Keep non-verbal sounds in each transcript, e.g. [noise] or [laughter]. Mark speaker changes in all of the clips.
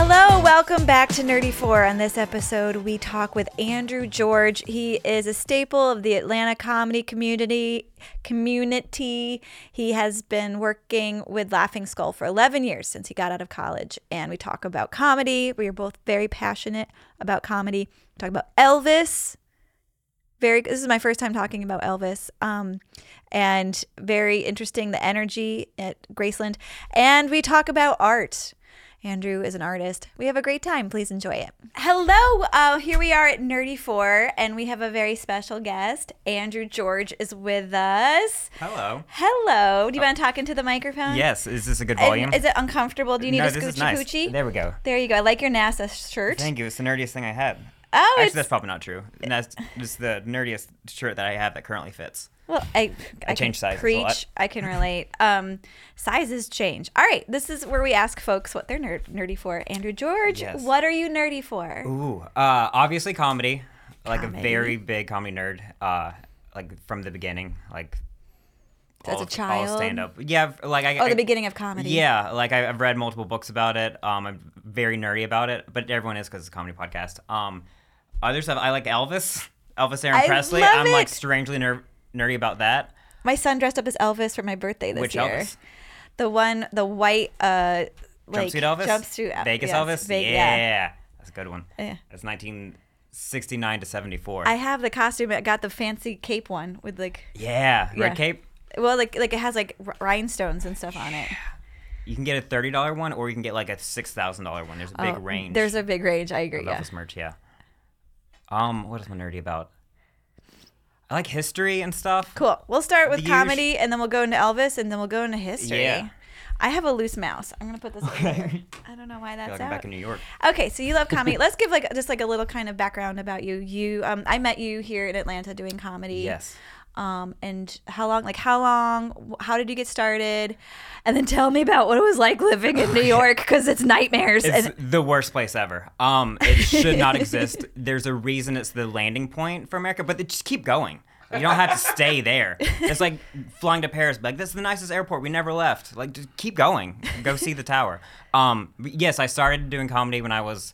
Speaker 1: Welcome back to Nerdy 4. On this episode, we talk with Andrew George. He is a staple of the Atlanta comedy community. Community. He has been working with Laughing Skull for 11 years since he got out of college, and we talk about comedy. We are both very passionate about comedy. We talk about Elvis. Very. This is my first time talking about Elvis. Um, and very interesting the energy at Graceland, and we talk about art. Andrew is an artist. We have a great time. Please enjoy it. Hello. Uh, here we are at Nerdy 4, and we have a very special guest. Andrew George is with us.
Speaker 2: Hello.
Speaker 1: Hello. Do you want to talk into the microphone?
Speaker 2: Yes, is this a good
Speaker 1: Um, And
Speaker 2: volume?
Speaker 1: is it uncomfortable? Do you need
Speaker 2: no,
Speaker 1: a
Speaker 2: this
Speaker 1: scoochie
Speaker 2: is nice.
Speaker 1: coochie?
Speaker 2: There we go.
Speaker 1: There you go. I like your NASA shirt.
Speaker 2: Thank you. It's the nerdiest thing I had.
Speaker 1: oh,
Speaker 2: Actually,
Speaker 1: it's, Uh,
Speaker 2: that's probably not true. And That's just the nerdiest shirt that I have that currently fits.
Speaker 1: well, I, I, can
Speaker 2: change sizes a
Speaker 1: preach.
Speaker 2: lot.
Speaker 1: I can relate. Um, sizes change. All right. This is where we ask folks what they're nerd, nerdy for. Andrew George,
Speaker 2: Yes.
Speaker 1: what are you nerdy for?
Speaker 2: Ooh, uh, obviously comedy. Like
Speaker 1: Comedy.
Speaker 2: a very big comedy nerd. Uh, like from the beginning, like
Speaker 1: As
Speaker 2: all
Speaker 1: a
Speaker 2: of-
Speaker 1: child?
Speaker 2: all stand up. Yeah, like I.
Speaker 1: Oh,
Speaker 2: I-
Speaker 1: the beginning of comedy.
Speaker 2: Yeah, like I- I've read multiple books about it. Um, I'm very nerdy about it, but everyone is because it's a comedy podcast. Um, other stuff I like Elvis, Elvis Aaron
Speaker 1: I
Speaker 2: Presley.
Speaker 1: love
Speaker 2: I'm like
Speaker 1: it.
Speaker 2: strangely ner- nerdy about that.
Speaker 1: My son dressed up as Elvis for my birthday this
Speaker 2: Which
Speaker 1: year.
Speaker 2: Elvis?
Speaker 1: The one, the white, uh, like
Speaker 2: jumpsuit Elvis,
Speaker 1: jumpsuit Elvis.
Speaker 2: Vegas
Speaker 1: yes,
Speaker 2: Elvis.
Speaker 1: Ve-
Speaker 2: yeah. that's a good one.
Speaker 1: Yeah.
Speaker 2: that's 1969 to 74.
Speaker 1: I have the costume. I got the fancy cape one with like,
Speaker 2: yeah, red
Speaker 1: Yeah.
Speaker 2: cape.
Speaker 1: well, like like it has like r- rhinestones and stuff on it.
Speaker 2: You can get a thirty dollar one, or you can get like a six thousand dollar one. There's a big
Speaker 1: Oh,
Speaker 2: range.
Speaker 1: There's a big range. I agree.
Speaker 2: of
Speaker 1: Yeah.
Speaker 2: Elvis merch. Yeah. Um, what is my nerdy about? I like history and stuff.
Speaker 1: Cool. We'll start with
Speaker 2: The usu-
Speaker 1: comedy, and then we'll go into Elvis, and then we'll go into history.
Speaker 2: Yeah.
Speaker 1: I have a loose mouse. I'm gonna put this. over here. I don't know why that's
Speaker 2: Like
Speaker 1: out.
Speaker 2: I'm back in New York.
Speaker 1: Okay, so you love
Speaker 2: [laughs]
Speaker 1: comedy. Let's give like just like a little kind of background about you. You, um, I met you here in Atlanta doing comedy.
Speaker 2: Yes.
Speaker 1: Um, and how long? Like how long? wh- How did you get started? And then tell me about what it was like living in New York because it's nightmares.
Speaker 2: It's
Speaker 1: and
Speaker 2: the worst place ever. Um, it should
Speaker 1: [laughs]
Speaker 2: not exist. There's a reason it's the landing point for America, but they just keep going. You don't have to stay there. It's like flying to Paris. Like this is the nicest airport. We never left. Like just keep going. Go see the tower. Um, yes, I started doing comedy when I was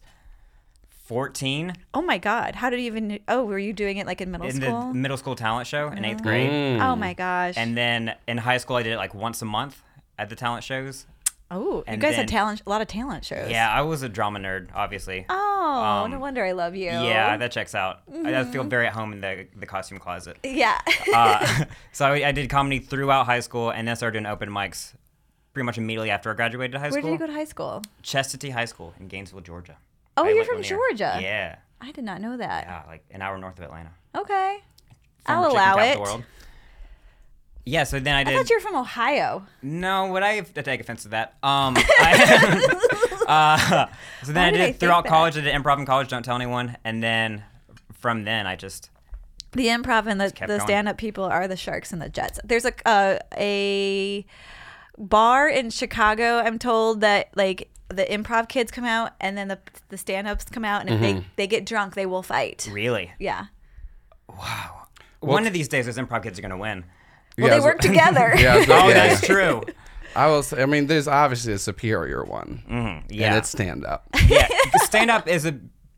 Speaker 2: 14
Speaker 1: oh my god, how did you even? Oh, were you doing it like in middle
Speaker 2: in
Speaker 1: school?
Speaker 2: the middle school talent show in eighth grade,
Speaker 1: oh my gosh.
Speaker 2: and then in high school I did it like once a month at the talent shows.
Speaker 1: oh, you
Speaker 2: and
Speaker 1: guys had
Speaker 2: then-
Speaker 1: talent, a lot of talent shows.
Speaker 2: Yeah, I was a drama nerd, obviously.
Speaker 1: Oh,
Speaker 2: Um,
Speaker 1: no wonder I love you.
Speaker 2: Yeah, that checks out. I
Speaker 1: Mm-hmm.
Speaker 2: I feel very at home in the the costume closet.
Speaker 1: [laughs] yeah.
Speaker 2: Uh, [laughs] so I, I did comedy throughout high school, and then started doing open mics pretty much immediately after I graduated high
Speaker 1: [laughs] Where
Speaker 2: school.
Speaker 1: did you go to high school?
Speaker 2: Chastity High School in Gainesville, Georgia.
Speaker 1: Oh,
Speaker 2: I
Speaker 1: you're
Speaker 2: went
Speaker 1: from
Speaker 2: one year.
Speaker 1: Georgia.
Speaker 2: Yeah,
Speaker 1: I did not know that.
Speaker 2: yeah, like an hour north of Atlanta.
Speaker 1: Okay.
Speaker 2: Former
Speaker 1: I'll
Speaker 2: chicken
Speaker 1: allow
Speaker 2: capital
Speaker 1: it.
Speaker 2: of the world. Yeah, so then I
Speaker 1: I
Speaker 2: did.
Speaker 1: thought you were from Ohio.
Speaker 2: no, would I, I take offense to that?
Speaker 1: [laughs]
Speaker 2: Um, I- [laughs] uh, so then
Speaker 1: Why
Speaker 2: I
Speaker 1: did
Speaker 2: did,
Speaker 1: I
Speaker 2: it
Speaker 1: think
Speaker 2: throughout
Speaker 1: that?
Speaker 2: college. I did improv in college. Don't tell anyone. And then from then, I just
Speaker 1: The improv and the,
Speaker 2: kept
Speaker 1: the
Speaker 2: going.
Speaker 1: stand up people are the Sharks and the Jets. There's a uh, a bar in Chicago. I'm told that like the improv kids come out and then the the stand ups come out, and if
Speaker 3: Mm-hmm.
Speaker 1: they they get drunk, they will fight.
Speaker 2: really
Speaker 1: Yeah.
Speaker 2: One of these days, those improv kids are gonna win.
Speaker 1: Well,
Speaker 3: Yeah, I
Speaker 1: they
Speaker 3: was- [laughs]
Speaker 1: work together.
Speaker 3: yeah, I was like,
Speaker 2: Oh,
Speaker 3: yeah,
Speaker 2: that's
Speaker 3: yeah.
Speaker 2: true.
Speaker 3: [clears throat] I was. I mean, there's obviously a superior one, and
Speaker 2: [laughs] Yeah,
Speaker 3: it's stand up.
Speaker 2: yeah. Stand up is a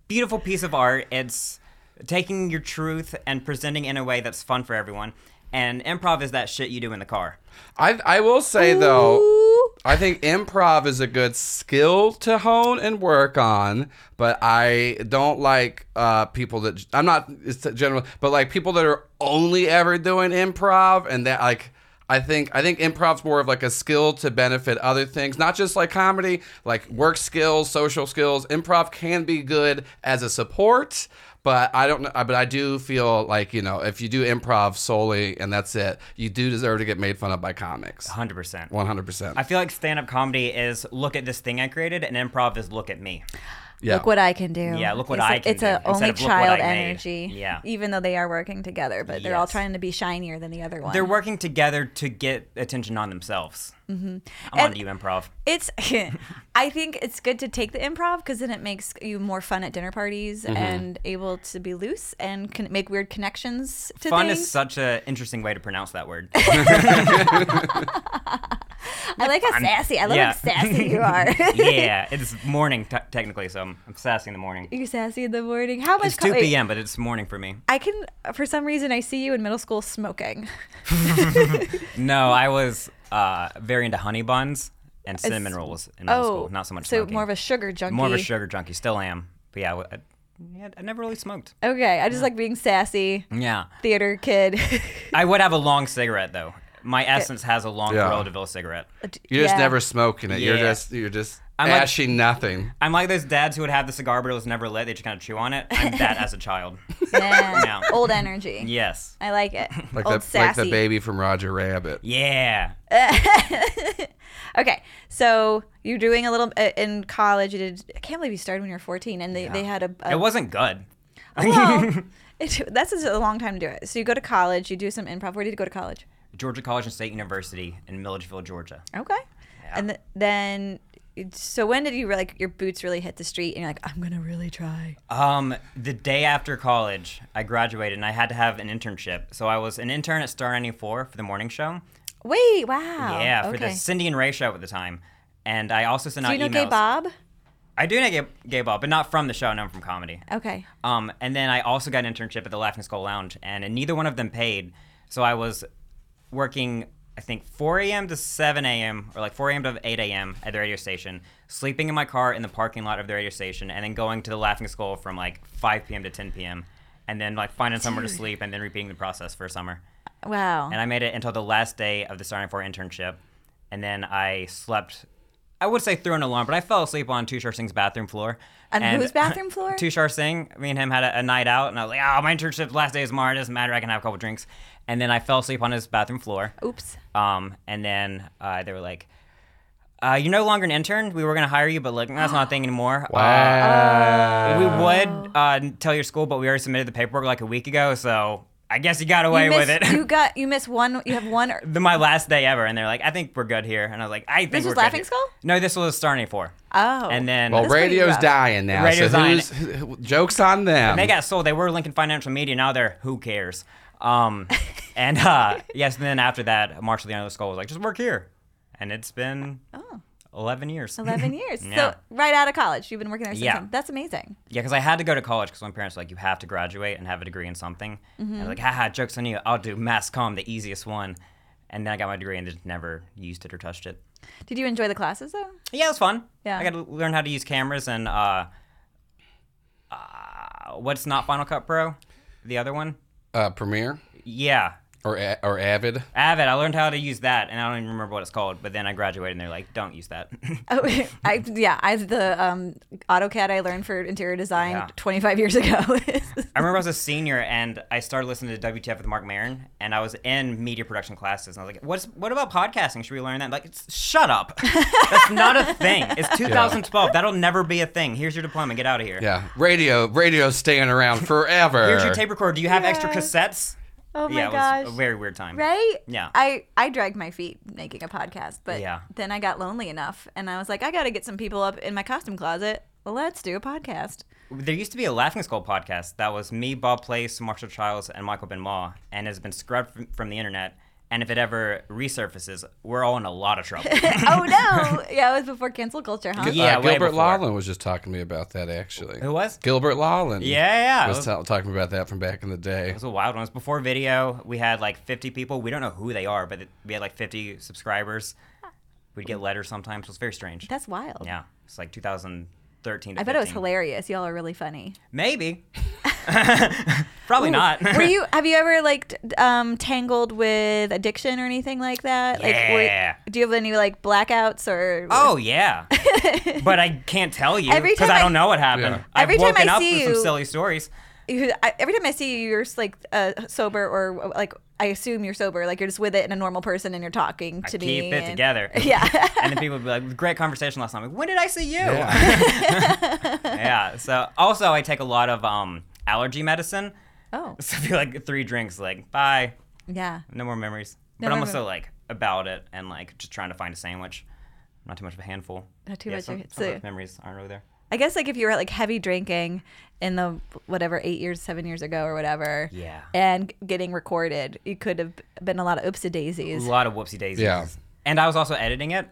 Speaker 2: beautiful piece of art. It's taking your truth and presenting in a way that's fun for everyone. And improv is that shit you do in the car.
Speaker 3: I I will say though,
Speaker 1: Ooh.
Speaker 3: I think improv is a good skill to hone and work on, but I don't like uh, people that j- I'm not it's general, but like people that are only ever doing improv and that like. I think I think improv's more of like a skill to benefit other things, not just like comedy, like work skills, social skills. Improv can be good as a support, but I don't know. But I do feel like you know, if you do improv solely and that's it, you do deserve to get made fun of by comics,
Speaker 2: 100%.
Speaker 3: one hundred percent.
Speaker 2: I feel like stand up comedy is look at this thing I created, and improv is look at me.
Speaker 3: Yeah.
Speaker 1: Look what I can do.
Speaker 2: Yeah, look what
Speaker 1: it's
Speaker 2: I
Speaker 1: a,
Speaker 2: can
Speaker 1: It's a
Speaker 2: do instead
Speaker 1: only
Speaker 2: of look what I
Speaker 1: child
Speaker 2: made.
Speaker 1: energy.
Speaker 2: Yeah.
Speaker 1: Even though they are working together, but they're all
Speaker 2: Yes.
Speaker 1: trying to be shinier than the other one.
Speaker 2: They're working together to get attention on themselves. Mm-hmm. I'm on to you, improv.
Speaker 1: It's. [laughs] I think it's good to take the improv because then it makes you more fun at dinner parties
Speaker 2: Mm-hmm.
Speaker 1: and able to be loose and can make weird connections to
Speaker 2: Fun
Speaker 1: things.
Speaker 2: is such an interesting way to pronounce that word.
Speaker 1: I I like how sassy. I love
Speaker 2: yeah.
Speaker 1: how sassy
Speaker 2: [laughs]
Speaker 1: you are. [laughs]
Speaker 2: yeah, it's morning t- technically, so I'm, I'm sassy in the morning.
Speaker 1: You're sassy in the morning. How much?
Speaker 2: It's 2
Speaker 1: wait,
Speaker 2: p.m., but it's morning for me.
Speaker 1: I can, for some reason, I see you in middle school smoking.
Speaker 2: No, I was uh, very into honey buns and cinnamon rolls in middle school. Not so much
Speaker 1: Oh, So
Speaker 2: smoking.
Speaker 1: more of a sugar junkie.
Speaker 2: More of a sugar junkie. Still am. But yeah, I, w- I- yeah, I never really smoked.
Speaker 1: Okay, I just like being sassy,
Speaker 2: Yeah.
Speaker 1: theater kid.
Speaker 2: I would have a long cigarette, though. My essence has a long
Speaker 3: Yeah.
Speaker 2: Royal DeVille cigarette.
Speaker 3: You're just
Speaker 1: Yeah.
Speaker 3: never smoking it. You're
Speaker 2: Yeah.
Speaker 3: just you're just
Speaker 2: I'm like-
Speaker 3: ashing nothing.
Speaker 2: I'm like those dads who would have the cigar, but it was never lit. They just kind of chew on it. I'm that as
Speaker 1: [laughs]
Speaker 2: a child.
Speaker 1: Yeah.
Speaker 2: No.
Speaker 1: Old energy.
Speaker 2: Yes.
Speaker 1: I like
Speaker 2: [laughs]
Speaker 1: it.
Speaker 3: Like
Speaker 1: Old
Speaker 3: the
Speaker 1: sassy.
Speaker 3: like the baby from Roger Rabbit.
Speaker 2: Yeah.
Speaker 1: Okay, so you're doing a little uh, in college. You did. I can't believe you started when you were 14, and they, they had a. a
Speaker 2: It wasn't good.
Speaker 1: Uh, [laughs] well, it, that's just a long time to do it. So you go to college. You do some improv. Where did you go to college?
Speaker 2: [laughs] Georgia College and State University in Milledgeville, Georgia.
Speaker 1: Okay. And th- then, so when did you really, like your boots really hit the street, and you're like, I'm gonna really try.
Speaker 2: Um, the day after college, I graduated and I had to have an internship. So I was an intern at Star 94 for the morning show.
Speaker 1: Wait, wow.
Speaker 2: yeah, for
Speaker 1: Oh, okay.
Speaker 2: the Cindy and Ray show at the time. And I also sent
Speaker 1: Do
Speaker 2: out
Speaker 1: you know
Speaker 2: emails.
Speaker 1: Gay Bob?
Speaker 2: I do know Gay, Gay Bob, but not from the show, no, from comedy.
Speaker 1: Okay.
Speaker 2: Um, and then I also got an internship at the Laughing Skull Lounge, and, neither one of them paid. So I was working, I think, 4 a.m. to 7 a.m., or like 4 a.m. to 8 a.m. at the radio station, sleeping in my car in the parking lot of the radio station, and then going to the Laughing Skull from like 5 p.m. to 10 p.m., and then like finding somewhere to sleep, and then repeating the process for a summer.
Speaker 1: Wow.
Speaker 2: And I made it until the last day of the Starting for internship, and then I slept. I would say through an alarm, but I fell asleep on Tushar Singh's bathroom floor.
Speaker 1: On whose
Speaker 2: [laughs]
Speaker 1: bathroom floor?
Speaker 2: Tushar Singh. Me and him had a, a night out, and I was like, "Oh, my internship last day is tomorrow. It doesn't matter. I can have a couple drinks." And then I fell asleep on his bathroom floor.
Speaker 1: Oops.
Speaker 2: Um, and then uh, they were like, uh, "You're no longer an intern. We were gonna hire you, but like that's not a thing anymore. Uh, we would uh, tell your school, but we already submitted the paperwork like a week ago, so I guess you got away
Speaker 1: you missed,
Speaker 2: with it." [laughs]
Speaker 1: you got. You missed one. You have one.
Speaker 2: the, my last day ever, and they're like, "I think we're good here," and I was like, "I think
Speaker 1: This
Speaker 2: we're
Speaker 1: was
Speaker 2: good
Speaker 1: Laughing
Speaker 2: here."
Speaker 1: Skull?
Speaker 2: No, this was Starny Four.
Speaker 1: Oh.
Speaker 2: and then
Speaker 3: well,
Speaker 1: That's pretty
Speaker 3: radio's
Speaker 1: rough.
Speaker 3: dying now.
Speaker 2: Radio's
Speaker 3: so
Speaker 2: dying.
Speaker 3: who's, who- jokes on them?
Speaker 2: they got sold. They were Lincoln Financial Media. Now they're who cares? Um, and uh, yes, and then after that, Marshall the Other Skull was like, "Just work here," and it's been eleven years.
Speaker 1: 11 years.
Speaker 2: Yeah.
Speaker 1: So right out of college, you've been working there since
Speaker 2: Yeah.
Speaker 1: then. That's amazing.
Speaker 2: [laughs] Yeah, because I had to go to college because my parents were like, you have to graduate and have a degree in something. And I was like, haha, joke's on you. I'll do mass comm, the easiest one. And then I got my degree and just never used it or touched it.
Speaker 1: Did you enjoy the classes
Speaker 2: [laughs]
Speaker 1: though?
Speaker 2: Yeah, it was fun.
Speaker 1: Yeah.
Speaker 2: I got to learn how to use cameras and uh, uh, what's not Final Cut Pro? The other one?
Speaker 3: uh, Premiere
Speaker 2: Yeah.
Speaker 3: or A- or Avid.
Speaker 2: Avid, I learned how to use that, and I don't even remember what it's called. But then I graduated, and they're like, "Don't use that." [laughs]
Speaker 1: Oh, [laughs] I yeah, I the um, AutoCAD I learned for interior design
Speaker 2: Yeah.
Speaker 1: 25 years
Speaker 2: [laughs]
Speaker 1: ago. [laughs]
Speaker 2: I remember I was a senior and I started listening to WTF with Mark Maron, and I was in media production classes, and I was like, "What's what about podcasting? Should we learn that?" Like, it's,
Speaker 1: [laughs]
Speaker 2: shut up, that's not a thing. It's 2012. That'll never be a thing. Here's your diploma. Get out of here.
Speaker 3: Yeah, radio. Radio's
Speaker 2: [laughs]
Speaker 3: staying around forever.
Speaker 2: Here's your tape recorder. Do you have extra
Speaker 1: Yeah.
Speaker 2: cassettes?
Speaker 1: oh my
Speaker 2: yeah, it
Speaker 1: gosh.
Speaker 2: was a very weird time.
Speaker 1: right?
Speaker 2: Yeah.
Speaker 1: I I dragged my feet making a podcast, but
Speaker 2: Yeah.
Speaker 1: then I got lonely enough and I was like I got to get some people up in my costume closet. Let's do a
Speaker 2: [laughs]
Speaker 1: podcast.
Speaker 2: There used to be a Laughing Skull podcast that was me, Bob Place, Marshall Childs, and Michael Ben Maw, and has been scrubbed from, from the internet. And if it ever resurfaces, we're all in a lot
Speaker 1: [laughs]
Speaker 2: of trouble.
Speaker 1: oh no. Yeah, it was before cancel culture, huh?
Speaker 2: Yeah.
Speaker 3: uh,
Speaker 2: way
Speaker 3: Gilbert
Speaker 2: before.
Speaker 3: Lawlin was just talking to me about that actually.
Speaker 2: Who was?
Speaker 3: Gilbert Lawlin.
Speaker 2: Yeah, yeah. it
Speaker 3: was
Speaker 2: was-
Speaker 3: ta- talking about that from back in the day.
Speaker 2: It was a wild one. It was before video. We had like 50 people. We don't know who they are, but it- we had like 50 subscribers. We'd get letters sometimes. It was very strange.
Speaker 1: That's wild.
Speaker 2: yeah, it's like 2013. To
Speaker 1: I bet it was
Speaker 2: 15.
Speaker 1: hilarious. Y'all are really funny. [laughs]
Speaker 2: Maybe. [laughs] Probably not.
Speaker 1: Were
Speaker 2: [laughs]
Speaker 1: you? Have you ever like d- um, tangled with addiction or anything like that? Like,
Speaker 2: Yeah.
Speaker 1: do you have any like blackouts or?
Speaker 2: Oh yeah, but I can't tell you
Speaker 1: Every
Speaker 2: because
Speaker 1: time
Speaker 2: I
Speaker 1: I-
Speaker 2: don't know what happened.
Speaker 3: Yeah.
Speaker 2: I've
Speaker 1: Every time
Speaker 2: woken
Speaker 1: I
Speaker 2: up
Speaker 1: see
Speaker 2: with some
Speaker 1: you-
Speaker 2: silly stories.
Speaker 1: You- I, every time I see you, you're just like uh, sober or like I assume you're sober. Like you're just with it and a normal person, and you're talking to me.
Speaker 2: Keep it
Speaker 1: and-
Speaker 2: together.
Speaker 1: [laughs] Yeah.
Speaker 2: and then people would be like, "Great conversation last night." I'm like, when did I see you?
Speaker 3: Yeah.
Speaker 2: [laughs]
Speaker 1: [laughs]
Speaker 2: Yeah, So also, I take a lot of um, allergy medicine. [laughs]
Speaker 1: oh.
Speaker 2: So I feel like three drinks, like bye.
Speaker 1: Yeah.
Speaker 2: No more memories.
Speaker 1: No
Speaker 2: but
Speaker 1: more
Speaker 2: I'm also
Speaker 1: mem-
Speaker 2: like about it and like just trying to find a sandwich. Not too much of a handful.
Speaker 1: Not too
Speaker 2: yeah,
Speaker 1: much
Speaker 2: Some,
Speaker 1: of-
Speaker 2: some of
Speaker 1: so-
Speaker 2: those memories aren't really there.
Speaker 1: I guess like if you were like heavy drinking in the whatever eight years, seven years ago or whatever.
Speaker 2: Yeah.
Speaker 1: And getting recorded, you could have been a lot of oopsie
Speaker 2: A
Speaker 1: daisies.
Speaker 2: lot of whoopsie daisies.
Speaker 3: Yeah.
Speaker 2: And I was also editing it.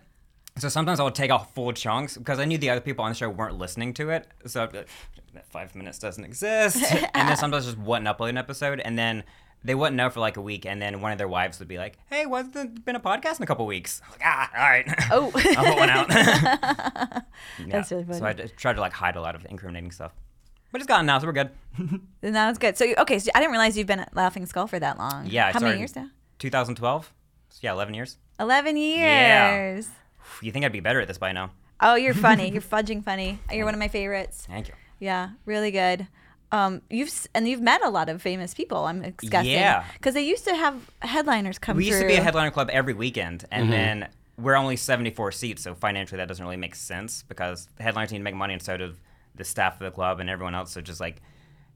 Speaker 2: So sometimes I would take off full chunks because I knew the other people on the show weren't listening to it. So I'd be like, that five minutes doesn't exist.
Speaker 1: [laughs]
Speaker 2: and then sometimes I just wouldn't upload an episode. And then they wouldn't know for like a week. And then one of their wives would be like, hey, why hasn't there been a podcast in a couple weeks? I'm like, ah, all right. [laughs]
Speaker 1: Oh.
Speaker 2: I'll put
Speaker 1: [laughs]
Speaker 2: one out.
Speaker 1: That's really
Speaker 2: So
Speaker 1: funny.
Speaker 2: I d- tried to like hide a lot of incriminating stuff. But it's gone now, so we're good.
Speaker 1: And that was good. So you- okay, so I didn't realize you've been at Laughing Skull for that long.
Speaker 2: Yeah. it
Speaker 1: How many
Speaker 2: started
Speaker 1: years now?
Speaker 2: 2012. So yeah, 11 years.
Speaker 1: Eleven years.
Speaker 2: Yeah. You think I'd be better at this by now?
Speaker 1: Oh, you're funny. You're fudging funny. You're one of my favorites.
Speaker 2: Thank you.
Speaker 1: Yeah, really good. Um, you've s- and you've met a lot of famous people. I'm guessing.
Speaker 2: Yeah.
Speaker 1: Because they used to have headliners come.
Speaker 2: We used to
Speaker 1: through.
Speaker 2: be a headliner club every weekend, and then we're only 74 seats, so financially that doesn't really make sense because the headliners need to make money, and so do the staff of the club and everyone else. So just like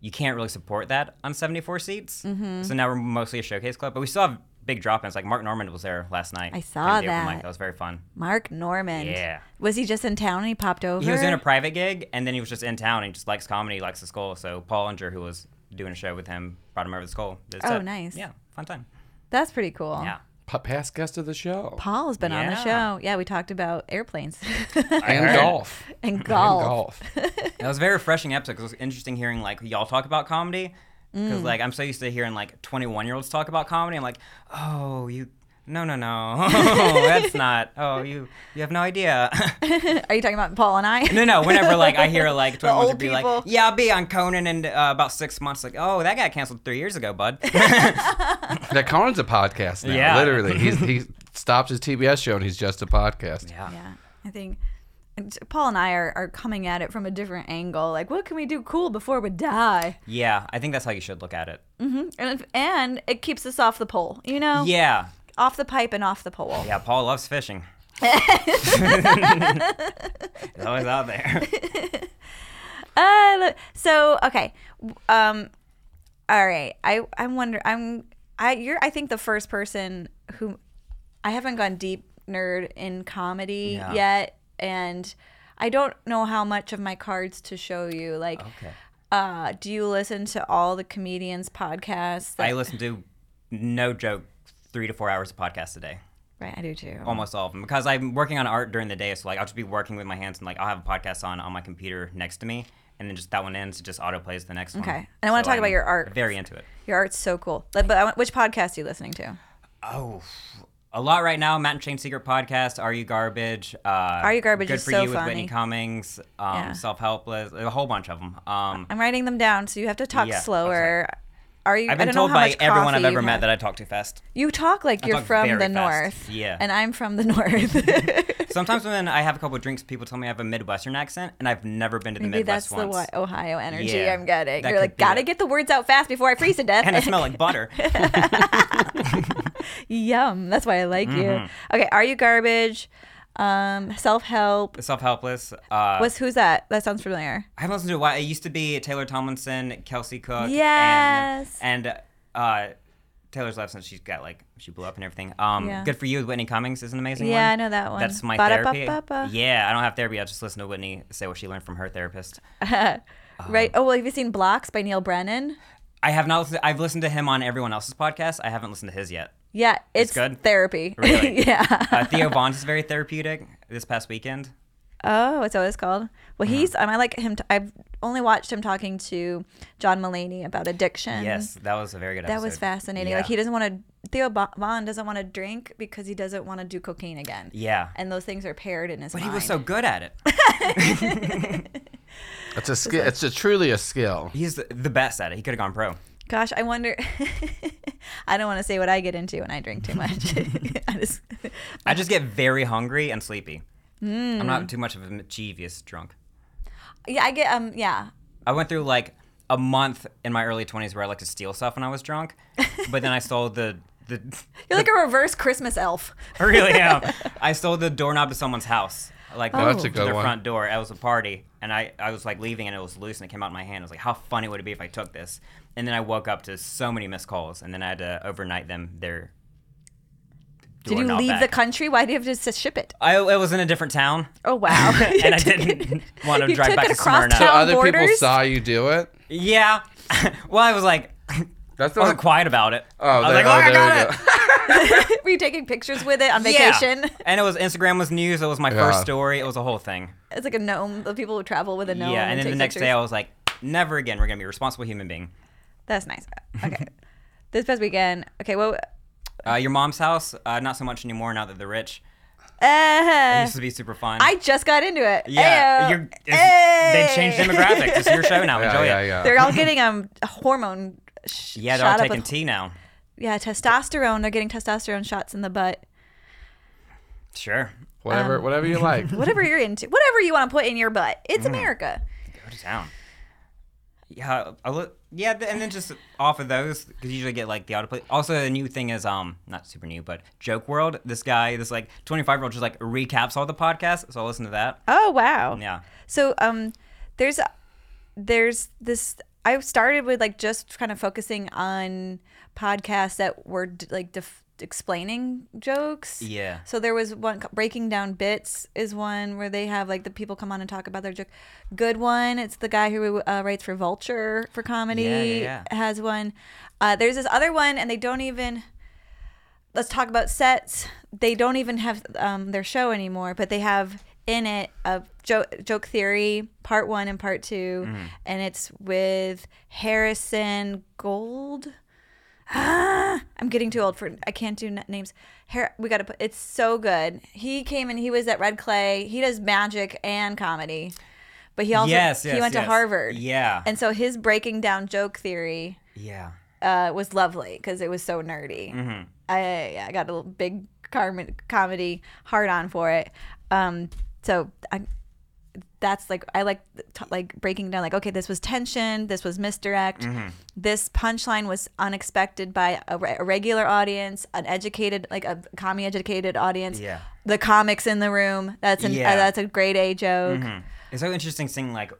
Speaker 2: you can't really support that on 74 seats.
Speaker 1: Mm-hmm.
Speaker 2: So now we're mostly a showcase club, but we still have big drop-ins. Like Mark Norman was there last night.
Speaker 1: I saw
Speaker 2: and the open
Speaker 1: that.
Speaker 2: mic. That was very fun.
Speaker 1: Mark Norman.
Speaker 2: Yeah.
Speaker 1: Was he just in town and he popped over?
Speaker 2: He was doing a private gig, and then he was just in town. And he just likes comedy, likes the skull. So Paul Unger, who was doing a show with him, brought him over to the skull. Did a
Speaker 1: Oh,
Speaker 2: set.
Speaker 1: nice.
Speaker 2: Yeah, fun time.
Speaker 1: That's pretty cool.
Speaker 2: Yeah.
Speaker 3: Pa- past guest of the show.
Speaker 1: Paul's been on the
Speaker 2: Yeah.
Speaker 1: show. Yeah, we talked about airplanes [laughs]
Speaker 3: and
Speaker 2: [laughs] heard it.
Speaker 3: golf.
Speaker 1: and
Speaker 3: And
Speaker 1: golf.
Speaker 3: golf.
Speaker 2: That was a very refreshing episode 'cause it was interesting hearing like y'all talk about comedy.
Speaker 1: Mm.
Speaker 2: Because like I'm so used to hearing like 21 year olds talk about comedy. I'm like, oh, you, no, no, no, [laughs] that's not. Oh, you, you have no idea.
Speaker 1: [laughs]
Speaker 2: [laughs]
Speaker 1: Are you talking about Paul and I?
Speaker 2: no, no. Whenever like I hear
Speaker 1: [laughs]
Speaker 2: like 21 year olds
Speaker 1: old
Speaker 2: be
Speaker 1: people.
Speaker 2: like, yeah, I'll be on Conan in uh, about six months. Like, oh, that got canceled three years ago, bud.
Speaker 3: That Colin's a podcast now.
Speaker 2: Yeah. [laughs]
Speaker 3: Literally, he's he stopped his TBS show and he's just a podcast.
Speaker 1: [laughs] Yeah, I think and Paul and I are, are coming at it from a different angle. Like, what can we do cool before we die?
Speaker 2: yeah, I think that's how you should look at it.
Speaker 1: And, if- and it keeps us off the pole, you know?
Speaker 2: Yeah,
Speaker 1: Off the pipe and off the pole.
Speaker 2: Yeah, Paul
Speaker 1: [laughs]
Speaker 2: loves fishing. [laughs] He's always out there.
Speaker 1: I lo- so okay. Um, all right. I I'm wonder. I'm I you're I think the first person who I haven't gone deep nerd in comedy
Speaker 2: Yeah.
Speaker 1: yet, and I don't know how much of my cards to show you. Like,
Speaker 2: Okay.
Speaker 1: uh, do you listen to all the comedians' podcasts? that-
Speaker 2: I listen to, no joke, three to four hours of podcasts a day.
Speaker 1: right, I do too.
Speaker 2: Almost all of them. Because I'm working on art during the day. So, like, I'll just be working with my hands and, like, I'll have a podcast on on my computer next to me. And then just that one ends, it just autoplays the next one.
Speaker 1: Okay. And I wanna
Speaker 2: So
Speaker 1: talk about
Speaker 2: I'm
Speaker 1: your art.
Speaker 2: Very into it.
Speaker 1: Your art's so cool. But, but I want- which podcast are you listening to?
Speaker 2: Oh, a lot right now. Matt and Chain Secret podcast. Are you garbage? Uh, Are
Speaker 1: You Garbage
Speaker 2: Good
Speaker 1: is
Speaker 2: for
Speaker 1: so
Speaker 2: you with
Speaker 1: funny.
Speaker 2: Whitney Cummings. Um,
Speaker 1: Yeah.
Speaker 2: Self helpless. A whole bunch of them. Um,
Speaker 1: I'm writing them down, so you have to talk
Speaker 2: Yeah, I'm
Speaker 1: slower. Are you?
Speaker 2: I've
Speaker 1: I don't
Speaker 2: been
Speaker 1: know
Speaker 2: told
Speaker 1: how
Speaker 2: by
Speaker 1: much
Speaker 2: everyone I've
Speaker 1: coffee you
Speaker 2: ever
Speaker 1: have.
Speaker 2: met that I talk too fast.
Speaker 1: You talk like you're
Speaker 2: talk
Speaker 1: from
Speaker 2: very
Speaker 1: the
Speaker 2: fast.
Speaker 1: north.
Speaker 2: Yeah.
Speaker 1: And I'm from the
Speaker 2: [laughs]
Speaker 1: north.
Speaker 2: Sometimes when I have a couple drinks, people tell me I have a Midwestern accent, and I've never been to the
Speaker 1: Maybe
Speaker 2: Midwest
Speaker 1: that's
Speaker 2: once.
Speaker 1: the why Ohio energy
Speaker 2: Yeah,
Speaker 1: I'm getting.
Speaker 2: that
Speaker 1: You're
Speaker 2: could
Speaker 1: like,
Speaker 2: be
Speaker 1: gotta
Speaker 2: it.
Speaker 1: get the words out fast before I freeze to
Speaker 2: [laughs]
Speaker 1: death.
Speaker 2: [laughs] and I smell like butter.
Speaker 1: [laughs] Yum. That's why I like you.
Speaker 2: Mm-hmm.
Speaker 1: Okay, are you garbage? Um, self help.
Speaker 2: Self helpless. Uh,
Speaker 1: What's who's that? That sounds familiar.
Speaker 2: I haven't listened to it. a while. It used to be Taylor Tomlinson, Kelsey Cook.
Speaker 1: Yes.
Speaker 2: And, and uh, Taylor's left since she's got like she blew up and everything. Um,
Speaker 1: Yeah.
Speaker 2: Good for you with Whitney Cummings is an amazing one.
Speaker 1: Yeah, I know that one.
Speaker 2: That's my therapy.
Speaker 1: Ba-da-ba-ba-ba.
Speaker 2: Yeah, I don't have therapy. I just listen to Whitney say what she learned from her therapist.
Speaker 1: [laughs] right. Oh well, have you seen Blocks by Neil Brennan?
Speaker 2: I have not. Listened, I've listened to him on everyone else's podcast. I haven't listened to his yet.
Speaker 1: Yeah, it's,
Speaker 2: good?
Speaker 1: therapy.
Speaker 2: Really?
Speaker 1: [laughs] yeah.
Speaker 2: Uh, Theo Vaughn's is very therapeutic. This past weekend,
Speaker 1: Oh, it's always called. Well, he's. Um, I like him. T- I've only watched him talking to John Mulaney about addiction.
Speaker 2: Yes, that was a very good
Speaker 1: That
Speaker 2: episode.
Speaker 1: was fascinating. Like
Speaker 2: Yeah.
Speaker 1: he doesn't want to. Theo Ba- Vaughn doesn't want to drink because he doesn't want to do cocaine again.
Speaker 2: Yeah.
Speaker 1: And those things are paired in his
Speaker 2: but
Speaker 1: mind.
Speaker 2: he was so
Speaker 1: [laughs]
Speaker 2: good at it.
Speaker 3: It's a skill. It's a truly a skill.
Speaker 2: He's the, the best at it. He could have gone pro.
Speaker 1: Gosh, I wonder. [laughs] I don't want to say what I get into when I drink too much. [laughs] I just.
Speaker 2: I just get very hungry and sleepy.
Speaker 1: Hmm.
Speaker 2: I'm not too much of a mischievous drunk.
Speaker 1: Yeah, I get. Um. Yeah.
Speaker 2: I went through like a month in my early 20s where I like to steal stuff when I was drunk, but then I stole the the
Speaker 1: You're like a reverse Christmas elf.
Speaker 2: [laughs] I really am. I stole the doorknob to someone's house. Like
Speaker 1: Oh,
Speaker 2: the,
Speaker 3: that's a
Speaker 2: to
Speaker 3: good
Speaker 2: their
Speaker 3: one.
Speaker 2: front door. It was a party, and I, I was like leaving, and it was loose, and it came out in my hand. I was like, how funny would it be if I took this? And then I woke up to so many missed calls, and then I had to overnight them their.
Speaker 1: Did you
Speaker 2: doorknob
Speaker 1: leave
Speaker 2: back.
Speaker 1: the country? Why do you have to s- ship it?
Speaker 2: I, I was in a
Speaker 1: [laughs]
Speaker 2: different town,
Speaker 1: Oh wow.
Speaker 2: [laughs] and I [laughs] didn't want to
Speaker 1: You
Speaker 2: drive
Speaker 1: took
Speaker 2: back
Speaker 1: it
Speaker 2: to
Speaker 1: across
Speaker 2: Smyrna.
Speaker 1: town.
Speaker 3: Other
Speaker 2: [laughs]
Speaker 3: people
Speaker 1: Borders?
Speaker 3: saw you do it.
Speaker 1: [laughs]
Speaker 2: Yeah. well, I was like,
Speaker 3: That's
Speaker 2: I wasn't
Speaker 3: not.
Speaker 2: quiet about it. I
Speaker 3: Oh,
Speaker 2: was
Speaker 3: there,
Speaker 2: like,
Speaker 3: oh,
Speaker 2: oh, I
Speaker 3: there
Speaker 2: got
Speaker 3: we
Speaker 2: it.
Speaker 3: go.
Speaker 1: [laughs] Were you taking pictures with it on [laughs]
Speaker 2: Yeah.
Speaker 1: vacation?
Speaker 2: And it was Instagram was news. It was my
Speaker 3: Yeah.
Speaker 2: first story. It was a whole thing.
Speaker 1: It's like a gnome. The people who travel with a gnome.
Speaker 2: yeah. And then
Speaker 1: take
Speaker 2: the next day,
Speaker 1: pictures.
Speaker 2: I was like, never again. We're gonna be a responsible human being.
Speaker 1: That's
Speaker 2: [laughs]
Speaker 1: nice. Okay. this past weekend. Okay. Well.
Speaker 2: Uh, your mom's house, uh, not so much anymore now that they're rich. It
Speaker 1: Uh,
Speaker 2: used to be super fun.
Speaker 1: I just got into it.
Speaker 2: yeah,
Speaker 1: Ayo.
Speaker 2: you're, it's- they changed
Speaker 1: Hey. [laughs]
Speaker 2: demographics. It's your show now.
Speaker 3: [laughs] Yeah,
Speaker 2: Enjoy
Speaker 3: yeah,
Speaker 2: it.
Speaker 3: yeah.
Speaker 1: They're all getting um hormone. Sh-
Speaker 2: [laughs] Yeah, they're
Speaker 1: shot
Speaker 2: all
Speaker 1: up
Speaker 2: taking
Speaker 1: with-
Speaker 2: tea now.
Speaker 1: yeah testosterone. They're getting testosterone shots in the
Speaker 2: [laughs]
Speaker 1: butt.
Speaker 2: Sure.
Speaker 3: whatever, whatever
Speaker 2: [laughs]
Speaker 3: you like.
Speaker 1: Whatever you're into, whatever you want to put in your butt, it's
Speaker 2: Mm.
Speaker 1: America.
Speaker 2: Go to town. Yeah, I look, yeah, th- and then just off of those because you usually get like the autoplay. Also, the new thing is um not super new, but Joke World. This guy, this like twenty five year old, just like recaps all the podcasts. So I listen to that.
Speaker 1: Oh wow.
Speaker 2: Yeah,
Speaker 1: So um, there's there's this. I started with like just kind of focusing on podcasts that were d- like def- explaining jokes.
Speaker 2: Yeah.
Speaker 1: So there was one breaking down bits is one where they have like the people come on and talk about their joke. Good one. It's the guy who uh, writes for Vulture for comedy.
Speaker 2: Yeah, yeah, yeah.
Speaker 1: Has one. Uh, there's this other one, and they don't even let's talk about sets. They don't even have um, their show anymore, but they have in it a joke, joke theory part one and part 2
Speaker 2: Mm-hmm.
Speaker 1: and it's with Harrison Gold. Ah, I'm getting too old for I can't do n- names. Har- we got to put it's so good. He came and he was at Red Clay. He does magic and comedy. But he also
Speaker 2: Yes,
Speaker 1: he
Speaker 2: yes,
Speaker 1: went
Speaker 2: yes.
Speaker 1: to Harvard.
Speaker 2: Yeah.
Speaker 1: And so his breaking down joke theory
Speaker 2: yeah.
Speaker 1: uh, was lovely because it was so nerdy.
Speaker 2: Mm-hmm.
Speaker 1: I, I got a little big carmen comedy hard on for it. Um, so I, that's like I like t- like breaking down like okay this was tension, this was misdirect,
Speaker 2: Mm-hmm.
Speaker 1: this punchline was unexpected by a, re- a regular audience, an educated like a commie educated audience.
Speaker 2: Yeah.
Speaker 1: The comics in the room. That's an
Speaker 2: Yeah. Mm-hmm.
Speaker 1: uh, that's a grade A joke.
Speaker 2: It's so interesting seeing like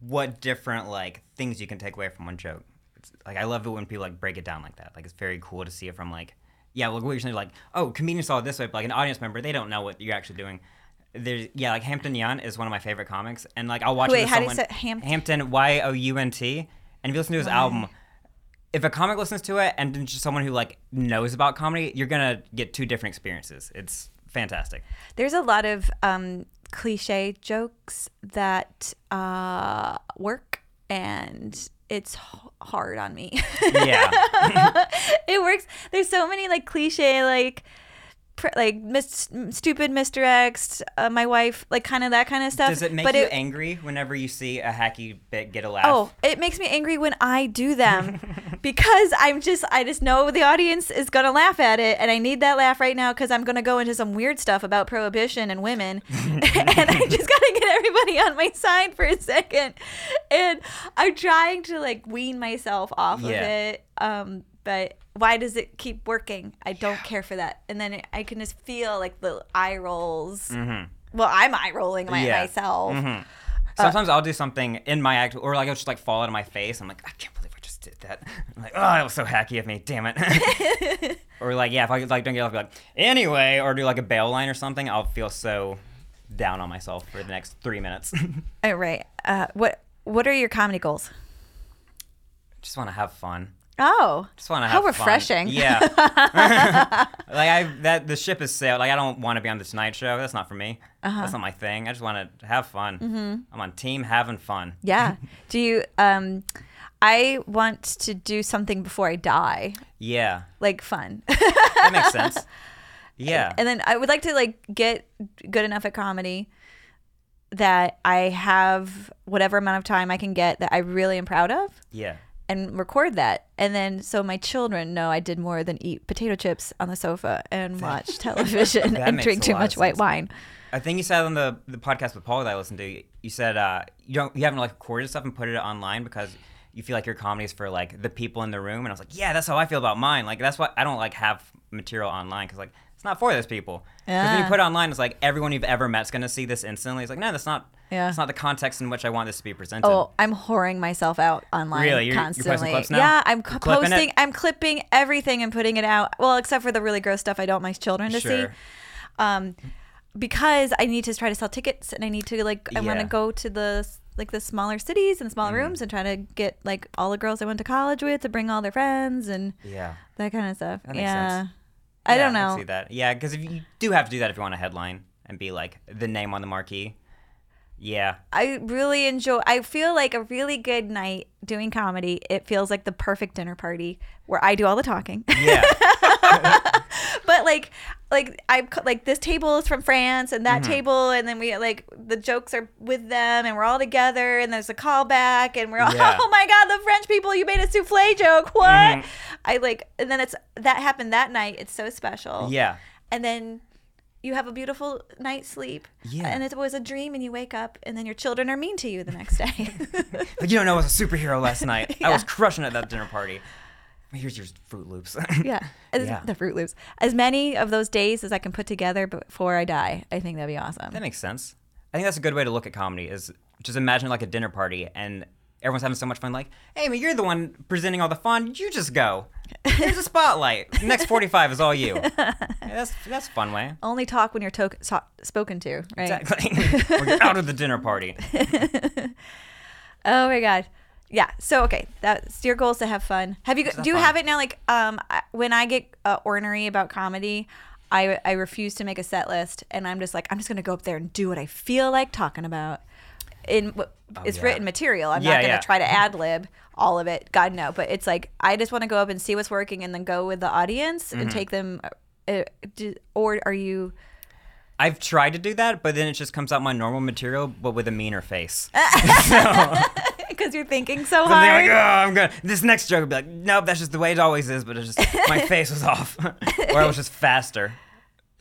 Speaker 2: what different like things you can take away from one joke. It's, like I love it when people like break it down like that. Like it's very cool to see it from like yeah, like what you're saying, like oh, comedians saw it this way, but like an audience member, they don't know what you're actually doing. There's yeah, like Hampton Yon is one of my favorite comics, and like I'll watch it
Speaker 1: Wait,
Speaker 2: with
Speaker 1: how do you
Speaker 2: someone-
Speaker 1: say- Hampton?
Speaker 2: Hampton Y O U N T, and if you listen to his album. If a comic listens to it and then just someone who like knows about comedy, you're gonna get two different experiences. It's fantastic.
Speaker 1: There's a lot of um, cliche jokes that uh, work, and it's h- hard on me. [laughs]
Speaker 2: Yeah.
Speaker 1: it works. There's so many like cliche, like pr- like mis- stupid Mr. X, uh, my wife, like kind of that kind of stuff.
Speaker 2: Does it make
Speaker 1: but
Speaker 2: you
Speaker 1: it,
Speaker 2: angry whenever you see a hacky bit get a laugh?
Speaker 1: Oh, it makes me angry when I do
Speaker 2: [laughs]
Speaker 1: them because I'm just I just know the audience is gonna laugh at it, and I need that laugh right now because I'm gonna go into some weird stuff about prohibition and women, [laughs] and I just gotta get everybody on my side for a second, and I'm trying to like wean myself off of
Speaker 2: Yeah.
Speaker 1: it, um, but. Why does it keep working? I don't care for that. And then I can just feel like the eye rolls. Well, I'm eye rolling my,
Speaker 2: Mm-hmm. Yeah. Mm-hmm.
Speaker 1: myself. uh,
Speaker 2: Sometimes I'll do something in my act, or like I'll just like fall out of my face. I'm like, I can't believe I just did that. I'm like, oh, that was so hacky of me. Damn it.
Speaker 1: [laughs]
Speaker 2: or like, yeah, if I like don't get off, like anyway, or do like a bail line or something, I'll feel so down on myself for the next three minutes. [laughs]
Speaker 1: All right. Uh, what What are your comedy goals?
Speaker 2: just want to have fun.
Speaker 1: Oh,
Speaker 2: Just want to have
Speaker 1: how
Speaker 2: fun.
Speaker 1: refreshing.
Speaker 2: Yeah.
Speaker 1: [laughs]
Speaker 2: like I that the ship has sailed. Like I don't want to be on the Tonight Show. That's not for me.
Speaker 1: Uh-huh.
Speaker 2: That's not my thing. I just want to have fun.
Speaker 1: Mm-hmm.
Speaker 2: I'm on team having fun.
Speaker 1: Yeah. Do you? Um, I want to do something before I die,
Speaker 2: Yeah,
Speaker 1: like fun, [laughs]
Speaker 2: that makes sense. Yeah,
Speaker 1: and then I would like to like get good enough at comedy that I have whatever amount of time I can get that I really am proud of.
Speaker 2: yeah.
Speaker 1: And record that, and then so my children know I did more than eat potato chips on the sofa
Speaker 2: [laughs]
Speaker 1: and watch television
Speaker 2: That
Speaker 1: and
Speaker 2: makes
Speaker 1: drink
Speaker 2: a
Speaker 1: too
Speaker 2: lot of
Speaker 1: much white
Speaker 2: sense.
Speaker 1: wine.
Speaker 2: I think you said on the the podcast with Paul that I listened to. You said uh, you don't you haven't like recorded stuff and put it online because you feel like your comedy is for like the people in the room. And I was like, yeah, that's how I feel about mine. Like that's why I don't like have material online because like it's not for those people. Because when
Speaker 1: Yeah.
Speaker 2: you put it online, it's like everyone you've ever met's gonna see this instantly. It's like no, that's not.
Speaker 1: Yeah.
Speaker 2: It's not the context in which I want this to be presented.
Speaker 1: Oh, I'm whoring myself out online
Speaker 2: Really? You're- you're posting
Speaker 1: constantly.
Speaker 2: clips now?
Speaker 1: Yeah, I'm
Speaker 2: You're
Speaker 1: c-
Speaker 2: clipping it?
Speaker 1: posting. I'm clipping everything and putting it out. Well, except for the really gross stuff I don't want my children to see.
Speaker 2: Sure.
Speaker 1: Um, because I need to try to sell tickets and I need to like I want
Speaker 2: Yeah. Mm-hmm.
Speaker 1: to go to the like the smaller cities and small rooms and try to get like all the girls I went to college with to bring all their friends and
Speaker 2: Yeah.
Speaker 1: that kind of stuff.
Speaker 2: makes
Speaker 1: yeah.
Speaker 2: sense.
Speaker 1: I
Speaker 2: Yeah,
Speaker 1: don't
Speaker 2: can
Speaker 1: know.
Speaker 2: see that. Yeah, because if you do have to do that if you want a headline and be like the name on the marquee. Yeah.
Speaker 1: I really enjoy. I feel like a really good night doing comedy. It feels like the perfect dinner party where I do all the talking. [laughs]
Speaker 2: Yeah.
Speaker 1: but like, like I like this table is from France and
Speaker 2: Mm-hmm.
Speaker 1: that table, and then we like the jokes are with them, and we're all together, and there's a callback, and we're all
Speaker 2: Yeah.
Speaker 1: [laughs]
Speaker 2: Mm-hmm.
Speaker 1: oh my god, the French people, you made a souffle joke. What? I like, and then it's that happened that night. It's so special.
Speaker 2: yeah.
Speaker 1: and then. You have a beautiful night's sleep,
Speaker 2: Yeah.
Speaker 1: and it was a dream, and you wake up, and then your children are mean to you the next
Speaker 2: [laughs]
Speaker 1: day. [laughs]
Speaker 2: But you don't know I was a superhero last night. I was
Speaker 1: Yeah.
Speaker 2: crushing it at that dinner party. Here's your Fruit Loops. [laughs]
Speaker 1: Yeah. As-
Speaker 2: Yeah.
Speaker 1: The Fruit Loops. As many of those days as I can put together before I die. I think that'd be awesome.
Speaker 2: That makes sense. I think that's a good way to look at comedy is just imagine like a dinner party and everyone's having so much fun. Like, hey, man, you're the one presenting all the fun. You just go. Here's a spotlight. Next 45 is
Speaker 1: [laughs]
Speaker 2: all you. Yeah, that's that's a fun way.
Speaker 1: Only talk when you're to- so- spoken to, right?
Speaker 2: Exactly. [laughs] Or you're out of the dinner party.
Speaker 1: Oh my god. Yeah. So okay, that's your goal is to have fun. Have you do you
Speaker 2: fun.
Speaker 1: have it now? Like um, I- when I get uh, ornery about comedy, I I refuse to make a set list, and I'm just like I'm just gonna go up there and do what I feel like talking about. In what it's
Speaker 2: Oh, yeah.
Speaker 1: written material. I'm
Speaker 2: Yeah,
Speaker 1: not gonna
Speaker 2: yeah.
Speaker 1: try to ad lib all of it. God no. But it's like I just want to go up and see what's working, and then go with the audience
Speaker 2: Mm-hmm.
Speaker 1: and take them. Uh, do, or are you? [laughs]
Speaker 2: I've tried to do that, but then it just comes out my normal material, but with a meaner face.
Speaker 1: Because you're thinking so
Speaker 2: Something
Speaker 1: hard.
Speaker 2: like, oh, I'm gonna. This next joke would be like, nope, that's just the way it always is. But it's just my face was off, [laughs] or I was just faster.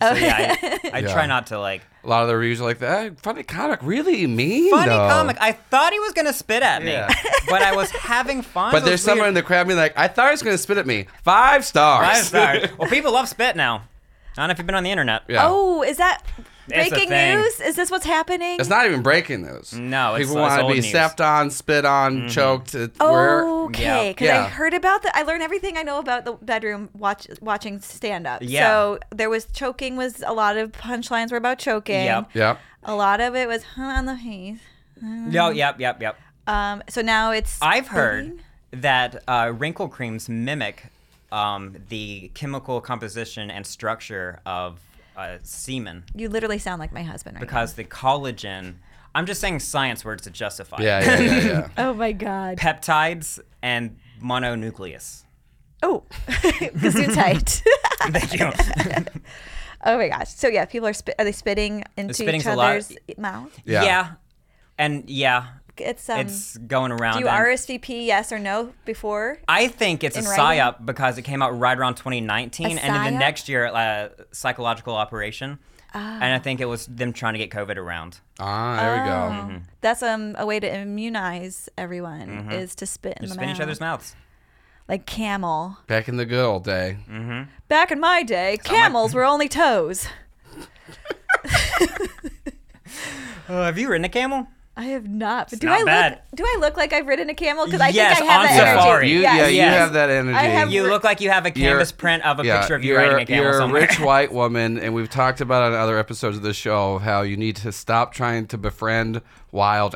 Speaker 2: So yeah, I, I
Speaker 3: Yeah.
Speaker 2: try not to like
Speaker 3: A lot of the reviews are like that. funny comic, really mean.
Speaker 2: funny
Speaker 3: though."
Speaker 2: comic. I thought he was gonna spit at me,
Speaker 3: Yeah.
Speaker 2: [laughs] but I was having fun.
Speaker 3: But there's someone in the crowd being like, I thought he was going to spit at me. Five stars.
Speaker 2: I'm
Speaker 3: [laughs]
Speaker 2: sorry. Well, people love spit now. I don't know if you've been on the internet.
Speaker 3: Yeah.
Speaker 1: Oh, is that
Speaker 2: It's a
Speaker 1: breaking
Speaker 2: thing.
Speaker 1: news? Is this what's happening?
Speaker 3: It's not even breaking those.
Speaker 2: No, it's-
Speaker 3: people
Speaker 2: it's
Speaker 3: want
Speaker 2: old
Speaker 3: to be
Speaker 2: news. Mm-hmm. Oh.
Speaker 3: sapped on, spit on, choked. It- we're-
Speaker 1: Okay,
Speaker 2: Yeah.
Speaker 1: because I
Speaker 3: Yeah.
Speaker 1: heard about that. I learned everything I know about the bedroom watch watching stand up.
Speaker 2: Yeah.
Speaker 1: So there was choking was a lot of punchlines were about choking.
Speaker 2: Yep.
Speaker 3: Yep.
Speaker 1: A lot of it was huh, on the face.
Speaker 2: No. Yep. Yep. Yep.
Speaker 1: Um. So now it's.
Speaker 2: I've heard
Speaker 1: spitting?
Speaker 2: that uh, wrinkle creams mimic um, the chemical composition and structure of uh, semen.
Speaker 1: You literally sound like my husband right
Speaker 2: because the collagen. I'm just saying science words to justify. it.
Speaker 3: Yeah, yeah, yeah, yeah.
Speaker 1: now. Oh my god.
Speaker 2: [laughs] Peptides and mononucleus. [laughs]
Speaker 1: Oh, [laughs] gesundheit.
Speaker 2: Thank you.
Speaker 1: [laughs] oh my gosh. So yeah, people are spit. Are they spitting into
Speaker 2: spitting's
Speaker 1: each
Speaker 2: a lot-
Speaker 1: other's mouth?
Speaker 3: [laughs] Yeah.
Speaker 2: And yeah,
Speaker 1: It's um.
Speaker 2: it's going around.
Speaker 1: do you
Speaker 2: and
Speaker 1: RSVP yes or no before?
Speaker 2: I think it's a
Speaker 1: in writing?
Speaker 2: psyop because it came out right around 2019,
Speaker 1: A
Speaker 2: and then
Speaker 1: psyop?
Speaker 2: the next year, uh, psychological operation. And I
Speaker 1: Ah.
Speaker 2: think it was them trying to get COVID around.
Speaker 3: Ah, there we
Speaker 1: Oh.
Speaker 3: go.
Speaker 2: Mm-hmm.
Speaker 1: That's um, a way to immunize everyone
Speaker 2: Mm-hmm.
Speaker 1: is to spit in the
Speaker 2: Spin
Speaker 1: mouth.
Speaker 2: each other's mouths.
Speaker 1: Like camel.
Speaker 3: Back in the good old day.
Speaker 2: Mm-hmm.
Speaker 1: Back in my day, camels were only toes.
Speaker 2: Uh, have you ridden a camel?
Speaker 1: I have not. But do
Speaker 2: not
Speaker 1: I
Speaker 2: bad.
Speaker 1: look? Do I look like I've ridden a camel? Because I
Speaker 2: Yes,
Speaker 1: think I have
Speaker 2: on
Speaker 1: that
Speaker 2: safari.
Speaker 1: energy.
Speaker 3: You,
Speaker 1: Yes.
Speaker 3: Yeah, you
Speaker 2: Yes.
Speaker 3: have that energy.
Speaker 1: I have-
Speaker 2: You look like you have a
Speaker 3: You're-
Speaker 2: canvas print of a picture of you
Speaker 3: you're-
Speaker 2: riding a camel
Speaker 3: You're
Speaker 2: somewhere. [laughs]
Speaker 3: a rich white woman, and we've talked about on other episodes of this show how you need to stop trying to befriend wild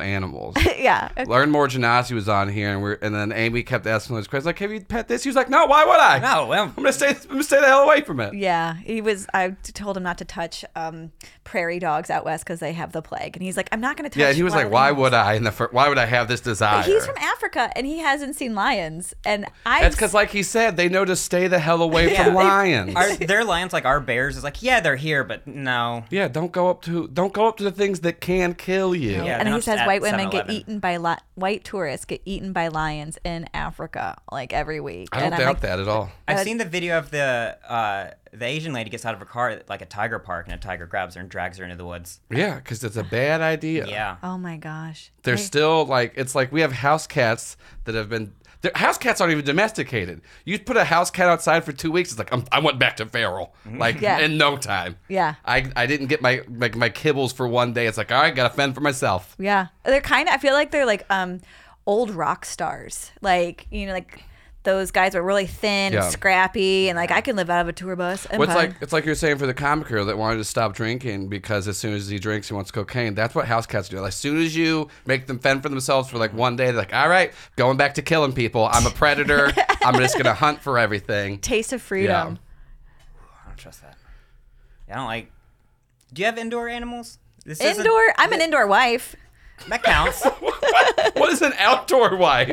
Speaker 1: [laughs]
Speaker 3: animals.
Speaker 1: [laughs] yeah. Okay.
Speaker 3: Learn more. Genasi was on here, and we're and then Amy kept asking those questions like, "Have you pet this?" He was like, "No, why would I?
Speaker 2: No, well-
Speaker 3: I'm gonna stay. I'm gonna stay the hell away from it."
Speaker 1: Yeah, he was. I t- told him not to touch um, prairie dogs out west because they have the plague, and he's like, "I'm not going to touch."
Speaker 3: Yeah, and he was like,
Speaker 1: wild
Speaker 3: "Why
Speaker 1: animals."
Speaker 3: would I? In the fir- why would I have this desire?"
Speaker 1: He's from Africa, and he hasn't seen lions, and I.
Speaker 3: That's because, like he said, they know to stay the hell away from lions. [laughs]
Speaker 2: Are their lions like our bears? Is like, yeah, they're here, but no.
Speaker 3: yeah, don't go up to don't go up to the things that can kill you.
Speaker 1: and
Speaker 2: Yeah. they're
Speaker 1: he
Speaker 2: not
Speaker 1: says
Speaker 2: at
Speaker 1: white women get
Speaker 2: 7-Eleven.
Speaker 1: eaten by li- white tourists get eaten by lions in Africa like every week.
Speaker 3: I don't
Speaker 1: and I'm
Speaker 3: doubt
Speaker 1: like,
Speaker 3: that at all.
Speaker 2: I've
Speaker 1: Uh,
Speaker 2: seen the video of the uh, the Asian lady gets out of her car at like a tiger park, and a tiger grabs her and drags her into the woods.
Speaker 3: Yeah, because it's a bad idea.
Speaker 2: Yeah,
Speaker 1: Oh my gosh.
Speaker 3: They're
Speaker 1: They-
Speaker 3: still like it's like we have house cats that have been their house cats aren't even domesticated. You put a house cat outside for two weeks, it's like I'm, I went back to feral, like
Speaker 1: Yeah.
Speaker 3: in no time.
Speaker 1: Yeah.
Speaker 3: I, I didn't get my like my kibbles for one day. It's like all right, gotta fend for myself.
Speaker 1: Yeah. They're kind of I feel like they're like um old rock stars. Like, you know, like those guys were really thin
Speaker 3: Yeah.
Speaker 1: and scrappy, and like I can live out of a tour bus. I'm
Speaker 3: Well, it's
Speaker 1: fine.
Speaker 3: like it's like you're saying for the comic crew that wanted to stop drinking because as soon as he drinks, he wants cocaine. That's what house cats do. Like, as soon as you make them fend for themselves for like one day, they're like, "All right, going back to killing people. I'm a
Speaker 1: [laughs]
Speaker 3: predator. I'm just gonna hunt for everything."
Speaker 1: taste of freedom.
Speaker 2: I don't trust that. I don't like. Do you have indoor animals? This isn't-
Speaker 1: Indoor. I'm an indoor wife.
Speaker 2: [laughs] That
Speaker 3: [laughs]
Speaker 2: counts.
Speaker 3: What is an
Speaker 2: [laughs]
Speaker 3: outdoor wife?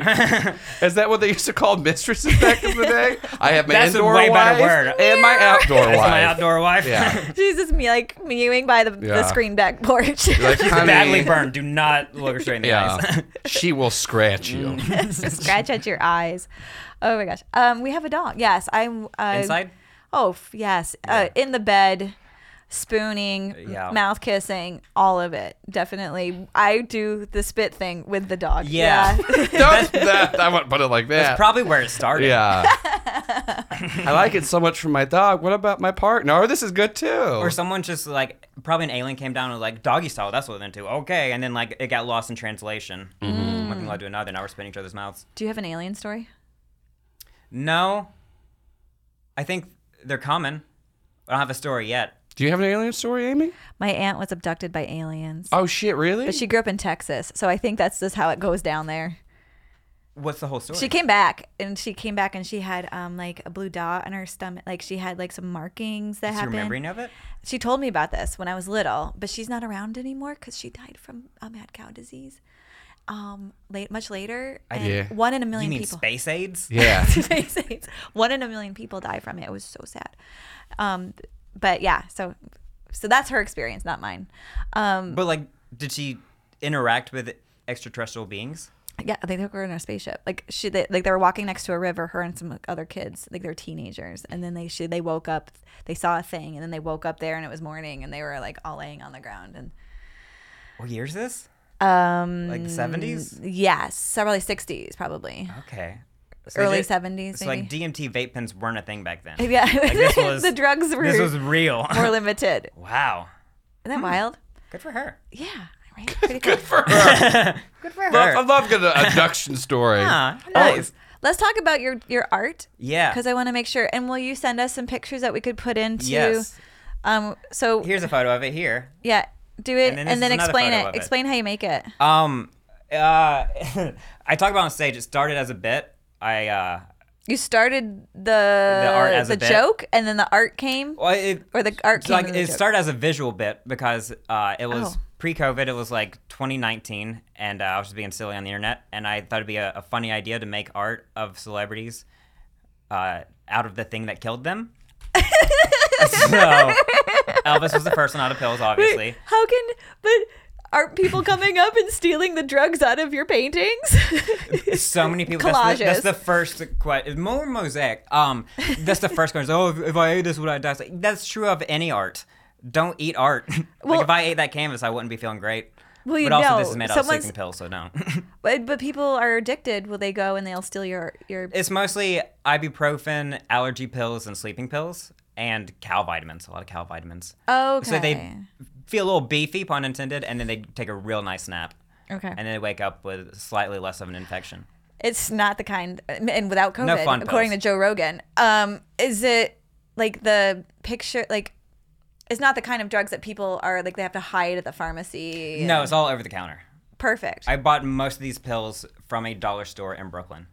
Speaker 3: is that what they used to call mistresses back in the day? I have my
Speaker 2: That's a
Speaker 3: indoor
Speaker 2: way
Speaker 3: wife
Speaker 2: better word.
Speaker 3: and my outdoor
Speaker 2: That's
Speaker 3: wife.
Speaker 2: my outdoor wife. [laughs]
Speaker 3: Yeah.
Speaker 1: She's just me like mewing by the,
Speaker 3: Yeah.
Speaker 1: the screen back porch.
Speaker 3: [laughs]
Speaker 1: [laughs]
Speaker 3: Like, honey,
Speaker 2: Badly burned. Do not look her straight in the eyes. [laughs]
Speaker 3: Yeah, she will scratch you.
Speaker 2: Mm.
Speaker 1: Scratch at your eyes. Oh my gosh. Um, we have a dog. Yes, I'm uh,
Speaker 2: Inside?
Speaker 1: Oh f- yes, uh, in the bed, spooning,
Speaker 2: Yeah.
Speaker 1: mouth kissing, all of it. Definitely, I do the spit thing with the dog.
Speaker 3: [laughs]
Speaker 2: Yeah. [laughs]
Speaker 3: Don't, that, I wouldn't put it like that.
Speaker 2: That's probably where it started.
Speaker 3: Yeah.
Speaker 2: [laughs]
Speaker 3: I like it so much for my dog. What about my partner? Oh, this is good too.
Speaker 2: Or someone just like probably an alien came down and was like doggy style. That's what they're into. Okay, and then like it got lost in translation.
Speaker 1: Mm-hmm.
Speaker 2: One thing led to another. Now we're spitting each other's mouths.
Speaker 1: Do you have an alien story?
Speaker 2: No, I think they're coming. I don't have a story yet.
Speaker 3: Do you have an alien story, Amy?
Speaker 1: My aunt was abducted by aliens,
Speaker 2: Uh,
Speaker 3: Oh shit, really?
Speaker 1: but she grew up in Texas, so I think that's just how it goes down there.
Speaker 2: What's the whole story?
Speaker 1: She came back and she came back and she had um like a blue dot on her stomach, like she had like some markings that
Speaker 2: Is she
Speaker 1: happened.
Speaker 2: remembering of it?
Speaker 1: She told me about this when I was little, but she's not around anymore because she died from a mad cow disease. Um, late much later, and
Speaker 3: Yeah.
Speaker 1: one in a million
Speaker 2: you mean
Speaker 1: people. [laughs]
Speaker 2: space aids? [laughs]
Speaker 3: yeah.
Speaker 1: Space AIDS. one in a million people die from it. It was so sad. Um, but yeah, so so that's her experience, not mine. Um,
Speaker 2: But like, did she interact with extraterrestrial beings?
Speaker 1: Um, yeah, they took her in a spaceship. Like she, they, like they were walking next to a river, her and some other kids, like they were teenagers, and then they she they woke up, they saw a thing, and then they woke up there, and it was morning, and they were like all laying on the ground, and
Speaker 2: What year is this?
Speaker 1: um.
Speaker 2: Like seventies?
Speaker 1: Yes, so probably 60s, probably
Speaker 2: Okay. So
Speaker 1: early
Speaker 2: did-
Speaker 1: 70s.
Speaker 2: So
Speaker 1: maybe.
Speaker 2: like DMT vape pens weren't a thing back then.
Speaker 1: [laughs] yeah,
Speaker 2: this
Speaker 1: [laughs]
Speaker 2: was-
Speaker 1: the drugs were
Speaker 2: This was Hmm. real.
Speaker 1: [laughs] more limited.
Speaker 2: wow.
Speaker 1: Isn't that wild?
Speaker 2: Good for her.
Speaker 1: Yeah, right. Pretty
Speaker 3: [laughs] good
Speaker 1: cool.
Speaker 3: for her.
Speaker 2: Good for her.
Speaker 3: I love good abduction story.
Speaker 2: Ah,
Speaker 1: Nice.
Speaker 2: nice.
Speaker 1: Let's talk about your your art
Speaker 2: Yeah.
Speaker 1: because I want to make sure. And will you send us some pictures that we could put into?
Speaker 2: Yes.
Speaker 1: Um. So
Speaker 2: Here's a photo of it here.
Speaker 1: yeah, do it and
Speaker 2: And
Speaker 1: then,
Speaker 2: then this is another
Speaker 1: explain
Speaker 2: photo
Speaker 1: it.
Speaker 2: of it.
Speaker 1: Explain how you make it.
Speaker 2: Um, uh, [laughs] I talk about on stage. It started as a bit. I uh,
Speaker 1: You started the
Speaker 2: art as a bit.
Speaker 1: joke, and then the art came,
Speaker 2: well, it,
Speaker 1: or the art
Speaker 2: it's
Speaker 1: came.
Speaker 2: like
Speaker 1: and the
Speaker 2: it
Speaker 1: joke.
Speaker 2: started as a visual bit because uh, it was
Speaker 1: Oh.
Speaker 2: pre-COVID. It was like 2019, and uh, I was just being silly on the internet, and I thought it'd be a, a funny idea to make art of celebrities uh, out of the thing that killed
Speaker 1: [laughs]
Speaker 2: them. so Elvis was the first one out of pills, obviously.
Speaker 1: Wait, [laughs] How can but aren't people coming up and stealing the drugs out of your
Speaker 2: [laughs]
Speaker 1: paintings?
Speaker 2: so many people. That's the,
Speaker 1: Collages.
Speaker 2: that's the first question. More mosaic. Um, that's the first question. Oh, if, if I ate this, would I die? It's like, that's true of any art. Don't eat art. [laughs]
Speaker 1: Well-
Speaker 2: like if I ate that canvas, I wouldn't be feeling great.
Speaker 1: Well, you
Speaker 2: but also,
Speaker 1: know,
Speaker 2: this is made out of
Speaker 1: someone's-
Speaker 2: sleeping pills, so no.
Speaker 1: but but people are addicted. Will they go and they'll steal your your?
Speaker 2: [laughs] it's mostly ibuprofen, allergy pills, and sleeping pills, and cow vitamins. A lot of cow vitamins.
Speaker 1: Oh, okay.
Speaker 2: So they feel a little beefy, pun intended, and then they take a real nice nap,
Speaker 1: okay.
Speaker 2: and then they wake up with slightly less of an infection.
Speaker 1: It's not the kind, and without COVID,
Speaker 2: fun
Speaker 1: according
Speaker 2: pills.
Speaker 1: to Joe Rogan, um, is it like the picture? Like, it's not the kind of drugs that people are like they have to hide at the pharmacy.
Speaker 2: No, it's all over the counter.
Speaker 1: perfect.
Speaker 2: I bought most of these pills from a dollar store in Brooklyn.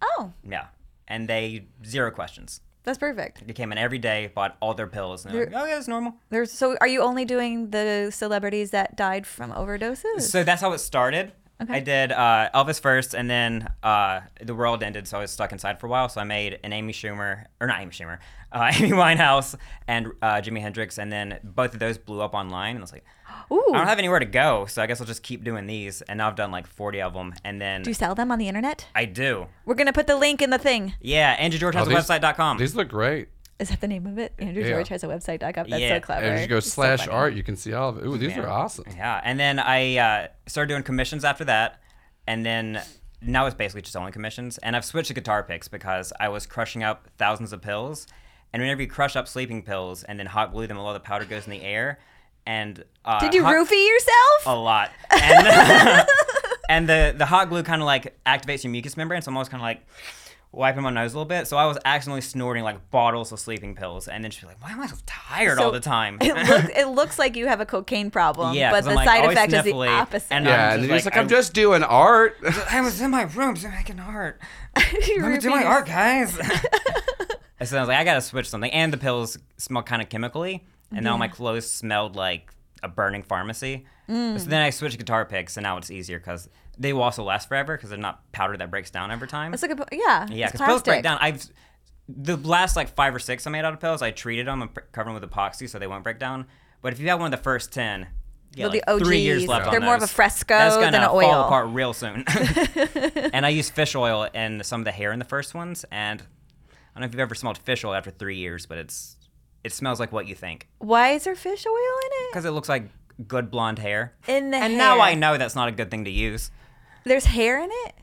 Speaker 1: oh,
Speaker 2: Yeah. And they zero questions.
Speaker 1: that's perfect.
Speaker 2: They came in every day, bought all their pills, and they're like, "Oh yeah, it's normal."
Speaker 1: There's so are you only doing the celebrities that died from overdoses?
Speaker 2: So that's how it started.
Speaker 1: Okay.
Speaker 2: I did uh, Elvis first, and then uh, the world ended, so I was stuck inside for a while. So I made an Amy Schumer, or not Amy Schumer, [laughs] uh, Amy Winehouse and uh, Jimi Hendrix, and then both of those blew up online, and I was like,
Speaker 1: Ooh,
Speaker 2: "I don't have anywhere to go, so I guess I'll just keep doing these." And now I've done like 40 of them, and then
Speaker 1: do you sell them on the internet?
Speaker 2: I do.
Speaker 1: We're gonna put the link in the thing.
Speaker 2: Yeah, AndrewGeorgeHasAWebsite.com.
Speaker 3: These look great.
Speaker 1: Is that the name of it? Andrew
Speaker 3: Yeah.
Speaker 1: George has a website.com. That's
Speaker 2: Yeah.
Speaker 1: so clever.
Speaker 3: And if you go
Speaker 1: It's so
Speaker 3: slash
Speaker 1: funny.
Speaker 3: art, you can see all of it. Ooh, these are awesome.
Speaker 2: Yeah, and then I uh, started doing commissions after that, and then now it's basically just only commissions. And I've switched to guitar picks because I was crushing up thousands of pills, and whenever you crush up sleeping pills and then hot glue them, a lot of the powder goes in the air. And uh,
Speaker 1: Did you
Speaker 2: hot-
Speaker 1: roofie yourself?
Speaker 2: a lot?
Speaker 1: [laughs]
Speaker 2: [laughs] And, and the the hot glue kind of like activates your mucous membrane, so I'm always kind of like wiping my nose a little bit, so I was accidentally snorting like bottles of sleeping pills, and then she's like, "Why am I so tired all
Speaker 1: So
Speaker 2: the time?"
Speaker 1: [laughs]
Speaker 2: [laughs]
Speaker 1: It looks, it looks like you have a cocaine problem,
Speaker 2: Yeah,
Speaker 1: but
Speaker 2: 'cause
Speaker 1: the
Speaker 2: I'm, like,
Speaker 1: side
Speaker 2: always
Speaker 1: effect is the
Speaker 2: sniffly,
Speaker 1: opposite. [laughs]
Speaker 2: and
Speaker 3: Yeah,
Speaker 2: I'm
Speaker 3: and
Speaker 2: just
Speaker 3: then he's
Speaker 2: like,
Speaker 3: like, I'm
Speaker 2: I-
Speaker 3: just
Speaker 2: [laughs]
Speaker 3: doing art.
Speaker 2: I was in my room so making art.
Speaker 1: You're
Speaker 2: Let me do my
Speaker 1: repeating-
Speaker 2: art, guys. and so I was like, I gotta switch something. And the pills smell kind of chemically, and now my clothes smelled like a burning pharmacy. So then I switched guitar picks, and now it's easier because they will also last forever because they're not powder that breaks down every time.
Speaker 1: It's like a yeah,
Speaker 2: yeah,
Speaker 1: it's
Speaker 2: because pills
Speaker 1: plastic.
Speaker 2: break down. I've the last like five or six I made out of pills, I treated them and pr- covered them with epoxy so they won't break down. But if you have one of the first ten.
Speaker 1: They're
Speaker 2: Yeah, like
Speaker 1: the
Speaker 2: three years
Speaker 1: OGs.
Speaker 2: left on
Speaker 1: They're more of a
Speaker 2: those.
Speaker 1: fresco
Speaker 2: That's gonna
Speaker 1: than an oil.
Speaker 2: fall apart
Speaker 1: [laughs]
Speaker 2: real soon. [laughs] and I use fish oil in some of the hair in the first ones, and I don't know if you've ever smelled fish oil after three years, but it's it smells like what you think
Speaker 1: Why is there fish oil in it?
Speaker 2: because it looks like good blonde hair.
Speaker 1: In the
Speaker 2: and
Speaker 1: hair.
Speaker 2: now I know that's not a good thing to use.
Speaker 1: There's hair in it.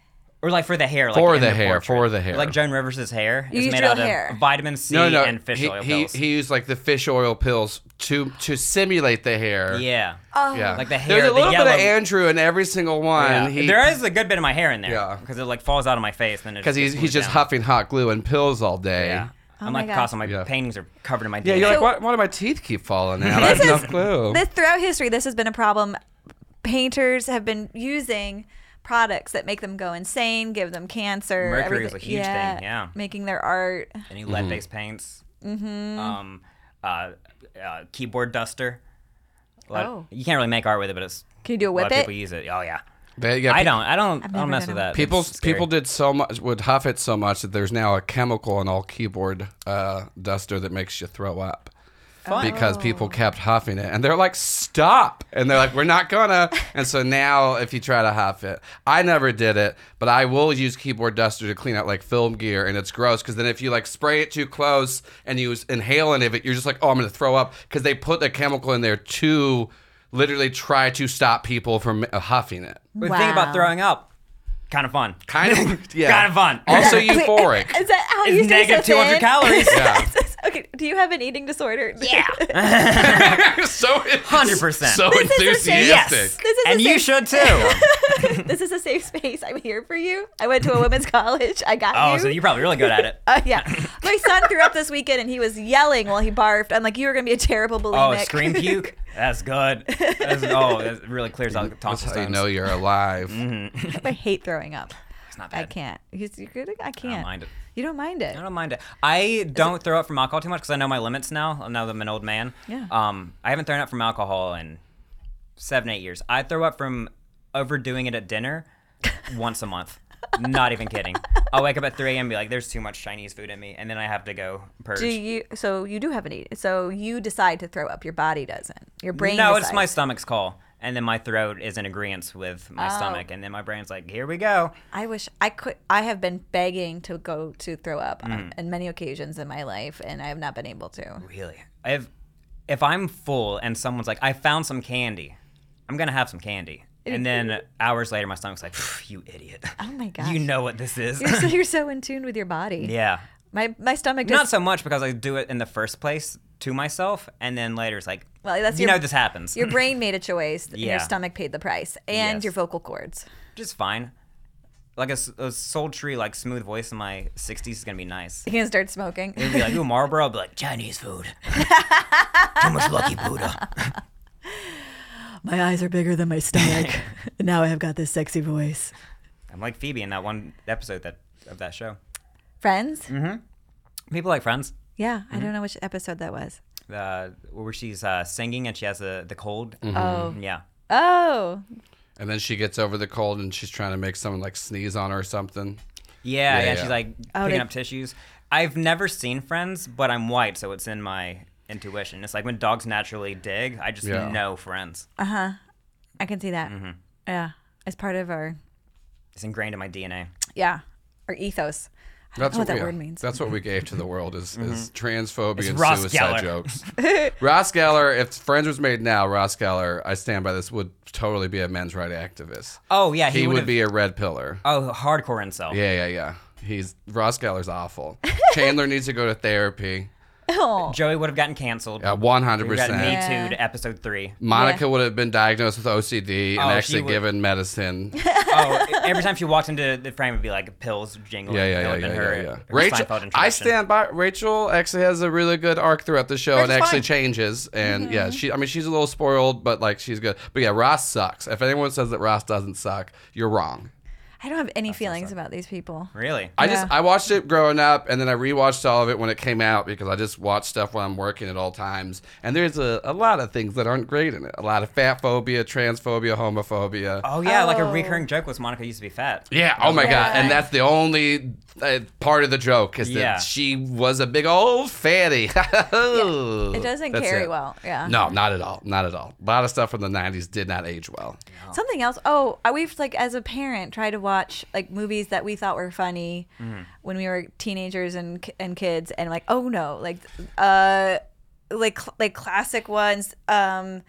Speaker 2: Or like for the hair, like
Speaker 3: For
Speaker 2: in
Speaker 3: the hair,
Speaker 2: portrait.
Speaker 3: for the hair.
Speaker 2: Like Joan Rivers' hair
Speaker 1: You
Speaker 2: is
Speaker 1: use
Speaker 2: made
Speaker 1: real
Speaker 2: out
Speaker 1: hair.
Speaker 2: of vitamin C
Speaker 3: No, no,
Speaker 2: and fish
Speaker 3: he,
Speaker 2: oil
Speaker 3: he,
Speaker 2: pills.
Speaker 3: he used like the fish oil pills to to simulate the hair.
Speaker 2: yeah.
Speaker 1: Oh.
Speaker 3: yeah.
Speaker 2: Like the
Speaker 3: There's
Speaker 2: hair,
Speaker 3: a
Speaker 2: the
Speaker 3: little bit
Speaker 2: yellow-
Speaker 3: of Andrew in every single one.
Speaker 2: Yeah.
Speaker 3: He, [laughs]
Speaker 2: there is a good bit of my hair in there.
Speaker 3: Yeah.
Speaker 2: Because it like falls out of my face. Then
Speaker 3: because he's he's just
Speaker 2: down.
Speaker 3: huffing hot glue and pills all day.
Speaker 2: Yeah.
Speaker 1: Oh
Speaker 2: I'm
Speaker 1: my
Speaker 2: like
Speaker 1: God.
Speaker 2: Picasso. My
Speaker 3: Yeah.
Speaker 2: paintings are covered in my DNA.
Speaker 3: Yeah,
Speaker 1: So-
Speaker 3: you're like, why, why do my teeth keep falling out? I have
Speaker 1: This
Speaker 3: no
Speaker 1: is-
Speaker 3: clue.
Speaker 1: This throughout history, this has been a problem. Painters have been using products that make them go insane, give them cancer.
Speaker 2: Mercury is
Speaker 1: everything-
Speaker 2: a huge thing, yeah.
Speaker 1: making their art.
Speaker 2: any lead based paints. Mm-hmm. Um, uh, uh, keyboard duster. Like,
Speaker 1: Oh.
Speaker 2: You can't really make art with it, but it's.
Speaker 1: Can you do a
Speaker 2: lot
Speaker 1: whip
Speaker 2: of
Speaker 1: it?
Speaker 2: people use it. Oh yeah.
Speaker 3: They- yeah,
Speaker 2: I
Speaker 3: pe-
Speaker 2: don't. I don't. I
Speaker 1: never
Speaker 2: don't mess
Speaker 1: done
Speaker 2: with
Speaker 1: a
Speaker 2: that.
Speaker 3: People
Speaker 2: It's scary.
Speaker 3: people did so much would huff it so much that there's now a chemical in all keyboard uh, duster that makes you throw up.
Speaker 2: Fun.
Speaker 3: Because people kept huffing it, and they're like, "Stop!" and they're like, "We're not gonna." And so now, if you try to huff it, I never did it, but I will use keyboard duster to clean out like film gear, and it's gross because then if you like spray it too close and you s- inhale any of it, you're just like, "Oh, I'm gonna throw up," because they put a chemical in there to literally try to stop people from uh, huffing it.
Speaker 2: But the thing
Speaker 1: Wow.
Speaker 2: about throwing up, kind of fun.
Speaker 3: Kind
Speaker 2: [laughs]
Speaker 3: of, yeah,
Speaker 2: Kind of fun.
Speaker 3: Also
Speaker 1: Wait,
Speaker 3: euphoric.
Speaker 1: Is that how you
Speaker 2: It's
Speaker 1: stay so
Speaker 2: negative
Speaker 1: [laughs]
Speaker 2: 200
Speaker 1: thin?
Speaker 2: calories.
Speaker 3: Yeah.
Speaker 1: okay, do you have an eating disorder?
Speaker 2: Yeah.
Speaker 1: [laughs]
Speaker 3: [laughs] so
Speaker 2: 100%.
Speaker 3: So
Speaker 1: This is the same-
Speaker 2: yes.
Speaker 3: enthusiastic.
Speaker 1: This is
Speaker 2: and
Speaker 1: the
Speaker 2: you
Speaker 1: same- [laughs]
Speaker 2: should too.
Speaker 1: this is a safe space. I'm here for you. I went to a women's [laughs] college. I got
Speaker 2: oh,
Speaker 1: you.
Speaker 2: so you're probably really good at it.
Speaker 1: [laughs] Uh, yeah, my son threw up this weekend and he was yelling while he barfed. I'm like, you are gonna be a terrible
Speaker 2: Oh,
Speaker 1: bulimic.
Speaker 2: scream puke. That's good. That's, oh, that really clears out the
Speaker 3: That's
Speaker 2: tonsils.
Speaker 3: how you know
Speaker 2: [laughs]
Speaker 3: you're
Speaker 1: [laughs]
Speaker 3: alive.
Speaker 2: Mm-hmm.
Speaker 1: I hate throwing up.
Speaker 2: It's not
Speaker 1: I
Speaker 2: bad.
Speaker 1: can't. You- you good? I can't.
Speaker 2: mind it.
Speaker 1: You don't mind it.
Speaker 2: I don't mind it. I don't throw up from alcohol too much because I know my limits now. Now that I'm an old man.
Speaker 1: Yeah.
Speaker 2: Um, I haven't thrown up from alcohol in seven, eight years. I throw up from overdoing it
Speaker 1: [laughs]
Speaker 2: at dinner once a month. Not even kidding. I'll wake up at 3 a.m. and be like, "There's too much Chinese food in me," and then I have to go purge.
Speaker 1: Do you? So you do have an eat. So you decide to throw up. Your body doesn't. Your brain.
Speaker 2: no, it's
Speaker 1: decides.
Speaker 2: my stomach's call, and then my throat is in agreement with my
Speaker 1: Oh.
Speaker 2: stomach, and then my brain's like, "Here we go."
Speaker 1: I wish I could. I have been begging to go to throw up on,
Speaker 2: Mm.
Speaker 1: on many occasions in my life, and I have not been able to.
Speaker 2: Really? If if I'm full and someone's like, I found some candy, I'm gonna have some candy. And then hours later, my stomach's like, "Phew, you idiot.
Speaker 1: Oh my gosh.
Speaker 2: [laughs] You know what this
Speaker 1: [laughs]
Speaker 2: is.
Speaker 1: You're so, you're so in tune with your body.
Speaker 2: [laughs] yeah.
Speaker 1: My my stomach
Speaker 2: Not
Speaker 1: just.
Speaker 2: so much because I do it in the first place to myself, and then later it's like,
Speaker 1: well, that's
Speaker 2: you
Speaker 1: your,
Speaker 2: know, this happens.
Speaker 1: your brain made a choice. and Your
Speaker 2: Yeah.
Speaker 1: stomach paid the price, and
Speaker 2: Yes.
Speaker 1: your vocal cords. [laughs]
Speaker 2: Just fine. Like a, s- a sultry, like smooth voice in my 60s is gonna be nice.
Speaker 1: You can start smoking.
Speaker 2: It'd be like, ooh, Marlboro. I'll be like, Chinese food. Too much Lucky Buddha.
Speaker 1: [laughs] My eyes are bigger than my stomach. [laughs] now I have got this sexy voice.
Speaker 2: I'm like Phoebe in that one episode that of that show.
Speaker 1: Friends?
Speaker 2: People like Friends.
Speaker 1: Yeah, I don't know which episode that was.
Speaker 2: uh, where she's uh, singing and she has the the cold.
Speaker 1: Oh.
Speaker 2: Mm-hmm. Yeah.
Speaker 1: Oh,
Speaker 3: And then she gets over the cold and she's trying to make someone like sneeze on her or something.
Speaker 2: Yeah, yeah,
Speaker 3: yeah.
Speaker 2: She's like
Speaker 1: Oh,
Speaker 2: picking
Speaker 1: they-
Speaker 2: up tissues. I've never seen Friends, but I'm white, so it's in my intuition. It's like when dogs naturally dig. I just
Speaker 3: Yeah.
Speaker 2: know Friends.
Speaker 1: Uh. I can see that. Yeah, as part of our
Speaker 2: It's ingrained in my DNA.
Speaker 1: yeah our ethos. I don't
Speaker 3: That's
Speaker 1: know what that
Speaker 3: we,
Speaker 1: word means.
Speaker 3: That's what we gave to the world is, is transphobia and
Speaker 2: Mm-hmm. Ross Geller.
Speaker 3: suicide
Speaker 2: [laughs]
Speaker 3: jokes. Ross Geller, if Friends was made now, Ross Geller, I stand by this, would totally be a men's rights activist.
Speaker 2: Oh yeah,
Speaker 3: he,
Speaker 2: he,
Speaker 3: would
Speaker 2: would've-
Speaker 3: be a red pillar.
Speaker 2: oh hardcore
Speaker 1: [laughs]
Speaker 2: incel.
Speaker 3: Yeah, yeah, yeah. He's Ross Geller's awful. Chandler needs to go to therapy.
Speaker 1: Oh.
Speaker 2: Joey would have gotten canceled.
Speaker 3: Yeah, one hundred
Speaker 2: We got me
Speaker 3: percent.
Speaker 1: Yeah.
Speaker 2: too to episode three.
Speaker 3: Monica
Speaker 1: Yeah.
Speaker 3: would have been diagnosed with OCD and
Speaker 2: Oh, she
Speaker 3: actually
Speaker 2: would-
Speaker 3: given medicine.
Speaker 2: Oh, every time she walked into the frame, it'd be like pills jingling.
Speaker 3: Yeah, yeah,
Speaker 2: That
Speaker 3: yeah,
Speaker 2: would've
Speaker 3: yeah,
Speaker 2: been
Speaker 3: yeah,
Speaker 2: her-
Speaker 3: yeah.
Speaker 2: her
Speaker 3: Rachel,
Speaker 2: Seinfeld
Speaker 3: I
Speaker 2: introduction.
Speaker 3: stand by. Rachel actually has a really good arc throughout the show, and
Speaker 2: Rachel's
Speaker 3: actually
Speaker 2: fine.
Speaker 3: changes. And yeah, she. I mean, she's a little spoiled, but like she's good. But yeah, Ross sucks. If anyone says that Ross doesn't suck, you're wrong.
Speaker 1: I don't have any feelings about these people.
Speaker 2: Really?
Speaker 3: I
Speaker 1: Yeah.
Speaker 3: just I watched it growing up, and then I rewatched all of it when it came out because I just watch stuff when I'm working at all times. And there's a, a lot of things that aren't great in it. A lot of fat phobia, transphobia, homophobia.
Speaker 2: Oh yeah, like a
Speaker 1: Oh.
Speaker 2: recurring joke was Monica used to be fat.
Speaker 3: Yeah. Oh my god.
Speaker 1: Yeah.
Speaker 3: And that's the only uh, part of the joke is that
Speaker 2: Yeah.
Speaker 3: she was a big old fatty. [laughs]
Speaker 1: It doesn't
Speaker 3: That's
Speaker 1: carry
Speaker 3: it.
Speaker 1: well. Yeah.
Speaker 3: No, not at all. Not at all. A lot of stuff from the '90s did not age well.
Speaker 1: Something else. Oh, I- we've like as a parent tried to watch like movies that we thought were funny when we were teenagers and ki- and kids, and like oh no, like uh, like cl- like classic ones. Um,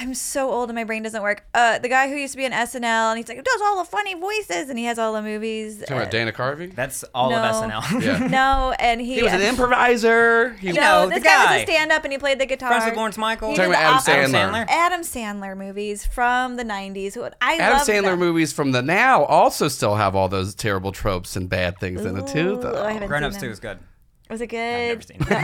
Speaker 1: I'm so old and my brain doesn't work. Uh, the guy who used to be in SNL and he's like does all the funny voices and he has all the movies.
Speaker 3: Talking about Dana Carvey.
Speaker 2: That's all
Speaker 1: No.
Speaker 2: of SNL. [laughs]
Speaker 1: [laughs]
Speaker 3: Yeah.
Speaker 1: No, and he um,
Speaker 3: he was an improviser. He
Speaker 1: No,
Speaker 2: No,
Speaker 1: this
Speaker 2: the
Speaker 1: guy, was a
Speaker 2: guy.
Speaker 1: stand-up and he played the guitar.
Speaker 2: Friends with Lawrence Michael.
Speaker 1: He
Speaker 3: Talking
Speaker 1: did
Speaker 3: about
Speaker 1: the
Speaker 3: Adam
Speaker 1: opposite.
Speaker 3: Sandler.
Speaker 1: Adam Sandler movies from the 90s. Who- I
Speaker 3: Adam
Speaker 1: love
Speaker 3: Sandler
Speaker 1: them.
Speaker 3: movies from the now also still have all those terrible tropes and bad things in it too.
Speaker 1: Ooh,
Speaker 3: Though.
Speaker 1: I haven't
Speaker 2: Grown
Speaker 1: seen
Speaker 2: Ups
Speaker 1: them.
Speaker 2: Two is good.
Speaker 1: Was it
Speaker 2: I've never
Speaker 1: good?
Speaker 2: seen.
Speaker 1: [laughs]
Speaker 2: it.
Speaker 3: You're [laughs]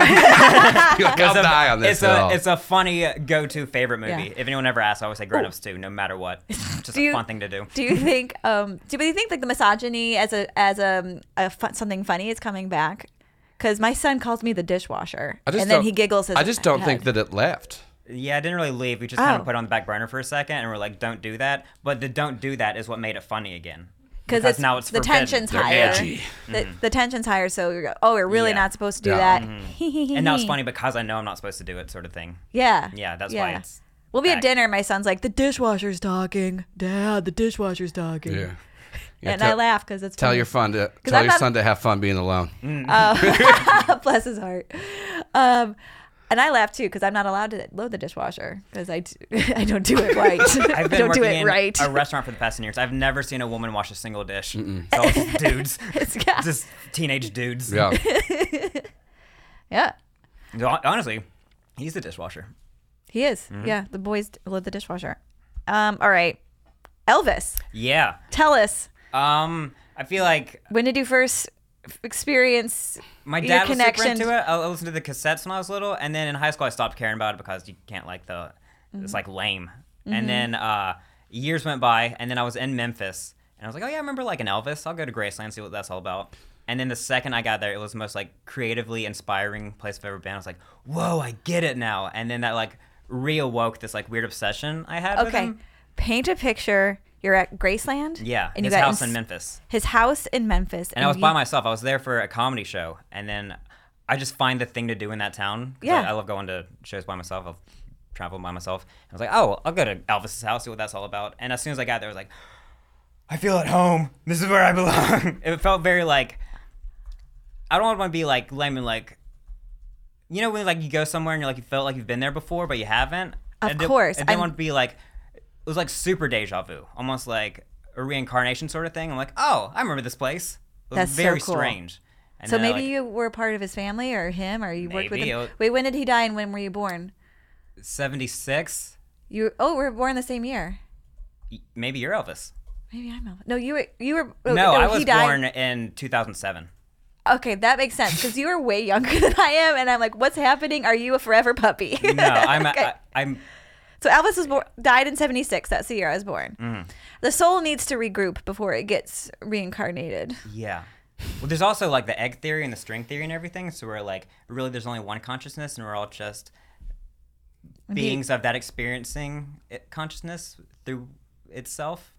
Speaker 3: like, I'll die on this
Speaker 2: It's a
Speaker 3: hill.
Speaker 2: it's a funny go-to favorite movie.
Speaker 1: Yeah.
Speaker 2: If anyone ever asks, I always say Grown Ups Two, no matter what. It's just
Speaker 1: [laughs] Do
Speaker 2: a
Speaker 1: you-
Speaker 2: fun thing to do.
Speaker 1: Do you think um do you think like the misogyny as a as a, a fun, something funny is coming back? Cuz my son calls me the dishwasher.
Speaker 3: I just
Speaker 1: and then
Speaker 3: don't-
Speaker 1: he giggles his
Speaker 3: I just don't think
Speaker 1: head.
Speaker 3: that it left.
Speaker 2: Yeah, I didn't really leave. We just kind
Speaker 1: Oh.
Speaker 2: of put it on the back burner for a second, and we're like, "Don't do that." But the "Don't do that" is what made it funny again.
Speaker 1: because
Speaker 2: Because
Speaker 1: it's
Speaker 2: now it's
Speaker 1: the
Speaker 2: forbidden.
Speaker 1: tension's
Speaker 2: They're
Speaker 1: higher.
Speaker 3: edgy.
Speaker 1: The, the tension's higher, so you're go- oh, we're really
Speaker 2: Yeah. Mm-hmm.
Speaker 1: not supposed to do
Speaker 3: Yeah.
Speaker 1: that. [laughs]
Speaker 2: And now it's funny because I know I'm not supposed to do it, sort of thing.
Speaker 1: Yeah.
Speaker 2: Yeah, that's why it's.
Speaker 1: We'll be at
Speaker 2: back.
Speaker 1: dinner. and My son's like, the dishwasher's talking. Dad, the dishwasher's talking.
Speaker 3: Yeah.
Speaker 1: [laughs]
Speaker 3: Yeah,
Speaker 1: and
Speaker 3: tell-
Speaker 1: I laugh because it's [laughs]
Speaker 3: Tell
Speaker 1: funny.
Speaker 3: your fun to tell
Speaker 1: I'm
Speaker 3: your
Speaker 1: not-
Speaker 3: son to have fun being alone.
Speaker 2: Mm-hmm.
Speaker 1: bless his heart. Um, and I laugh too because I'm not allowed to load the dishwasher because I, d- [laughs] I don't do
Speaker 2: [laughs]
Speaker 1: it right. I
Speaker 2: I've been
Speaker 1: don't do
Speaker 2: working
Speaker 1: it
Speaker 2: in
Speaker 1: right.
Speaker 2: a restaurant for the past 10 years. I've never seen a woman wash a single dish. It's all just
Speaker 1: [laughs]
Speaker 2: dudes.
Speaker 1: It's- yeah.
Speaker 2: Just teenage dudes.
Speaker 3: Yeah.
Speaker 1: yeah,
Speaker 2: Hon- Honestly, he's the dishwasher.
Speaker 1: he is.
Speaker 2: Mm-hmm.
Speaker 1: Yeah, the boys d- load the dishwasher. Um, all right, Elvis,
Speaker 2: Yeah.
Speaker 1: tell us
Speaker 2: Um, I feel like
Speaker 1: when did you first f- experience?
Speaker 2: my
Speaker 1: Your
Speaker 2: dad was super
Speaker 1: connection-
Speaker 2: into it. I I listened to the cassettes when I was little, and then in high school I stopped caring about it because you can't like the it's
Speaker 1: Mm-hmm.
Speaker 2: like lame. And then uh, years went by, and then I was in Memphis, and I was like, oh yeah, I remember like an Elvis. I'll go to Graceland see what that's all about. And then the second I got there, it was the most like creatively inspiring place I've ever been. I was like, whoa, I get it now. And then that like reawoke this like weird obsession I had. With
Speaker 1: Okay,
Speaker 2: him.
Speaker 1: paint a picture. You're at Graceland.
Speaker 2: Yeah,
Speaker 1: and you
Speaker 2: his
Speaker 1: got
Speaker 2: house
Speaker 1: ins-
Speaker 2: in Memphis.
Speaker 1: His house in Memphis,
Speaker 2: and I was
Speaker 1: you-
Speaker 2: by myself. I was there for a comedy show, and then I just find the thing to do in that town. 'cause
Speaker 1: Yeah.
Speaker 2: I, I love going to shows by myself. I'll travel by myself. I was like, oh, I'll go to Elvis's house, see what that's all about. And as soon as I got there, I was like, I feel at home. This is where I belong. [laughs] it felt very like I don't want to be like lame and like you know when like you go somewhere and you're like you felt like you've been there before but you haven't.
Speaker 1: Of
Speaker 2: I didn't-
Speaker 1: course,
Speaker 2: I
Speaker 1: I'm-
Speaker 2: didn't want to be like it was like super deja vu, almost like a reincarnation sort of thing. I'm like, oh, I remember this place. It was
Speaker 1: That's so
Speaker 2: very
Speaker 1: cool.
Speaker 2: strange. And
Speaker 1: So
Speaker 2: then I,
Speaker 1: maybe
Speaker 2: like,
Speaker 1: you were part of his family or him or you worked with
Speaker 2: Maybe.
Speaker 1: him.
Speaker 2: oh. It-
Speaker 1: Wait, when did he die and when were you born?
Speaker 2: 76.
Speaker 1: You oh, we were born the same year.
Speaker 2: y- Maybe you're Elvis.
Speaker 1: Maybe I'm Elvis. No, you were you were oh,
Speaker 2: No, I was
Speaker 1: he died.
Speaker 2: born in 2007.
Speaker 1: Okay, that makes sense cuz you were way younger [laughs] than I am and I'm like what's happening? Are you a forever puppy?
Speaker 2: No, I'm
Speaker 1: Okay.
Speaker 2: I, I'm
Speaker 1: [laughs] So Elvis was born, died in 76. That's the year I was born.
Speaker 2: Mm.
Speaker 1: The soul needs to regroup before it gets reincarnated. [laughs]
Speaker 2: Yeah. Well, there's also like the egg theory and the string theory and everything. So we're like, really, there's only one consciousness, and we're all just beings of that experiencing it, consciousness through itself.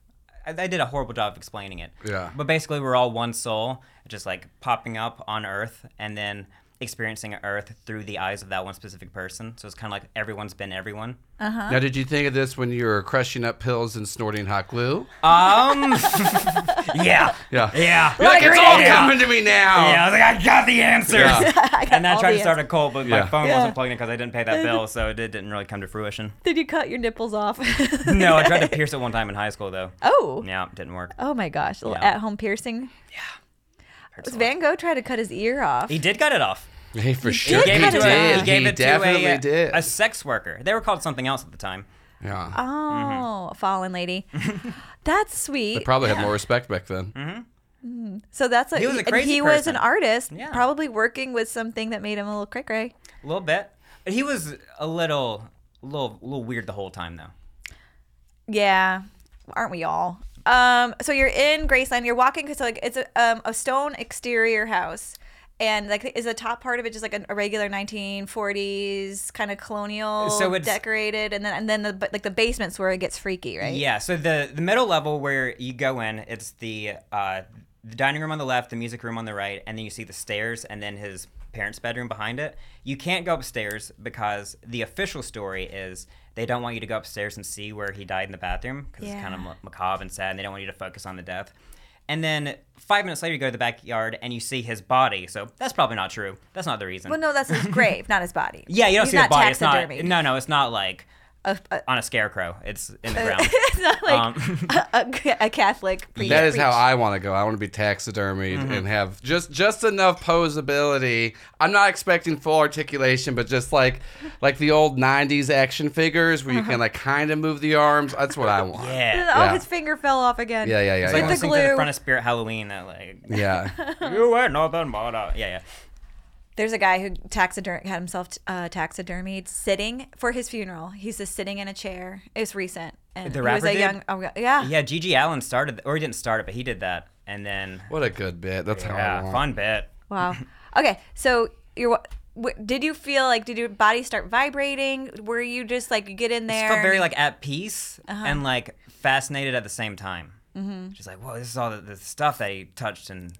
Speaker 2: I, I did a horrible job of explaining it.
Speaker 3: Yeah.
Speaker 2: But basically, we're all one soul, just like popping up on Earth and then experiencing Earth through the eyes of that one specific person. So it's kind of like everyone's been everyone.
Speaker 3: Now, did you think of this when you were crushing up pills and snorting hot glue?
Speaker 2: Um. [laughs] yeah.
Speaker 3: Yeah.
Speaker 2: Yeah.
Speaker 3: You're like,
Speaker 1: Like
Speaker 3: it's all
Speaker 1: radio.
Speaker 3: coming to me now.
Speaker 2: Yeah, I was like, I got the answers. [laughs]
Speaker 3: Yeah.
Speaker 1: I got
Speaker 2: and then I
Speaker 1: all
Speaker 2: tried
Speaker 1: the
Speaker 2: to start a cult, but
Speaker 3: Yeah.
Speaker 2: my phone
Speaker 1: Yeah.
Speaker 2: wasn't plugged in because I didn't
Speaker 1: [laughs]
Speaker 2: pay that bill, so it did- didn't really come to fruition.
Speaker 1: Did you cut your nipples off?
Speaker 2: [laughs] No, I tried to pierce it one time in high school, though.
Speaker 1: [laughs] Oh.
Speaker 2: Yeah, it didn't work.
Speaker 1: Oh my gosh, a little
Speaker 2: Yeah.
Speaker 1: at-home piercing.
Speaker 2: Hurts a lot.
Speaker 1: Van Gogh tried to cut his ear off.
Speaker 2: He did cut it off.
Speaker 3: Hey, for
Speaker 1: He
Speaker 3: sure.
Speaker 1: did cut it
Speaker 2: to a-
Speaker 1: off.
Speaker 2: he gave
Speaker 3: He
Speaker 2: it
Speaker 3: definitely
Speaker 2: to a,
Speaker 3: did.
Speaker 2: a sex worker. They were called something else at the time.
Speaker 3: yeah.
Speaker 1: Oh,
Speaker 2: Mm-hmm.
Speaker 1: a fallen
Speaker 2: [laughs]
Speaker 1: lady. That's
Speaker 3: They
Speaker 1: sweet.
Speaker 3: probably had more respect back then.
Speaker 2: Mm-hmm.
Speaker 1: so that's a,
Speaker 2: He was a
Speaker 1: and
Speaker 2: crazy
Speaker 1: he was an
Speaker 2: person.
Speaker 1: artist,
Speaker 2: Yeah.
Speaker 1: probably working with something that made him a little cray cray.
Speaker 2: A little bit. But He was a little, little, little weird the whole time though.
Speaker 1: Yeah, aren't we all? Um, so you're in Graceland. You're walking because like it's a, um, a stone exterior house, and like is the top part of it just like an- a regular 1940s kind of colonial,
Speaker 2: So it's-
Speaker 1: decorated, and then and then the but, like the basement's where it gets freaky, right?
Speaker 2: Yeah. So the the middle level where you go in, it's the uh, the dining room on the left, the music room on the right, and then you see the stairs, and then his parents' bedroom behind it. You can't go upstairs because the official story is they don't want you to go upstairs and see where he died in the bathroom because it's kind of
Speaker 1: Yeah.
Speaker 2: ma- macabre and sad, and they don't want you to focus on the death. And then five minutes later, you go to the backyard and you see his body. So that's probably not true. That's not the reason.
Speaker 1: Well, no, that's
Speaker 2: [laughs]
Speaker 1: his grave, not his body.
Speaker 2: yeah, you don't
Speaker 1: He's
Speaker 2: see his
Speaker 1: not
Speaker 2: body. It's not.
Speaker 1: taxidermied.
Speaker 2: No, no, it's not like
Speaker 1: A- a-
Speaker 2: on a scarecrow. It's in
Speaker 1: Uh,
Speaker 2: the
Speaker 1: [laughs]
Speaker 2: ground.
Speaker 1: it's not like
Speaker 2: Um,
Speaker 1: [laughs] a, a Catholic priest.
Speaker 3: That is how I want to go. I want to be taxidermied
Speaker 2: Mm-hmm.
Speaker 3: and have just just enough posability. I'm not expecting full articulation, but just like like the old '90s action figures where you can like kind of move the arms. That's what I want.
Speaker 2: Uh-huh. [laughs] yeah.
Speaker 1: [laughs] Oh,
Speaker 3: Yeah.
Speaker 1: his finger fell off again.
Speaker 3: Yeah, yeah, yeah,
Speaker 2: It's like
Speaker 3: yeah.
Speaker 1: With the
Speaker 2: listening to
Speaker 1: glue.
Speaker 2: the front of Spirit Halloween that like
Speaker 3: [laughs] Yeah.
Speaker 2: you ain't nothing but a yeah yeah.
Speaker 1: There's a guy who taxiderm had himself uh, taxidermied sitting for his funeral. He's just sitting in a chair. It's recent. And
Speaker 2: The
Speaker 1: he was
Speaker 2: rapper
Speaker 1: a
Speaker 2: dude?
Speaker 1: young. Oh, yeah.
Speaker 2: Yeah, Gigi Allen started or he didn't start it, but he did that. And then
Speaker 3: What a good bit. That's how I
Speaker 2: yeah,
Speaker 3: want.
Speaker 2: fun bit.
Speaker 1: Wow. Okay. So you're. W- did you feel like? Did your body start vibrating? Were you just like you get in there? Uh-huh.
Speaker 2: Just felt very like at peace and like fascinated at the same time. Mm-hmm. Just like whoa, this is all the, the stuff that he touched and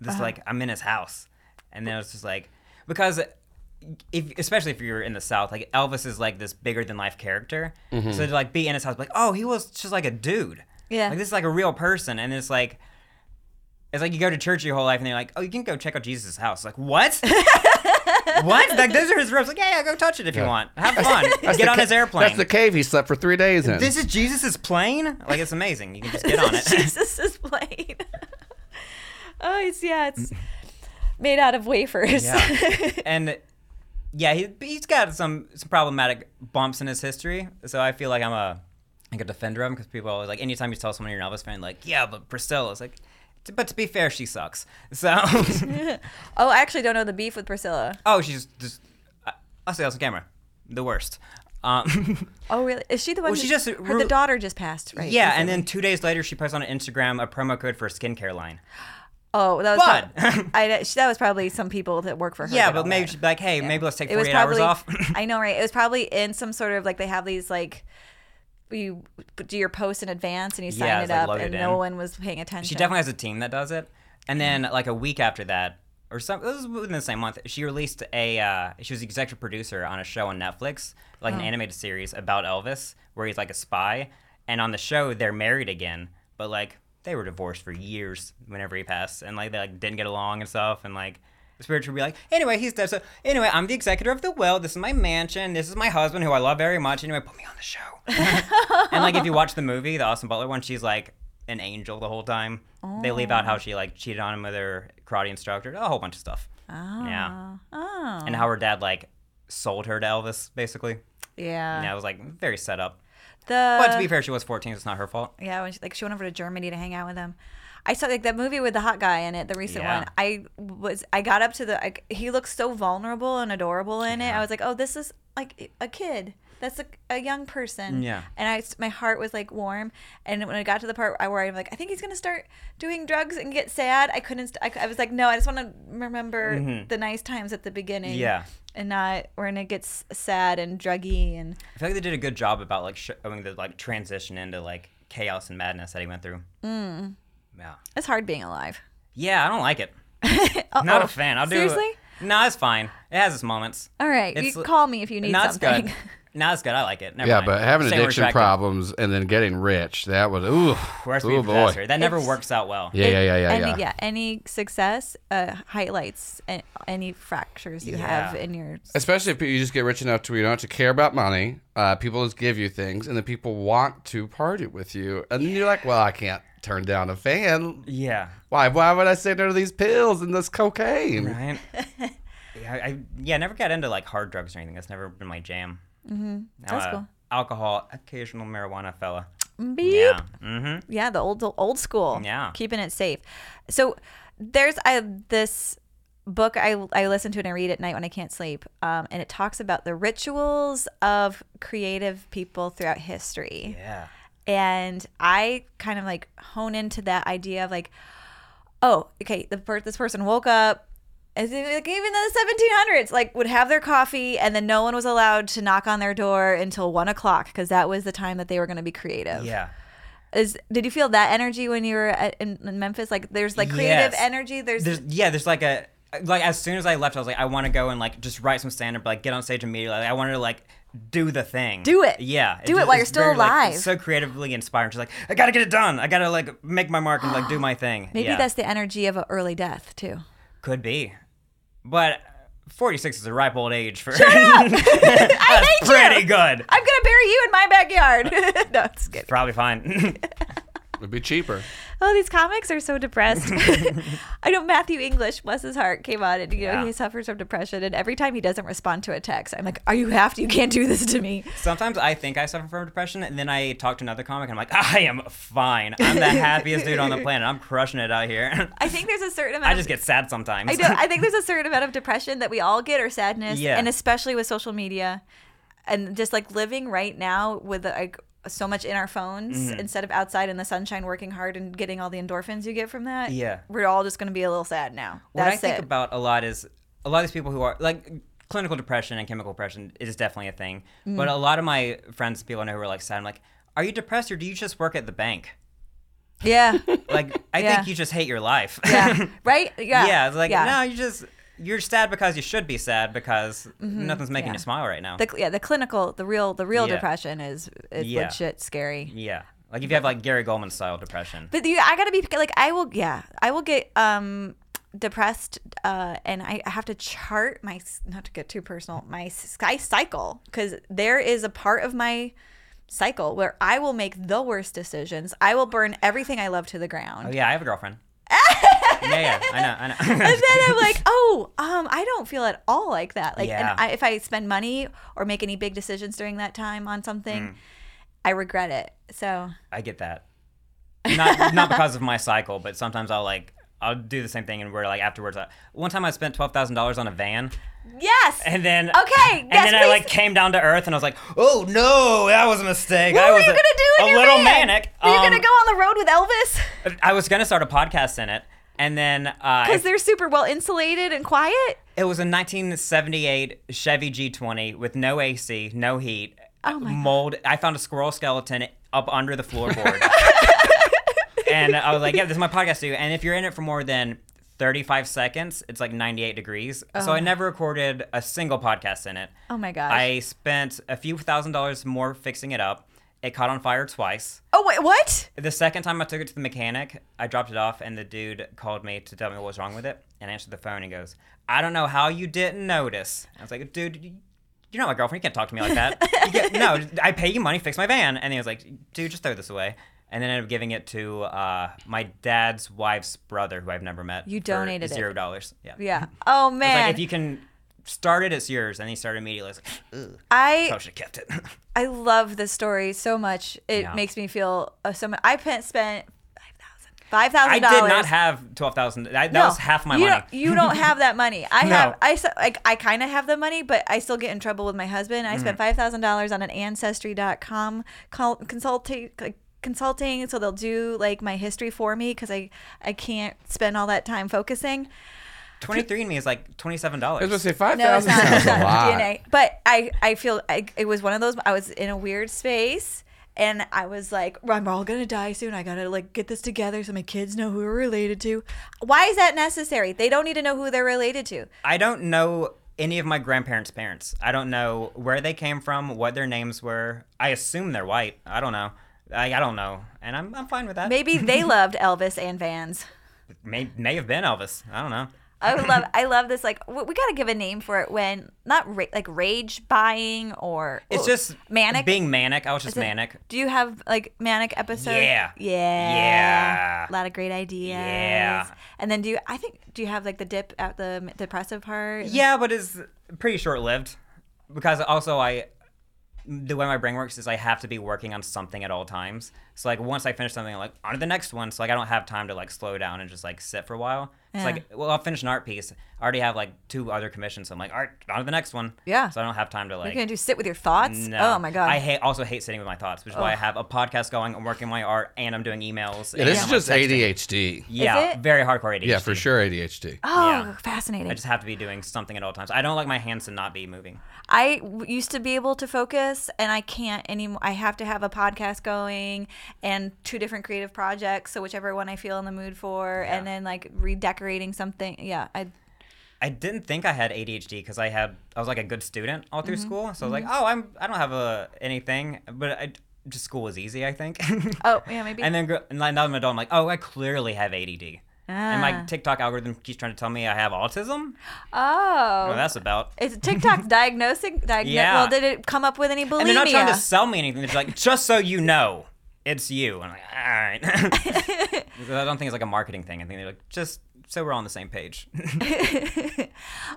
Speaker 2: this
Speaker 1: Uh-huh.
Speaker 2: like I'm in his house, and then it was just like because. If, especially if you're in the South, like Elvis is like this bigger than life character.
Speaker 3: Mm-hmm.
Speaker 2: So to like be in his house, like oh, he was just like a dude.
Speaker 1: Yeah.
Speaker 2: like this is like a real person, and it's like It's like you go to church your whole life and they're like, oh, you can go check out Jesus' house. Like,
Speaker 1: [laughs]
Speaker 2: what? what? Like, those are his ribs. Like, yeah, yeah, go touch it if you want. Have fun. get
Speaker 3: the
Speaker 2: on
Speaker 3: ca-
Speaker 2: his airplane.
Speaker 3: That's the cave he slept for three days in.
Speaker 2: this is Jesus' plane? Like, it's amazing. You can just get on it.
Speaker 1: [laughs] Jesus is playing. [laughs] oh, it's yeah. It's made out of wafers.
Speaker 2: Yeah. and yeah, he, he's got some, some problematic bumps in his history. So I feel like I'm a, like a defender of him because people always like, anytime you tell someone you're an Elvis fan, like, yeah, but Priscilla's like, "T- but to be fair, she sucks.
Speaker 1: [laughs]
Speaker 2: So,
Speaker 1: oh, I actually don't know the beef with Priscilla.
Speaker 2: oh, she's just, I- I'll say this on camera, the worst. Um,
Speaker 1: Oh, really? Is she the one?
Speaker 2: Well,
Speaker 1: who-
Speaker 2: she just-
Speaker 1: her, the
Speaker 2: Ru-
Speaker 1: daughter just passed, right?
Speaker 2: Yeah, and then two days later, she posts on Instagram a promo code for a skincare line.
Speaker 1: Oh, that was
Speaker 2: But-
Speaker 1: prob- [laughs] I, that was probably some people that work for her.
Speaker 2: Yeah,
Speaker 1: that
Speaker 2: but
Speaker 1: all
Speaker 2: maybe
Speaker 1: that.
Speaker 2: she'd be like, hey, maybe let's take
Speaker 1: it was
Speaker 2: 48
Speaker 1: probably.
Speaker 2: hours off. [laughs]
Speaker 1: I know, right? It was probably in some sort of like they have these like you do your post in advance and you sign
Speaker 2: Yeah,
Speaker 1: it
Speaker 2: it's, like,
Speaker 1: up,
Speaker 2: loaded
Speaker 1: and no
Speaker 2: in.
Speaker 1: one was paying attention.
Speaker 2: she definitely has a team that does it. And then, like, a week after that, or some, this was within the same month, she released a, uh, she was the executive producer on a show on Netflix, like an animated series about Elvis, where he's like a spy. And on the show, they're married again, but like, they were divorced for years whenever he passed. And like, they like didn't get along and stuff. And like, the spiritual would be like, anyway, he's dead. So anyway, I'm the executor of the will. This is my mansion. This is my husband, who I love very much. Anyway, put me on the show. and like,
Speaker 1: [laughs]
Speaker 2: if you watch the movie, the Austin Butler one, she's like an angel the whole time. They leave out how she like cheated on him with her karate instructor, a whole bunch of stuff. Yeah,
Speaker 1: Oh,
Speaker 2: and how her dad like sold her to Elvis, basically.
Speaker 1: yeah.
Speaker 2: yeah, it was like very set up.
Speaker 1: The
Speaker 2: But to be fair, she was 14. So it's not her fault.
Speaker 1: Yeah, when she, like she went over to Germany to hang out with him. I saw like that movie with the hot guy in it, the recent
Speaker 2: Yeah.
Speaker 1: one. I was I got up to the like, he looked so vulnerable and adorable in it. I was like, oh, this is like a kid. That's a, a young person.
Speaker 2: Yeah.
Speaker 1: And I my heart was like warm. And when I got to the part where I'm like, I think he's gonna start doing drugs and get sad. I couldn't. St- I, c- I was like, no, I just want to remember the nice times at the beginning.
Speaker 2: Mm-hmm. Yeah.
Speaker 1: And not when it gets sad and druggy and
Speaker 2: I feel like they did a good job about like showing the like transition into like chaos and madness that he went through. Mm. Yeah.
Speaker 1: it's hard being alive.
Speaker 2: Yeah, I don't like it. Not a fan. I'll do
Speaker 1: Oh, Seriously?
Speaker 2: it. No, it's fine. It has its moments.
Speaker 1: All right,
Speaker 2: It's-
Speaker 1: you call me if you need
Speaker 2: no, it's
Speaker 1: something.
Speaker 2: good. No, it's good. I like it. Never
Speaker 3: yeah,
Speaker 2: mind.
Speaker 3: but having
Speaker 2: Stay where
Speaker 3: addiction
Speaker 2: you're
Speaker 3: problems and then getting rich, that was, ooh,
Speaker 2: Worst
Speaker 3: ooh
Speaker 2: oh,
Speaker 3: boy.
Speaker 2: That never
Speaker 1: It's-
Speaker 2: works out well.
Speaker 3: [laughs] Yeah, yeah, yeah, yeah,
Speaker 1: any,
Speaker 3: yeah.
Speaker 1: any success uh, highlights a- any fractures you have
Speaker 2: Yeah.
Speaker 1: in your.
Speaker 3: Especially if you just get rich enough to where you don't have to care about money. Uh, people just give you things, and then people want to party with you, and then you're like, "Well, I can't turn down a fan.
Speaker 2: Yeah.
Speaker 1: [laughs]
Speaker 3: Why? Why would I say no to these pills and this cocaine?"
Speaker 2: Right? yeah, I, I yeah, I never got into like hard drugs or anything. That's never been my jam. Mm-hmm.
Speaker 1: That's cool.
Speaker 2: Alcohol, occasional marijuana, fella.
Speaker 1: Beep.
Speaker 2: Yeah. Mm-hmm.
Speaker 1: Yeah, the old the old school.
Speaker 2: Yeah.
Speaker 1: keeping it safe. So there's I this book I I listen to and I read at night when I can't sleep, um, and it talks about the rituals of creative people throughout history,
Speaker 2: Yeah.
Speaker 1: and I kind of like hone into that idea of like, oh, okay, the per- this person woke up. As in, like even in the 1700s, like would have their coffee, and then no one was allowed to knock on their door until one o'clock because that was the time that they were going to be creative.
Speaker 2: Yeah.
Speaker 1: Is did you feel that energy when you were at, in, in Memphis? Like there's like creative
Speaker 2: Yes.
Speaker 1: energy. There's,
Speaker 2: There's yeah, there's like a like as soon as I left, I was like, I want to go and like just write some stand up, like get on stage immediately. Like, I wanted to like do the thing.
Speaker 1: Do it.
Speaker 2: Yeah.
Speaker 1: Do it
Speaker 2: ju-
Speaker 1: while you're
Speaker 2: it's
Speaker 1: still
Speaker 2: like,
Speaker 1: alive.
Speaker 2: it's so creatively inspiring. She's like, I gotta get it done. I gotta like make my mark and like do my thing.
Speaker 1: maybe
Speaker 2: Yeah.
Speaker 1: that's the energy of an early death too.
Speaker 2: could be, but. 46 is a ripe old age for
Speaker 1: I hate
Speaker 2: [laughs] pretty
Speaker 1: you.
Speaker 2: good.
Speaker 1: [laughs] I'm gonna bury you in my backyard. [laughs] no, it's good. [laughs]
Speaker 2: Probably fine. [laughs]
Speaker 3: It'd be cheaper.
Speaker 1: Oh, these comics are so
Speaker 2: [laughs]
Speaker 1: depressed. [laughs] I know Matthew English, bless his heart, came on and you know
Speaker 2: Yeah.
Speaker 1: he suffers from depression, and every time he doesn't respond to a text, I'm like, "Are you have to? You can't do this to me."
Speaker 2: Sometimes I think I suffer from depression, and then I talk to another comic, and I'm like, I am fine.
Speaker 1: [laughs]
Speaker 2: I'm the happiest dude on the planet. I'm crushing it out here. [laughs]
Speaker 1: I think there's a certain amount.
Speaker 2: I
Speaker 1: of-
Speaker 2: just get sad sometimes.
Speaker 1: I know. I think there's a certain amount of depression that we all get or sadness,
Speaker 2: Yeah.
Speaker 1: and especially with social media, and just like living right now with like so much in our phones
Speaker 2: Mm-hmm.
Speaker 1: instead of outside in the sunshine, working hard and getting all the endorphins you get from that.
Speaker 2: Yeah.
Speaker 1: we're all just gonna be a little sad now.
Speaker 2: [laughs] what
Speaker 1: That's
Speaker 2: I think
Speaker 1: it.
Speaker 2: about a lot is a lot of these people who are like clinical depression and chemical depression is definitely a thing.
Speaker 1: Mm.
Speaker 2: But a lot of my friends, people I know who are like sad, I'm like, are you depressed or do you just work at the bank? [laughs]
Speaker 1: yeah,
Speaker 2: Like,
Speaker 1: [laughs]
Speaker 2: I
Speaker 1: Yeah.
Speaker 2: think you just hate your life. [laughs]
Speaker 1: yeah, right. Yeah,
Speaker 2: Yeah, it's like no, you just you're sad because you should be sad because nothing's making
Speaker 1: Mm-hmm. yeah.
Speaker 2: you smile right now.
Speaker 1: The, yeah, the clinical, the real, the real
Speaker 2: Yeah.
Speaker 1: depression is it's
Speaker 2: Yeah.
Speaker 1: legit scary.
Speaker 2: yeah, like if you have like Gary Goldman style depression.
Speaker 1: But you, I gotta be like, I will, yeah, I will get um depressed, uh, and I have to chart my not to get too personal, my sky cycle because there is a part of my cycle where I will make the worst decisions. I will burn everything I love to the ground.
Speaker 2: Oh yeah, I have
Speaker 1: [laughs]
Speaker 2: a girlfriend. yeah, yeah, I know, I know.
Speaker 1: and then I'm like, oh, um, I don't feel at all like that. Like,
Speaker 2: Yeah.
Speaker 1: and I, if I spend money or make any big decisions during that time on something,
Speaker 2: Mm.
Speaker 1: I regret it. So
Speaker 2: [laughs] I get that. Not not because of my cycle, but sometimes I'll like I'll do the same thing, and we're like afterwards. I, one time I spent twelve thousand dollars on a van,
Speaker 1: yes,
Speaker 2: and then
Speaker 1: Okay,
Speaker 2: and
Speaker 1: yes,
Speaker 2: then I
Speaker 1: please.
Speaker 2: like came down to earth, and I was like, oh no, that was a mistake.
Speaker 1: what
Speaker 2: I
Speaker 1: were
Speaker 2: was
Speaker 1: you
Speaker 2: a,
Speaker 1: gonna do? In
Speaker 2: a
Speaker 1: your
Speaker 2: little
Speaker 1: van?
Speaker 2: manic.
Speaker 1: Were you gonna
Speaker 2: Um,
Speaker 1: go on the road with Elvis?
Speaker 2: I was gonna start a podcast in it, and then uh, I-
Speaker 1: Because they're super well insulated and quiet.
Speaker 2: It was a 1978 Chevy G20 with no AC, no heat,
Speaker 1: Oh my God.
Speaker 2: mold. I found a squirrel skeleton up under
Speaker 1: [laughs]
Speaker 2: the floorboard. and I was like, yeah, this is my podcast too. And if you're in it for more than 35 seconds, it's like 98 degrees. So I never recorded a single podcast in it.
Speaker 1: Oh my Oh. gosh.
Speaker 2: I spent a few thousand dollars more fixing it up. It caught on fire twice.
Speaker 1: oh wait, what?
Speaker 2: The second time I took it to the mechanic, I dropped it off, and the dude called me to tell me what was wrong with it. And I answered the phone and goes, "I don't know how you didn't notice." I was like, "Dude, you- you're not my girlfriend. You can't talk to me like that." You can't- no, I pay you money, fix my van. And he was like, "Dude, just throw this away." And then I ended up giving it to uh, my dad's wife's brother, who I've never met.
Speaker 1: You
Speaker 2: for
Speaker 1: donated it.
Speaker 2: zero dollars. Yeah. It's
Speaker 1: Yeah. Oh man.
Speaker 2: like if you can start it, it's yours. And he started immediately. I was like, "Ugh,
Speaker 1: I
Speaker 2: I should have kept it." [laughs]
Speaker 1: I love this story so much. It
Speaker 2: Yeah.
Speaker 1: makes me feel uh, so much. I spent spent five thousand. Five thousand.
Speaker 2: I did not have twelve thousand. That was half my
Speaker 1: you
Speaker 2: money.
Speaker 1: Don't, you don't have that money.
Speaker 2: [laughs]
Speaker 1: I
Speaker 2: No.
Speaker 1: have. I s- like. I kind of have the money, but I still get in trouble with my husband. I
Speaker 2: Mm.
Speaker 1: spent five thousand dollars on an ancestry.com col- consulting. Like, consulting so they'll do like my history for me because i i can't spend all that time focusing
Speaker 2: 23 and me is like
Speaker 3: I was gonna
Speaker 2: $27.
Speaker 3: say five
Speaker 1: no it's
Speaker 3: thousand
Speaker 1: not,
Speaker 3: sounds
Speaker 1: it's [laughs]
Speaker 3: a
Speaker 1: not
Speaker 3: lot.
Speaker 1: dna but i i feel I, it was one of those i was in a weird space and i was like i'm all gonna die soon i gotta like get this together so my kids know who we're related to why is that necessary they don't need to know who they're related to
Speaker 2: I don't know any of my grandparents' parents. I don't know where they came from, what their names were. I assume they're white. I don't know. I, I don't know. And [laughs] I'm, I'm fine with that.
Speaker 1: Maybe they loved Elvis and Vans.
Speaker 2: May, may have been Elvis. I don't know.
Speaker 1: I would love. I love this. Like we, we got to give a name for it when not ra- like rage buying or
Speaker 2: It's
Speaker 1: ooh,
Speaker 2: just
Speaker 1: manic.
Speaker 2: Being manic. I was just
Speaker 1: Is it-
Speaker 2: manic.
Speaker 1: Do you have like manic episodes?
Speaker 2: Yeah.
Speaker 1: Yeah.
Speaker 2: Yeah.
Speaker 1: A lot of great ideas.
Speaker 2: Yeah.
Speaker 1: And then do you? I think do you have like the dip at the depressive part?
Speaker 2: Yeah, but it's pretty short lived because also I the way my brain works is I have to be working on something at all times. So like once I finish something, I'm like on to the next one. So like I don't have time to like slow down and just like sit for a while. It's
Speaker 1: Yeah.
Speaker 2: like well I'll finish an art piece. I already have like two other commissions. So I'm like all right, on to the next one.
Speaker 1: Yeah.
Speaker 2: So I don't have time to
Speaker 1: You're
Speaker 2: like.
Speaker 1: gonna do sit with your thoughts?
Speaker 2: no.
Speaker 1: Oh my god.
Speaker 2: I hate also hate sitting with my thoughts, which is why I have a podcast going. I'm working my art and I'm doing emails.
Speaker 3: Yeah,
Speaker 2: and
Speaker 3: this
Speaker 2: I'm,
Speaker 3: is
Speaker 2: like,
Speaker 3: just
Speaker 2: texting.
Speaker 3: ADHD.
Speaker 2: Yeah,
Speaker 1: it?
Speaker 2: very hardcore ADHD.
Speaker 3: Yeah, for sure ADHD.
Speaker 1: Oh,
Speaker 2: Yeah.
Speaker 1: fascinating.
Speaker 2: I just have to be doing something at all times. I don't like my hands to not be moving.
Speaker 1: I w- used to be able to focus and I can't anymore. I have to have a podcast going and two different creative projects. So, whichever one I feel in the mood for, and then like redecorating something. Yeah. I,
Speaker 2: I didn't think I had ADHD because I had I was like a good student all
Speaker 1: Mm-hmm.
Speaker 2: through school. So I was like, oh, I'm I don't have a anything, but I just school was easy, I think. [laughs]
Speaker 1: oh, yeah, maybe.
Speaker 2: and then gr- and now I'm an adult. I'm like, oh, I clearly have ADD.
Speaker 1: Ah.
Speaker 2: And my TikTok algorithm keeps trying to tell me I have autism.
Speaker 1: oh.
Speaker 2: Well, that's about.
Speaker 1: Is
Speaker 2: [laughs]
Speaker 1: TikTok diagnosing? Diagno-
Speaker 2: Yeah.
Speaker 1: Well, did it come up with any bulimia?
Speaker 2: And they're not trying to sell me anything. They're just like, just so you know, it's you. And I'm like, all right.
Speaker 1: [laughs]
Speaker 2: I don't think it's like a marketing thing. I think they're like, just so we're all on the
Speaker 1: [laughs]
Speaker 2: same page.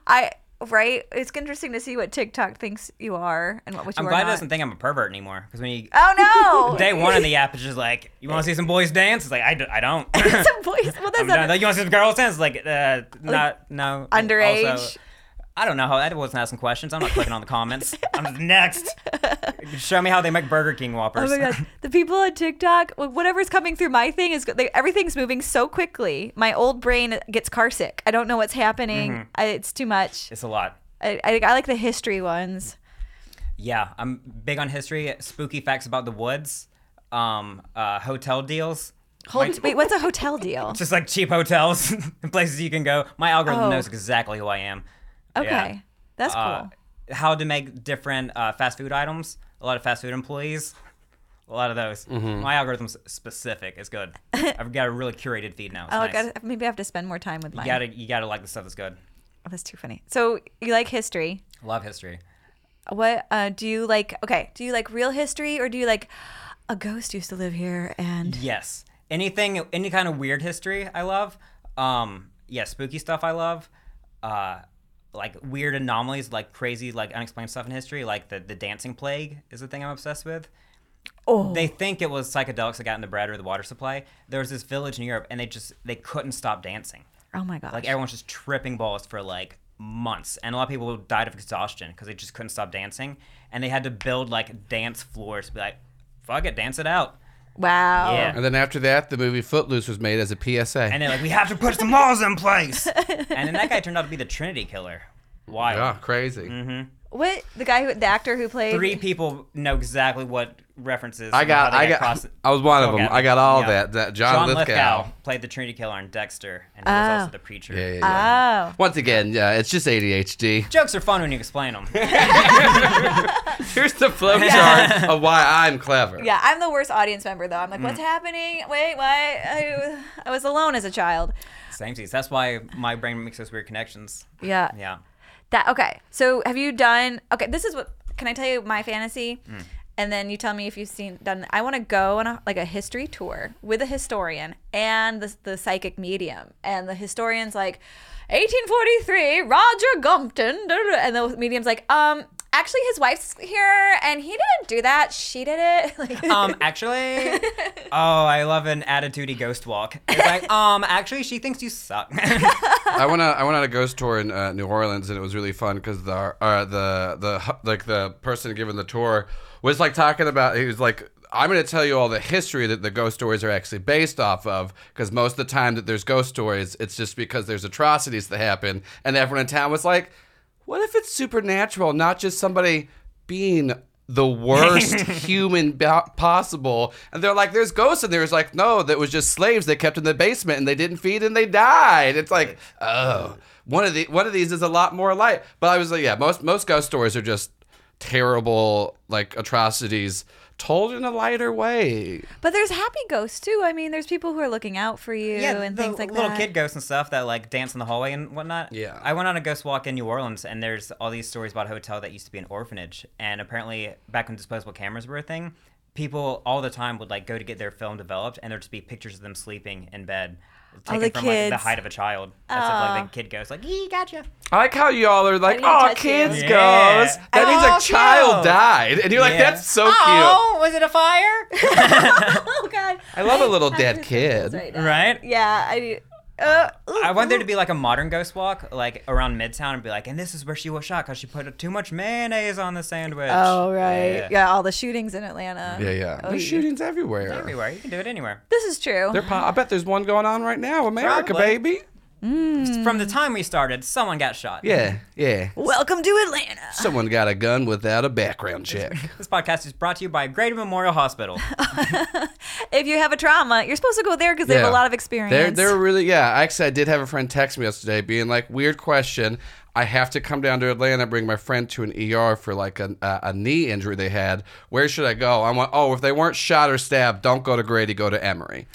Speaker 1: I right. It's interesting to see what TikTok thinks you are and what, what you
Speaker 2: I'm
Speaker 1: are
Speaker 2: glad it
Speaker 1: not.
Speaker 2: doesn't think I'm a pervert anymore. Because when you
Speaker 1: oh
Speaker 2: [laughs]
Speaker 1: [laughs] no!
Speaker 2: Day one of the app is just like, you want to see some boys dance? It's like, I, d- I don't.
Speaker 1: it's a voice. Well, [laughs] that's
Speaker 2: [laughs] I'm done.
Speaker 1: not,
Speaker 2: Like, you want to see some girls dance? It's like, uh, not, no.
Speaker 1: underage?
Speaker 2: Also, I don't know how, I wasn't asking questions. I'm not clicking on the
Speaker 1: [laughs]
Speaker 2: comments. I'm just, next. Show me how they make Burger King
Speaker 1: Oh
Speaker 2: Whoppers.
Speaker 1: my god, the people on TikTok, like, whatever's coming through my thing is they, everything's moving so quickly. My old brain gets car sick. I don't know what's happening.
Speaker 2: Mm-hmm.
Speaker 1: I, it's too much.
Speaker 2: [laughs] it's a lot.
Speaker 1: I, I, I like the history ones.
Speaker 2: Yeah, I'm big on history, spooky facts about the woods, um, uh, hotel deals.
Speaker 1: Hold,
Speaker 2: My-
Speaker 1: wait, what's a hotel deal?
Speaker 2: just like cheap hotels [laughs] and places you can go. My algorithm
Speaker 1: Oh.
Speaker 2: knows exactly who I am. [laughs] Yeah.
Speaker 1: Okay, that's cool.
Speaker 2: Uh, how to make different uh, fast food items. A lot of fast food employees. A lot of those. My algorithm's specific.
Speaker 1: [laughs]
Speaker 2: It's good. I've got a really curated feed now. It's
Speaker 1: oh,
Speaker 2: nice.
Speaker 1: gotta, maybe I have to spend more time with mine.
Speaker 2: you gotta you gotta like the stuff that's good.
Speaker 1: Oh, that's too funny. So you like history?
Speaker 2: Love history.
Speaker 1: What uh, do you like? Okay, do you like real history or do you like a ghost used to live here and
Speaker 2: Yes. Anything any kind of weird history I love. Um yeah, spooky stuff I love. Uh like weird anomalies, like crazy, like unexplained stuff in history, like the, the dancing plague is the thing I'm obsessed with.
Speaker 1: oh
Speaker 2: they think it was psychedelics that got in the bread or the water supply. There was this village in Europe, and they just they couldn't stop dancing.
Speaker 1: oh my gosh?
Speaker 2: Like everyone's just tripping balls for like months, and a lot of people died of exhaustion because they just couldn't stop dancing, and they had to build like dance floors to be like, fuck it, dance it out.
Speaker 1: wow.
Speaker 2: Yeah.
Speaker 3: And then after that, the movie Footloose was made as a
Speaker 2: [laughs]
Speaker 3: PSA.
Speaker 2: And they're like, we have to put some laws in place. and then that guy turned out to be the Trinity Killer. Wild.
Speaker 3: yeah, crazy.
Speaker 1: What the guy who the actor who played
Speaker 2: Three people know exactly what references.
Speaker 3: I
Speaker 2: and how
Speaker 3: got,
Speaker 2: they
Speaker 3: I got,
Speaker 2: cross-
Speaker 3: I was one of them.
Speaker 2: Okay.
Speaker 3: I got all
Speaker 2: Yeah.
Speaker 3: that. That [laughs]
Speaker 2: John
Speaker 3: John, Lithgow.
Speaker 2: Lithgow played the Trinity Killer on Dexter, and he was
Speaker 1: Oh.
Speaker 2: also the preacher.
Speaker 3: Yeah, yeah,
Speaker 1: Oh.
Speaker 2: Uh,
Speaker 3: yeah. Once again, yeah, it's just
Speaker 2: [laughs]
Speaker 3: ADHD.
Speaker 2: Jokes are fun when you explain
Speaker 3: [laughs]
Speaker 2: them.
Speaker 3: Here's the flowchart [laughs] of why I'm clever.
Speaker 1: Yeah, I'm the worst audience member though. I'm like, what's happening? Wait, what? I, I was alone as a child.
Speaker 2: [laughs] Same things. That's why my brain makes those weird connections.
Speaker 1: Yeah.
Speaker 2: Yeah.
Speaker 1: That okay. So have you done? Okay, this is what. Can I tell you my fantasy? And then you tell me if you've seen done. I want to go on a, like a history tour with a historian and the, the psychic medium. And the historian's like, 1843, Roger Gumpton, da, da, da," and the medium's like, um, actually his wife's here and he didn't do that. She did it. [laughs] Like,
Speaker 2: Um, actually, oh, I love an attitudey ghost walk. It's like, um, actually, she thinks you suck. [laughs]
Speaker 3: I went on, I went on a ghost tour in uh, New Orleans, and it was really fun because the uh, the the hu- like the person giving the tour was like talking about. He was like. I'm going to tell you all the history that the ghost stories are actually based off of, because most of the time that there's ghost stories, it's just because there's atrocities that happen. And everyone in town was like, what if it's supernatural, not just somebody being
Speaker 2: [laughs]
Speaker 3: the worst human bo- possible? And they're like, there's ghosts. And there's like, no, that was just slaves they kept in the basement and they didn't feed and they died. It's like, oh, one of the one of these is a lot more light. But I was like, yeah, most most ghost stories are just terrible like atrocities told in a lighter way.
Speaker 1: But there's happy ghosts too. I mean, there's people who are looking out for you and
Speaker 2: the
Speaker 1: things like
Speaker 2: little
Speaker 1: that.
Speaker 2: kid ghosts and stuff that like dance in the hallway and whatnot.
Speaker 3: Yeah.
Speaker 2: I went on a ghost walk in New Orleans, and there's all these stories about a hotel that used to be an orphanage, and apparently back when disposable cameras were a thing, people all the time would like go to get their film developed, and there'd just be pictures of them sleeping in bed, taken
Speaker 1: the
Speaker 2: from like
Speaker 1: kids.
Speaker 2: the height of a child. That's like the kid ghost, like "Yee, gotcha." [laughs]
Speaker 3: I like how y'all are like,
Speaker 4: didn't
Speaker 3: oh,
Speaker 4: touch you."
Speaker 3: kids
Speaker 2: Yeah.
Speaker 3: ghosts. That
Speaker 2: Oh,
Speaker 3: means a child
Speaker 2: cute.
Speaker 3: died. And you're [laughs] like,
Speaker 2: Yeah.
Speaker 3: that's so cute.
Speaker 2: Oh, was it a
Speaker 1: [laughs]
Speaker 2: fire?
Speaker 1: [laughs]
Speaker 2: [laughs]
Speaker 1: Oh God.
Speaker 3: I love a little
Speaker 4: I'm
Speaker 3: dead
Speaker 4: just thinking right
Speaker 3: kid.
Speaker 4: now.
Speaker 2: right.
Speaker 1: Yeah. I. Uh,
Speaker 2: I want there to be like a modern ghost walk, like around Midtown, and be like, and this is where she was shot because she put too much mayonnaise on the sandwich.
Speaker 1: Oh right. Yeah.
Speaker 2: Yeah.
Speaker 1: All the shootings in Atlanta.
Speaker 3: Yeah, yeah.
Speaker 1: Oh,
Speaker 3: There's
Speaker 1: yeah.
Speaker 3: shootings everywhere.
Speaker 2: Everywhere. You can do it anywhere.
Speaker 1: This is true.
Speaker 3: They're po- I bet there's one going on right now. America,
Speaker 2: Probably.
Speaker 3: baby.
Speaker 2: From
Speaker 1: Mm.
Speaker 2: the time we started, someone got shot.
Speaker 3: Yeah,
Speaker 1: [laughs]
Speaker 3: yeah.
Speaker 1: Welcome to Atlanta.
Speaker 3: Someone got a gun without a background check.
Speaker 2: This podcast is brought to you by Greater
Speaker 1: [laughs]
Speaker 2: Memorial Hospital.
Speaker 1: If you have a trauma, you're supposed to go there because they have
Speaker 3: Yeah.
Speaker 1: a lot of experience.
Speaker 3: They're, they're really, yeah. Actually, I did have a friend text me yesterday being like, weird question. I have to come down to Atlanta, bring my friend to an ER for like a, a, a knee injury they had. Where should I go? I'm like, oh, if they weren't shot or stabbed, don't go to Grady, go to Emory.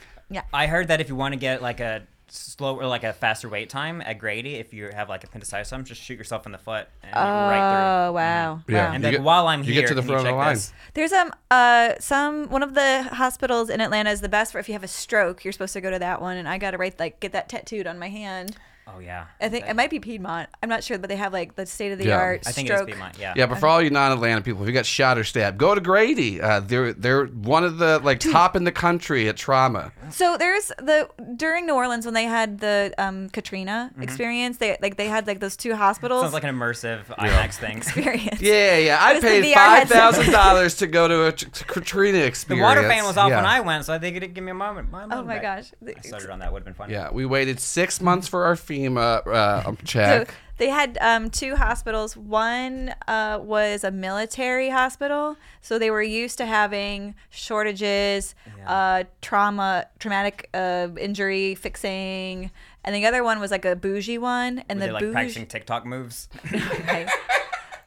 Speaker 2: I heard that if you want to get like a slow or like a faster wait time at Grady, if you have like appendicitis, something, just shoot yourself in the foot and you're right
Speaker 1: Oh wow.
Speaker 3: Yeah.
Speaker 1: Wow.
Speaker 2: And
Speaker 3: You
Speaker 2: like, while I'm
Speaker 3: you
Speaker 2: here,
Speaker 3: get to the
Speaker 2: can you
Speaker 3: front of the
Speaker 2: check
Speaker 3: line.
Speaker 2: this?
Speaker 1: There's um uh some one of the hospitals in Atlanta is the best for if you have a stroke, you're supposed to go to that one. And I got to write like get that tattooed on my hand.
Speaker 2: through. Oh yeah.
Speaker 1: I think it might be Piedmont. I'm not sure, but they have like the state of the
Speaker 3: Yeah.
Speaker 1: art
Speaker 2: I think it is
Speaker 1: stroke.
Speaker 2: Piedmont. Yeah.
Speaker 3: Yeah, but for all you non-Atlanta people, if you got shot or stabbed, go to Grady. Uh, they're they're one of the like top in the country at trauma.
Speaker 1: So there's the during New Orleans when they had the um, Katrina experience. They like they had like those two hospitals
Speaker 2: Mm-hmm. Sounds like an immersive
Speaker 3: [laughs]
Speaker 2: IMAX
Speaker 1: [laughs]
Speaker 2: thing.
Speaker 1: experience.
Speaker 3: Yeah, yeah. I
Speaker 1: Just the
Speaker 3: paid
Speaker 1: VR
Speaker 3: five
Speaker 1: headset.
Speaker 3: thousand dollars to go to a t- t- Katrina
Speaker 2: [laughs] The
Speaker 3: experience.
Speaker 2: water fan was off
Speaker 3: yeah.
Speaker 2: when I went, so I think it'd give me a moment. My
Speaker 1: Oh my gosh.
Speaker 2: I started on that. Would have been fun.
Speaker 3: Yeah, we waited six months for our FEMA uh, um,
Speaker 1: So [laughs]
Speaker 3: check.
Speaker 1: they had um, two hospitals. One uh, was a military hospital, so they were used to having shortages, uh, trauma, traumatic uh, injury fixing, and the other one was like a bougie one. And
Speaker 2: Were they
Speaker 1: the
Speaker 2: like
Speaker 1: bougie.
Speaker 2: practicing
Speaker 1: [laughs]
Speaker 2: TikTok moves?
Speaker 1: Okay.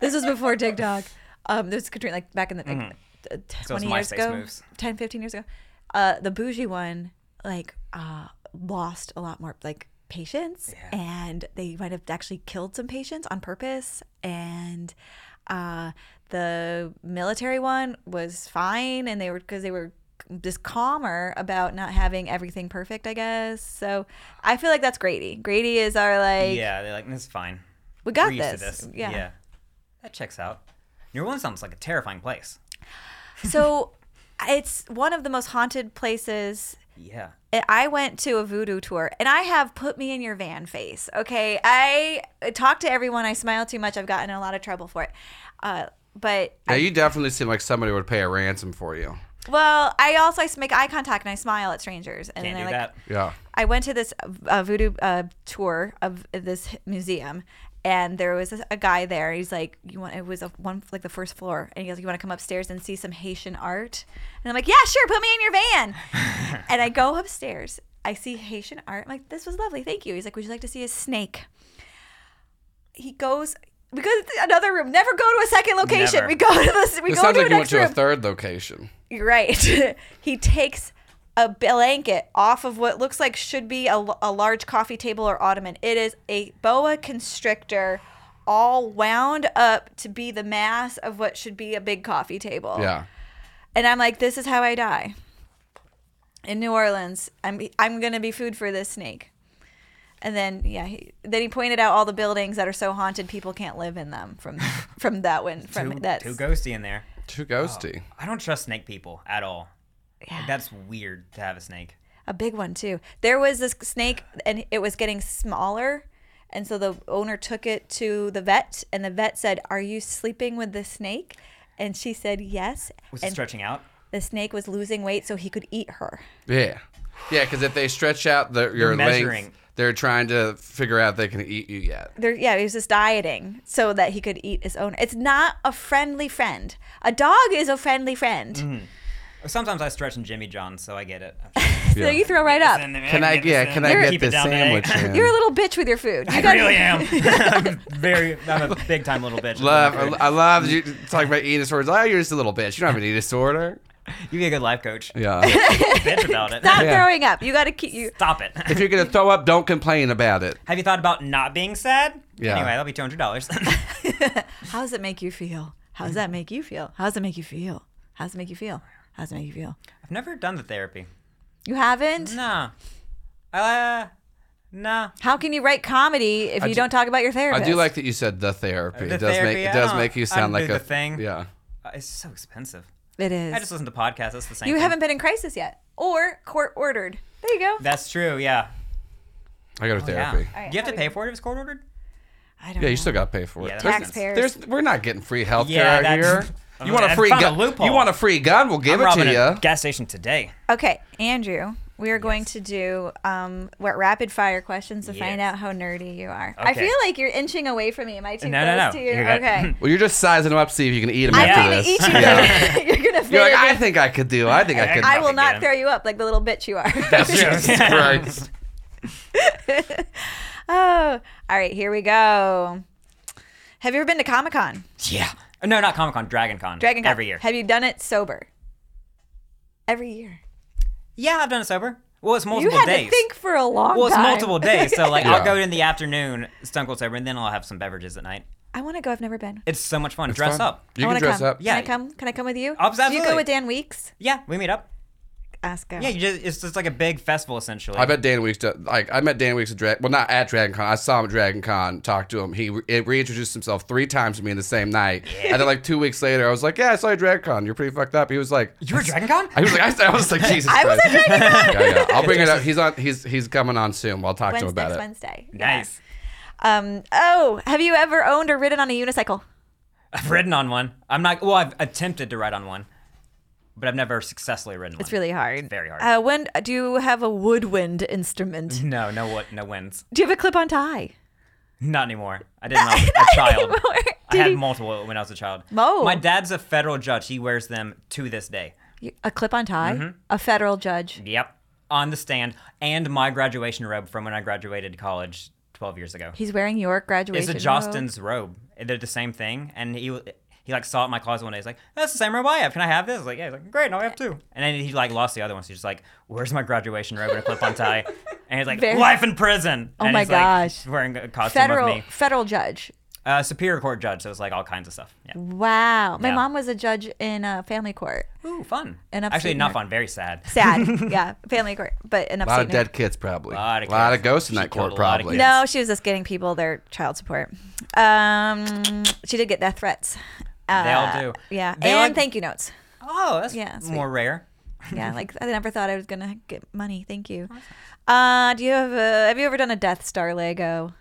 Speaker 1: this was before TikTok. Um, this was Katrina, like back in the like, t- t-
Speaker 2: Mm. So it's
Speaker 1: 20 years
Speaker 2: MySpace
Speaker 1: ago,
Speaker 2: moves.
Speaker 1: 10, 15 years ago. Uh, the bougie one, like, uh, lost a lot more, like, patients, and they might have actually killed some patients on purpose. And uh, the military one was fine, and they were because they were just calmer about not having everything perfect, I guess. So I feel like that's Grady. Grady is our like,
Speaker 2: yeah. They're like, this is fine.
Speaker 1: we got
Speaker 2: We're used to
Speaker 1: this.
Speaker 2: this.
Speaker 1: yeah.
Speaker 2: That checks out. New Orleans sounds like a terrifying place.
Speaker 1: So it's one of the most haunted places.
Speaker 2: Yeah.
Speaker 1: I- I went to a voodoo tour and I have put me in your van face. Okay. I talk to everyone. I smile too much. I've gotten in a lot of trouble for it. Uh, but
Speaker 3: Now you definitely seem like somebody would pay a ransom for you.
Speaker 1: well, I also I s- make eye contact and I smile at strangers and
Speaker 2: Can't
Speaker 1: they're
Speaker 2: do
Speaker 1: like,
Speaker 2: that.
Speaker 3: Yeah.
Speaker 1: I went to this uh, voodoo uh, tour of this museum, and there was a guy there. He's like, "You want?" It was a one like the first floor, and he goes, "You want to come upstairs and see some Haitian art?" And I'm like, "Yeah, sure. Put me in your
Speaker 3: [laughs]
Speaker 1: van." and I go upstairs. I see Haitian art. I'm like, "This was lovely. Thank you." He's like, "Would you like to see a snake?" He goes. We go to another room. Never go to a second location.
Speaker 2: Never.
Speaker 1: We go to this. We
Speaker 3: It
Speaker 1: go
Speaker 3: sounds
Speaker 1: to
Speaker 3: like
Speaker 1: a
Speaker 3: you went
Speaker 1: next
Speaker 3: to
Speaker 1: room.
Speaker 3: a third location.
Speaker 1: You're right. [laughs] he takes a blanket off of what looks like should be a, l- a large coffee table or ottoman. It is a boa constrictor all wound up to be the mass of what should be a big coffee table.
Speaker 3: Yeah.
Speaker 1: And I'm like, this is how I die. In New Orleans, I'm I'm gonna be food for this snake. And then yeah, he, then he pointed out all the buildings that are so haunted people can't live in them from [laughs] from that one from
Speaker 2: Too,
Speaker 1: that
Speaker 2: too ghosty in there.
Speaker 3: Too ghosty.
Speaker 2: I don't trust snake people at all. Like, that's weird to have a snake.
Speaker 1: a big one too. There was this snake, and it was getting smaller, and so the owner took it to the vet, and the vet said, "Are you sleeping with the snake?" And she said, "Yes."
Speaker 2: Was it
Speaker 1: and
Speaker 2: stretching out?
Speaker 1: the snake was losing weight, so he could eat her.
Speaker 3: Yeah. Yeah, because if they stretch out the, your
Speaker 2: Oh. measuring.
Speaker 3: length, they're trying to figure out if they can eat you yet.
Speaker 1: There, yeah, he was just dieting so that
Speaker 2: Mm.
Speaker 1: he could eat his owner. It's not a friendly friend. A dog is a friendly friend.
Speaker 2: Sometimes I stretch in Jimmy John's, so I
Speaker 1: [laughs]
Speaker 2: get it.
Speaker 3: Yeah.
Speaker 1: So you throw right up.
Speaker 2: Can
Speaker 3: Can I? Yeah. Can I get this sandwich?
Speaker 2: [laughs]
Speaker 3: in?
Speaker 1: You're a little bitch with your food. You
Speaker 2: I
Speaker 1: gotta-
Speaker 2: really am. [laughs]
Speaker 1: [laughs]
Speaker 2: I'm very. I'm a big time little bitch.
Speaker 3: [laughs]
Speaker 2: [laughs]
Speaker 3: Love. I, I love you talking about eating disorders. Oh, you're just a little bitch. You don't have an eating disorder.
Speaker 2: You be a good life coach.
Speaker 3: Yeah.
Speaker 2: Bitch about
Speaker 1: [laughs]
Speaker 2: it.
Speaker 1: Stop
Speaker 3: Yeah.
Speaker 1: throwing up. You got to keep you.
Speaker 2: Stop it. [laughs]
Speaker 3: if you're gonna throw up, don't complain about it.
Speaker 2: Have you thought about not being sad?
Speaker 3: Yeah.
Speaker 2: Anyway, that'll be two hundred dollars. [laughs]
Speaker 1: How does it make you feel? How
Speaker 2: Mm.
Speaker 1: does that make you feel? How does it make you feel? How does it make you feel? How does it make you feel?
Speaker 2: I've never done the therapy.
Speaker 1: You haven't?
Speaker 2: Nah. Uh. Nah.
Speaker 1: How can you write comedy if you
Speaker 3: do-
Speaker 1: don't talk about your
Speaker 3: I
Speaker 1: therapist?
Speaker 3: do like that you said the therapy.
Speaker 2: The
Speaker 3: it does
Speaker 2: therapy,
Speaker 3: make
Speaker 2: I
Speaker 3: it does
Speaker 2: don't-
Speaker 3: make you
Speaker 2: I
Speaker 3: sound
Speaker 2: don't
Speaker 3: like
Speaker 2: do
Speaker 3: a
Speaker 2: the thing.
Speaker 3: Yeah.
Speaker 2: Uh, It's so expensive.
Speaker 1: it is.
Speaker 2: I just listen to podcasts. That's the same.
Speaker 1: you
Speaker 2: thing.
Speaker 1: haven't been in crisis yet, or court ordered. There you go.
Speaker 2: That's true. Yeah.
Speaker 3: I go to
Speaker 2: Oh, Yeah.
Speaker 3: therapy. Yeah.
Speaker 1: right,
Speaker 2: Do you have
Speaker 1: how
Speaker 2: to
Speaker 1: we
Speaker 2: pay for it if it's court ordered?
Speaker 1: I don't.
Speaker 3: you
Speaker 1: know.
Speaker 3: still got to pay for it.
Speaker 2: Yeah, that
Speaker 3: There's-
Speaker 2: makes
Speaker 1: Taxpayers.
Speaker 3: There's, we're not getting free health care
Speaker 2: Yeah,
Speaker 3: out here.
Speaker 2: [laughs] that's-
Speaker 3: You want a
Speaker 2: I
Speaker 3: free
Speaker 2: found a
Speaker 3: gun?
Speaker 2: loophole.
Speaker 3: You want a free gun? We'll give
Speaker 2: I'm
Speaker 3: it
Speaker 2: robbing
Speaker 3: to
Speaker 2: a
Speaker 3: you.
Speaker 2: gas station today.
Speaker 1: Okay, Andrew, we are going to do um, what rapid fire questions to find
Speaker 2: Yes.
Speaker 1: out how nerdy you are. I
Speaker 2: Okay.
Speaker 1: feel like you're inching away from me. Am I too
Speaker 2: No,
Speaker 1: close
Speaker 2: no, no.
Speaker 1: to you?
Speaker 2: You're good. [laughs]
Speaker 1: okay.
Speaker 3: Well, you're just sizing them up to see if you can eat them
Speaker 1: I'm
Speaker 3: after
Speaker 1: going
Speaker 3: this.
Speaker 1: to eat you. [laughs]
Speaker 3: Yeah.
Speaker 1: you're going to
Speaker 3: You're
Speaker 1: figure
Speaker 3: like, I
Speaker 1: it
Speaker 3: think I could do. I think I could.
Speaker 1: I
Speaker 3: [laughs]
Speaker 1: will
Speaker 2: Fucking
Speaker 1: not
Speaker 2: get him.
Speaker 1: throw you up like the little bitch you are.
Speaker 2: [laughs]
Speaker 3: Jesus Christ.
Speaker 1: oh, all right, here we go. Have you ever been to Comic Con?
Speaker 2: Yeah. Uh, No, not Comic Con. Dragon Con.
Speaker 1: Dragon Con.
Speaker 2: Every year.
Speaker 1: Have you done it sober? Every year.
Speaker 2: Yeah, I've done it sober. Well, it's multiple
Speaker 1: you had
Speaker 2: days.
Speaker 1: to think for a long
Speaker 2: well, it's
Speaker 1: time.
Speaker 2: multiple days. So
Speaker 3: [laughs]
Speaker 2: like, I'll
Speaker 3: Yeah.
Speaker 2: go in the afternoon, stone cold sober, and then I'll have some beverages at night.
Speaker 1: [laughs] I want to go. I've never been.
Speaker 2: It's so much fun. Dress up.
Speaker 1: I
Speaker 3: You can
Speaker 1: want to
Speaker 3: dress
Speaker 1: come.
Speaker 3: up.
Speaker 1: Can I
Speaker 2: Yeah.
Speaker 1: come? Can I come with you?
Speaker 2: Abs-
Speaker 1: Do you go
Speaker 2: absolutely.
Speaker 1: with Dan Weeks?
Speaker 2: Yeah, we meet up.
Speaker 1: Ask him.
Speaker 2: Yeah, you just it's just like a big festival essentially.
Speaker 3: I bet Dan Weeks. do- Like I met Dan Weeks at Drag. Well, not at Dragon Con. I saw him at Dragon Con. Talked to him. He re- it reintroduced himself three times to me in the same night. And then like two weeks later, I was like, "Yeah, I saw you at Dragon Con. You're pretty fucked up." He was like,
Speaker 2: you were at Dragon Con?
Speaker 3: "I was like, I, I was like,
Speaker 2: [laughs]
Speaker 3: Jesus."
Speaker 1: I was
Speaker 3: Christ.
Speaker 1: at
Speaker 3: [laughs]
Speaker 1: Dragon Con.
Speaker 3: Yeah, yeah. I'll bring it up. He's on. He's he's coming on soon. I'll talk
Speaker 1: Wednesday,
Speaker 3: to him about
Speaker 1: next
Speaker 3: it.
Speaker 1: Wednesday. Yeah.
Speaker 2: Nice.
Speaker 1: Um. Oh, have you ever owned or ridden on a unicycle?
Speaker 2: I've ridden on one. I'm not. Well, I've attempted to ride on one, but I've never successfully ridden one.
Speaker 1: It's really hard.
Speaker 2: very hard.
Speaker 1: Uh,
Speaker 2: Mm-hmm.
Speaker 1: when do you have a woodwind instrument?
Speaker 2: [laughs] no, no, what, no wins.
Speaker 1: Do you have a clip-on tie?
Speaker 2: Not anymore. I did when I was
Speaker 1: [laughs]
Speaker 2: a child.
Speaker 1: anymore.
Speaker 2: I
Speaker 1: Did
Speaker 2: had
Speaker 1: he-
Speaker 2: multiple when I was a child.
Speaker 1: Oh.
Speaker 2: My dad's a federal judge. He wears them to this day.
Speaker 1: You- A clip-on tie?
Speaker 2: Mm-hmm.
Speaker 1: A federal judge?
Speaker 2: Yep. On the stand, and my graduation robe from when I graduated college 12 years ago.
Speaker 1: He's wearing your graduation.
Speaker 2: It's a
Speaker 1: robe.
Speaker 2: Jostin's robe. They're the same thing. And he he like saw it in my closet one day. He's like, "That's the same robe I have. Can I have this?" I was like, "Yeah." He's like, "Great, now I have two. And then he like lost the other one. So he's just like, "Where's my graduation robe and
Speaker 1: [laughs]
Speaker 2: a clip-on tie?" And he's like,
Speaker 1: Very-
Speaker 2: "Life in prison." Oh and
Speaker 1: my
Speaker 2: he's,
Speaker 1: gosh.
Speaker 2: Like, wearing a costume of
Speaker 1: Federal
Speaker 2: me.
Speaker 1: federal judge.
Speaker 2: Uh, Superior Court judge. So it's like all kinds of stuff.
Speaker 1: Mm-hmm.
Speaker 2: Yeah.
Speaker 1: Wow. My
Speaker 2: Yeah.
Speaker 1: mom was a judge in a family
Speaker 2: [laughs]
Speaker 1: court.
Speaker 2: Ooh, fun.
Speaker 1: And upstate
Speaker 2: actually not
Speaker 1: New York.
Speaker 2: fun. Very sad.
Speaker 1: Sad. yeah, family court, but in
Speaker 3: A lot
Speaker 1: upstate
Speaker 3: of
Speaker 1: New
Speaker 3: dead kids, probably. A
Speaker 2: Lot of kids.
Speaker 3: ghosts in
Speaker 2: She
Speaker 3: that court,
Speaker 2: killed a lot of
Speaker 3: probably.
Speaker 2: kids.
Speaker 1: No, she was just getting people their child support. Um, she did get death threats. Uh,
Speaker 2: They all do.
Speaker 1: Yeah,
Speaker 2: They
Speaker 1: and
Speaker 2: like-
Speaker 1: thank you notes.
Speaker 2: Oh, that's
Speaker 1: Yeah, sweet.
Speaker 2: more rare. [laughs]
Speaker 1: Yeah, like I never thought I was gonna get money. Thank you. Uh, do you have a, Have you ever done a Death Star Lego?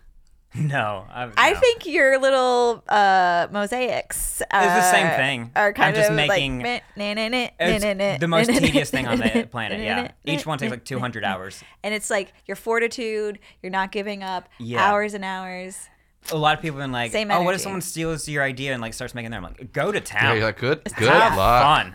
Speaker 2: No, I,
Speaker 1: I
Speaker 2: no.
Speaker 1: think your little uh, mosaics. Uh,
Speaker 2: the same thing.
Speaker 1: Are
Speaker 2: I'm
Speaker 1: kind
Speaker 2: just
Speaker 1: of
Speaker 2: making-
Speaker 1: like, meh, nah, nah, nah,
Speaker 2: It's
Speaker 1: nah, [laughs] nah, nah,
Speaker 2: the most
Speaker 1: nah, nah,
Speaker 2: tedious thing on
Speaker 1: [laughs] nah, nah,
Speaker 2: the planet.
Speaker 1: nah,
Speaker 2: Yeah,
Speaker 1: nah,
Speaker 2: each one takes
Speaker 1: nah, [laughs]
Speaker 2: like 200 hours.
Speaker 1: and it's like your fortitude. You're not giving up.
Speaker 2: Yeah.
Speaker 1: Hours and hours.
Speaker 2: [laughs] a lot of people have been like,
Speaker 1: Same
Speaker 2: oh, what if
Speaker 1: energy.
Speaker 2: someone steals your idea and like starts making them? I'm like, go to
Speaker 3: Yeah,
Speaker 2: town.
Speaker 3: you're like, good, good
Speaker 2: Have
Speaker 3: luck.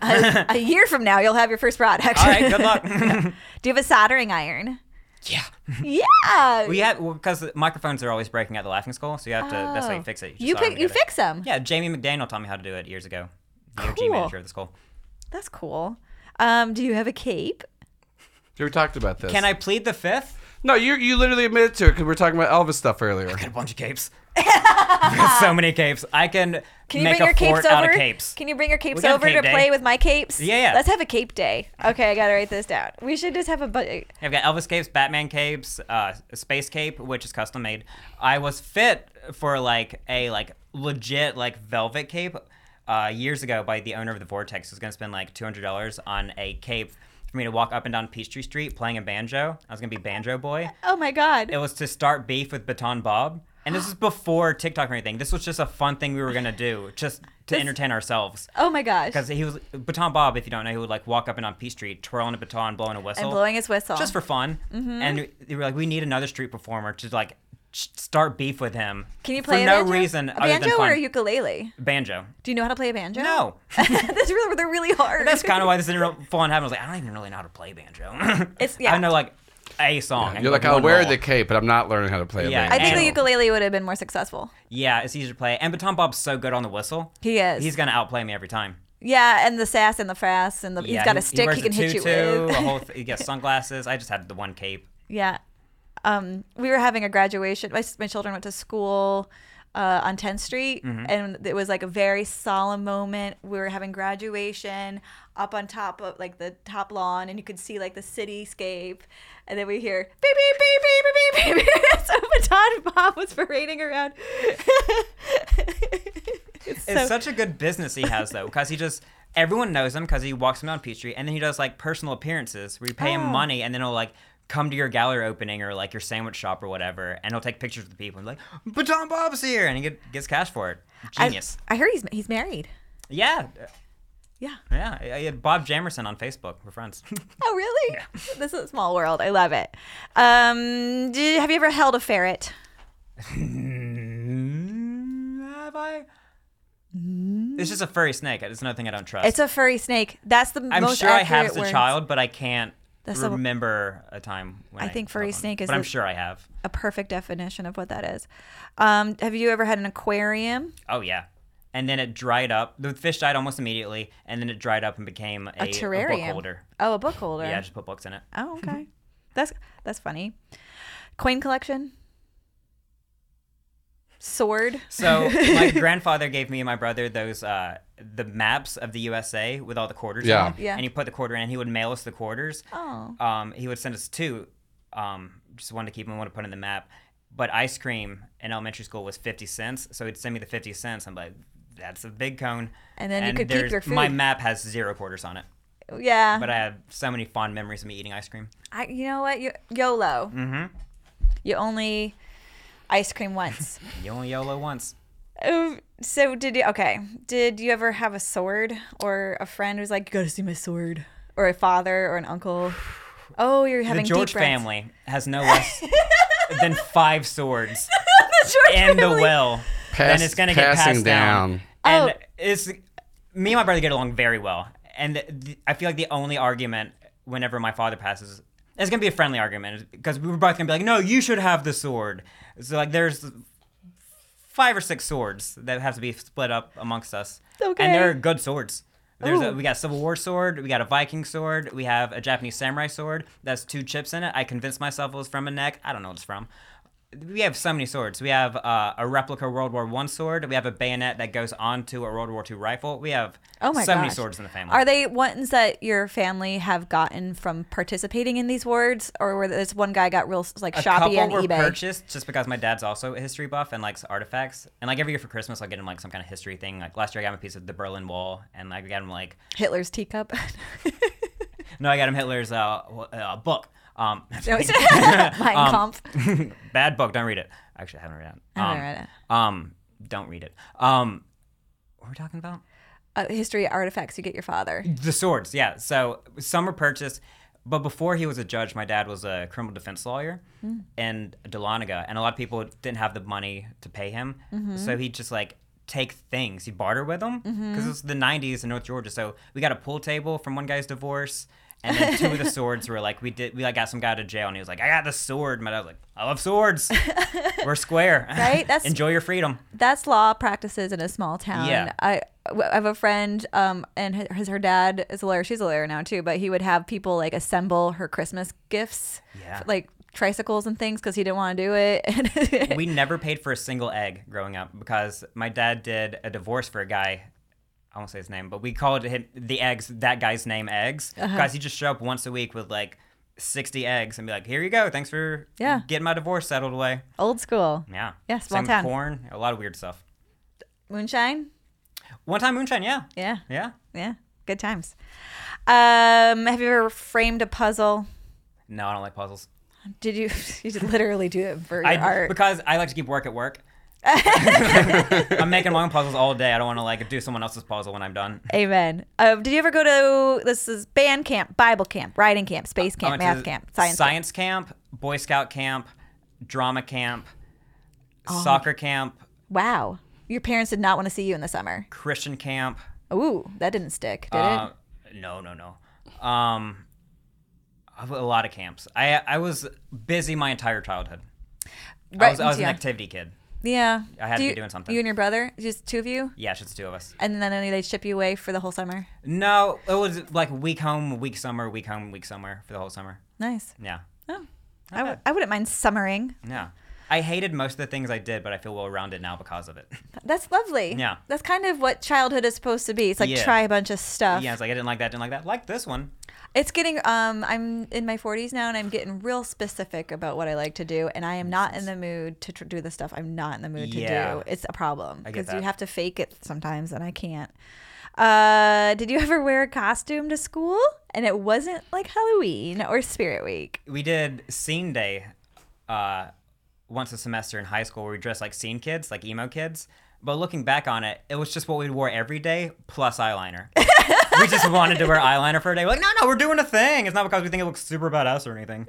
Speaker 1: [laughs]
Speaker 2: fun.
Speaker 1: a year from now, you'll have your first product.
Speaker 2: [laughs] All right, good luck.
Speaker 1: [laughs] Do you have a soldering iron?
Speaker 2: [laughs] yeah.
Speaker 1: Yeah.
Speaker 2: We have because the microphones are always breaking out the laughing skull, so you have to. That's how you
Speaker 1: Oh.
Speaker 2: fix it. just
Speaker 1: You
Speaker 2: solder
Speaker 1: pick, you
Speaker 2: together.
Speaker 1: fix them.
Speaker 2: Yeah, Jamie McDaniel taught me how to do it years ago. The OG
Speaker 1: Cool.
Speaker 2: manager of the school.
Speaker 1: That's cool. Um, do you have a cape?
Speaker 3: We talked about this.
Speaker 2: Can I plead the fifth?
Speaker 3: No, you you literally admitted to it because we were talking about Elvis stuff earlier.
Speaker 2: Got a bunch
Speaker 1: [laughs]
Speaker 2: of capes. [laughs] I've got so many capes. I can,
Speaker 1: Can you
Speaker 2: make
Speaker 1: bring your
Speaker 2: a fort
Speaker 1: capes
Speaker 2: out
Speaker 1: over?
Speaker 2: of capes.
Speaker 1: Can you bring your capes
Speaker 2: got a
Speaker 1: over
Speaker 2: cape
Speaker 1: to
Speaker 2: day.
Speaker 1: play with my capes?
Speaker 2: Yeah, yeah.
Speaker 1: Let's have a cape day. Okay, I gotta write this down. We should just have a bu-
Speaker 2: I've got Elvis capes, Batman capes, uh, space cape, which is custom made. I was fit for like a like legit like velvet cape uh, years ago by the owner of the Vortex. Who's gonna spend like two hundred dollars on a cape for me to walk up and down Peachtree Street playing a banjo. I was gonna be banjo boy.
Speaker 1: Oh my god.
Speaker 2: It was to start beef with Baton Bob, and this is before TikTok or anything. This was just a fun thing we were gonna do, just to entertain ourselves.
Speaker 1: oh my gosh.
Speaker 2: Because he was Baton Bob, if you don't know, he would like walk up and down Peachtree, twirling a baton, blowing a whistle
Speaker 1: And blowing his whistle.
Speaker 2: just for fun. And they were like, we need another street performer to like sh- start beef with him.
Speaker 1: Can you play
Speaker 2: for
Speaker 1: a
Speaker 2: no
Speaker 1: banjo?
Speaker 2: reason
Speaker 1: A
Speaker 2: other
Speaker 1: banjo
Speaker 2: than
Speaker 1: or
Speaker 2: fun.
Speaker 1: a ukulele?
Speaker 2: banjo?
Speaker 1: Do you know how to play a banjo?
Speaker 2: No,
Speaker 1: [laughs] That's really, they're really hard.
Speaker 2: that's kind of why this didn't fall in heaven. I was like, I don't even really know how to play banjo. [laughs]
Speaker 1: It's- yeah.
Speaker 2: I know like a song.
Speaker 3: You're like, I'll
Speaker 2: one
Speaker 3: wear
Speaker 2: roll.
Speaker 3: the cape, but I'm not learning how to play a
Speaker 2: Yeah,
Speaker 3: banjo.
Speaker 1: I think the
Speaker 2: and-
Speaker 1: ukulele would have been more successful.
Speaker 2: Yeah, it's easy to play. And but Tom Bob's so good on the whistle.
Speaker 1: He is.
Speaker 2: He's gonna outplay me every time.
Speaker 1: yeah, and the sass and the frass and the
Speaker 2: Yeah,
Speaker 1: he's got
Speaker 2: he-
Speaker 1: a stick
Speaker 2: wears
Speaker 1: he can hit you
Speaker 2: tutu,
Speaker 1: with. [laughs]
Speaker 2: A whole th- he gets sunglasses. I just had the one cape.
Speaker 1: Yeah. Um, we were having a graduation. My, my children went to school uh, on 10th Street, and it was like a very solemn moment. We were having graduation up on top of like the top lawn, and you could see like the cityscape. And then we hear beep, beep, beep, beep, beep, beep, beep. [laughs] so Baton Bob was parading around. [laughs] it's
Speaker 2: It's
Speaker 1: so,
Speaker 2: such a good business he has though, because he just everyone knows him because he walks around Peachtree, and then he does like personal appearances where you pay him
Speaker 1: Oh.
Speaker 2: money, and then he'll like come to your gallery opening or like your sandwich shop or whatever, and he'll take pictures of the people and be like, "But Tom Bob's here," and he get, gets cash for it.
Speaker 1: I,
Speaker 2: Genius.
Speaker 1: I heard he's he's married.
Speaker 2: yeah,
Speaker 1: Yeah.
Speaker 2: yeah. I I had Bob Jamerson on Facebook. We're friends. [laughs]
Speaker 1: Oh, really? This is a small world. I love it. Um, do, have you ever held a ferret?
Speaker 2: Mm, Have I? It's just a furry snake. It's nothing I don't trust.
Speaker 1: It's a furry snake. That's the
Speaker 2: I'm
Speaker 1: most
Speaker 2: sure I have
Speaker 1: accurate
Speaker 2: as a
Speaker 1: word.
Speaker 2: child, but I can't
Speaker 1: That's the-
Speaker 2: remember a time when
Speaker 1: I
Speaker 2: I
Speaker 1: think furry
Speaker 2: felt one.
Speaker 1: snake is
Speaker 2: But I'm
Speaker 1: the-
Speaker 2: sure I have.
Speaker 1: A perfect definition of what that is. Um, have you ever had an aquarium?
Speaker 2: Oh yeah. And then it dried up. The fish died almost immediately, and then it dried up and became a, a
Speaker 1: terrarium.
Speaker 2: book holder.
Speaker 1: Oh, a book holder.
Speaker 2: Yeah, Mm-hmm. I just put books in it.
Speaker 1: Oh, okay. that's that's funny. Coin collection. Sword. [laughs]
Speaker 2: So my grandfather gave me and my brother those uh, the maps of the USA with all the quarters.
Speaker 3: Yeah.
Speaker 2: on them,
Speaker 1: Yeah.
Speaker 2: And he put the quarter in, and he would mail us the quarters.
Speaker 1: Oh.
Speaker 2: um, he would send us two. Um, just wanted to keep them, wanted to put in the map. But ice cream in elementary school was 50 cents. So he'd send me the 50 cents. I'm like, that's a big cone.
Speaker 1: And then you could keep
Speaker 2: there's-
Speaker 1: your food.
Speaker 2: My map has zero quarters on it.
Speaker 1: Yeah.
Speaker 2: But I have so many fond memories of me eating ice cream.
Speaker 1: I, you know what? You, YOLO. Mm-hmm. You only ice cream once.
Speaker 2: You only YOLO once.
Speaker 1: Oh, so did you? Okay, did you ever have a sword or a friend who's like, "You gotta see my sword," or a father or an uncle? Oh, you're [laughs]
Speaker 2: The
Speaker 1: having
Speaker 2: George
Speaker 1: deep breaths.
Speaker 2: family
Speaker 1: [laughs]
Speaker 2: has no less than five swords
Speaker 1: the George
Speaker 2: in the
Speaker 1: family.
Speaker 2: well.
Speaker 3: Pass-
Speaker 2: and it's going to get
Speaker 3: passing
Speaker 2: passed down.
Speaker 3: down.
Speaker 2: And
Speaker 1: Oh.
Speaker 2: it's me and my brother get along very well. And th th- I feel like the only argument whenever my father passes, it's going to be a friendly argument because we were both going to be like, no, you should have the sword. So, like, there's five or six swords that have to be split up amongst us.
Speaker 1: Okay. Oh.
Speaker 2: And they're good swords. There's a,
Speaker 1: Ooh.
Speaker 2: we got a Civil War sword, we got a Viking sword, we have a Japanese samurai sword. That's two chips in it. I convinced myself it was from a neck. I don't know what it's from. We have so many swords. We have uh, a replica World War One sword. We have a bayonet that goes onto a World War Two rifle. We have
Speaker 1: Oh my
Speaker 2: so many
Speaker 1: gosh.
Speaker 2: swords in the family.
Speaker 1: Are they ones that your family have gotten from participating in these wars, or where this one guy got real like
Speaker 2: a
Speaker 1: shoppy
Speaker 2: couple
Speaker 1: on
Speaker 2: were
Speaker 1: eBay?
Speaker 2: purchased just because my dad's also a history buff and likes artifacts. And like every year for Christmas, I'll get him like some kind of history thing. Like last year, I got him a piece of the Berlin Wall, and like, I got him like
Speaker 1: Hitler's
Speaker 2: [laughs]
Speaker 1: teacup. [laughs]
Speaker 2: No, I got him Hitler's uh, w- uh book. Um, [laughs]
Speaker 1: no, it's Mein Kampf.
Speaker 2: bad book. Don't read it. Actually, I haven't read it.
Speaker 1: I haven't read
Speaker 2: it. Um, don't read it. Um, what are we talking about?
Speaker 1: Uh, history artifacts you get your father.
Speaker 2: The swords. Yeah. So some were purchased, but before he was a judge, my dad was a criminal defense lawyer
Speaker 1: Hmm.
Speaker 2: in Dahlonega, and a lot of people didn't have the money to pay him,
Speaker 1: Mm-hmm.
Speaker 2: so he just like take things. He barter with them because it was the '90s in North Georgia. So we got a pool table from one guy's divorce. And then two
Speaker 1: [laughs]
Speaker 2: of the swords were like we did. We like got some guy out of jail, and he was like, "I got the sword." My dad was like, "I
Speaker 1: [laughs]
Speaker 2: love swords. We're square.
Speaker 1: Right? That's-
Speaker 2: [laughs] enjoy your freedom."
Speaker 1: that's law practices in a small town.
Speaker 2: Yeah.
Speaker 1: I, I have a friend, um, and his, her dad is a lawyer. She's a lawyer now too, but he would have people like assemble her Christmas gifts,
Speaker 2: Yeah.
Speaker 1: like tricycles and things, because he didn't want to do it. [laughs]
Speaker 2: we never paid for a single egg growing up because my dad did a divorce for a guy. I won't say his name, but we called him the eggs that guy's name eggs
Speaker 1: Uh-huh.
Speaker 2: because he just show up once a week with like sixty eggs and be like, "Here you go, thanks for
Speaker 1: Yeah.
Speaker 2: getting my divorce settled away."
Speaker 1: Old school
Speaker 2: Yeah,
Speaker 1: Yeah, small
Speaker 2: Same with
Speaker 1: town.
Speaker 2: corn, a lot of weird stuff.
Speaker 1: moonshine.
Speaker 2: One time moonshine, yeah,
Speaker 1: Yeah,
Speaker 2: yeah.
Speaker 1: yeah, good times. Um, have you ever framed a puzzle?
Speaker 2: No, I don't like puzzles.
Speaker 1: Did you? [laughs] You did literally do it for your
Speaker 2: I
Speaker 1: art.
Speaker 2: because I like to keep work at
Speaker 1: [laughs]
Speaker 2: work. [laughs] I'm making my own puzzles all day. I don't want to like do someone else's puzzle when I'm done.
Speaker 1: Amen. Um, did you ever go to this is band camp, Bible camp, writing camp, space
Speaker 2: I
Speaker 1: camp,
Speaker 2: went to
Speaker 1: math camp, science? camp?
Speaker 2: science camp. Boy Scout camp, drama camp.
Speaker 1: Oh.
Speaker 2: soccer camp,
Speaker 1: Wow. Your parents did not want to see you in the summer.
Speaker 2: Christian camp.
Speaker 1: Ooh, that didn't stick, did
Speaker 2: Uh, no, no, no. Um, I've- a lot of camps. I I was busy my entire childhood.
Speaker 1: it?
Speaker 2: I was, I was
Speaker 1: yeah.
Speaker 2: an activity kid.
Speaker 1: yeah.
Speaker 2: I had
Speaker 1: Do
Speaker 2: to be
Speaker 1: you-
Speaker 2: doing something.
Speaker 1: You and your brother, just two of you,
Speaker 2: Yeah, it's just the two of us.
Speaker 1: and then only they ship you away for the whole summer.
Speaker 2: No, it was like week home, week summer, week home, week summer for the whole summer.
Speaker 1: Nice.
Speaker 2: Yeah,
Speaker 1: Oh, I w- I wouldn't mind summering.
Speaker 2: yeah. I hated most of the things I did, but I feel well rounded now because of it. [laughs]
Speaker 1: That's lovely.
Speaker 2: Yeah.
Speaker 1: That's kind of what childhood is supposed to be. It's like
Speaker 2: Yeah.
Speaker 1: try a bunch of stuff.
Speaker 2: yeah, it's like I didn't like that, didn't like that, like this one.
Speaker 1: It's getting um I'm in my 40s now and I'm getting real specific about what I like to do and I am not in the mood to tr- do the stuff I'm not in the mood to
Speaker 2: Yeah.
Speaker 1: do. It's a problem
Speaker 2: get
Speaker 1: you
Speaker 2: that.
Speaker 1: have to fake it sometimes and I can't. Uh did you ever wear a costume to school and it wasn't like Halloween or Spirit Week?
Speaker 2: We did scene day uh, once a semester in high school where we dressed like scene kids, like emo kids. But looking back on it, it was just what we wore every day plus eyeliner. we just wanted to wear eyeliner for a day. We're like, no, no, we're doing a thing. It's not because we think it looks super badass or anything.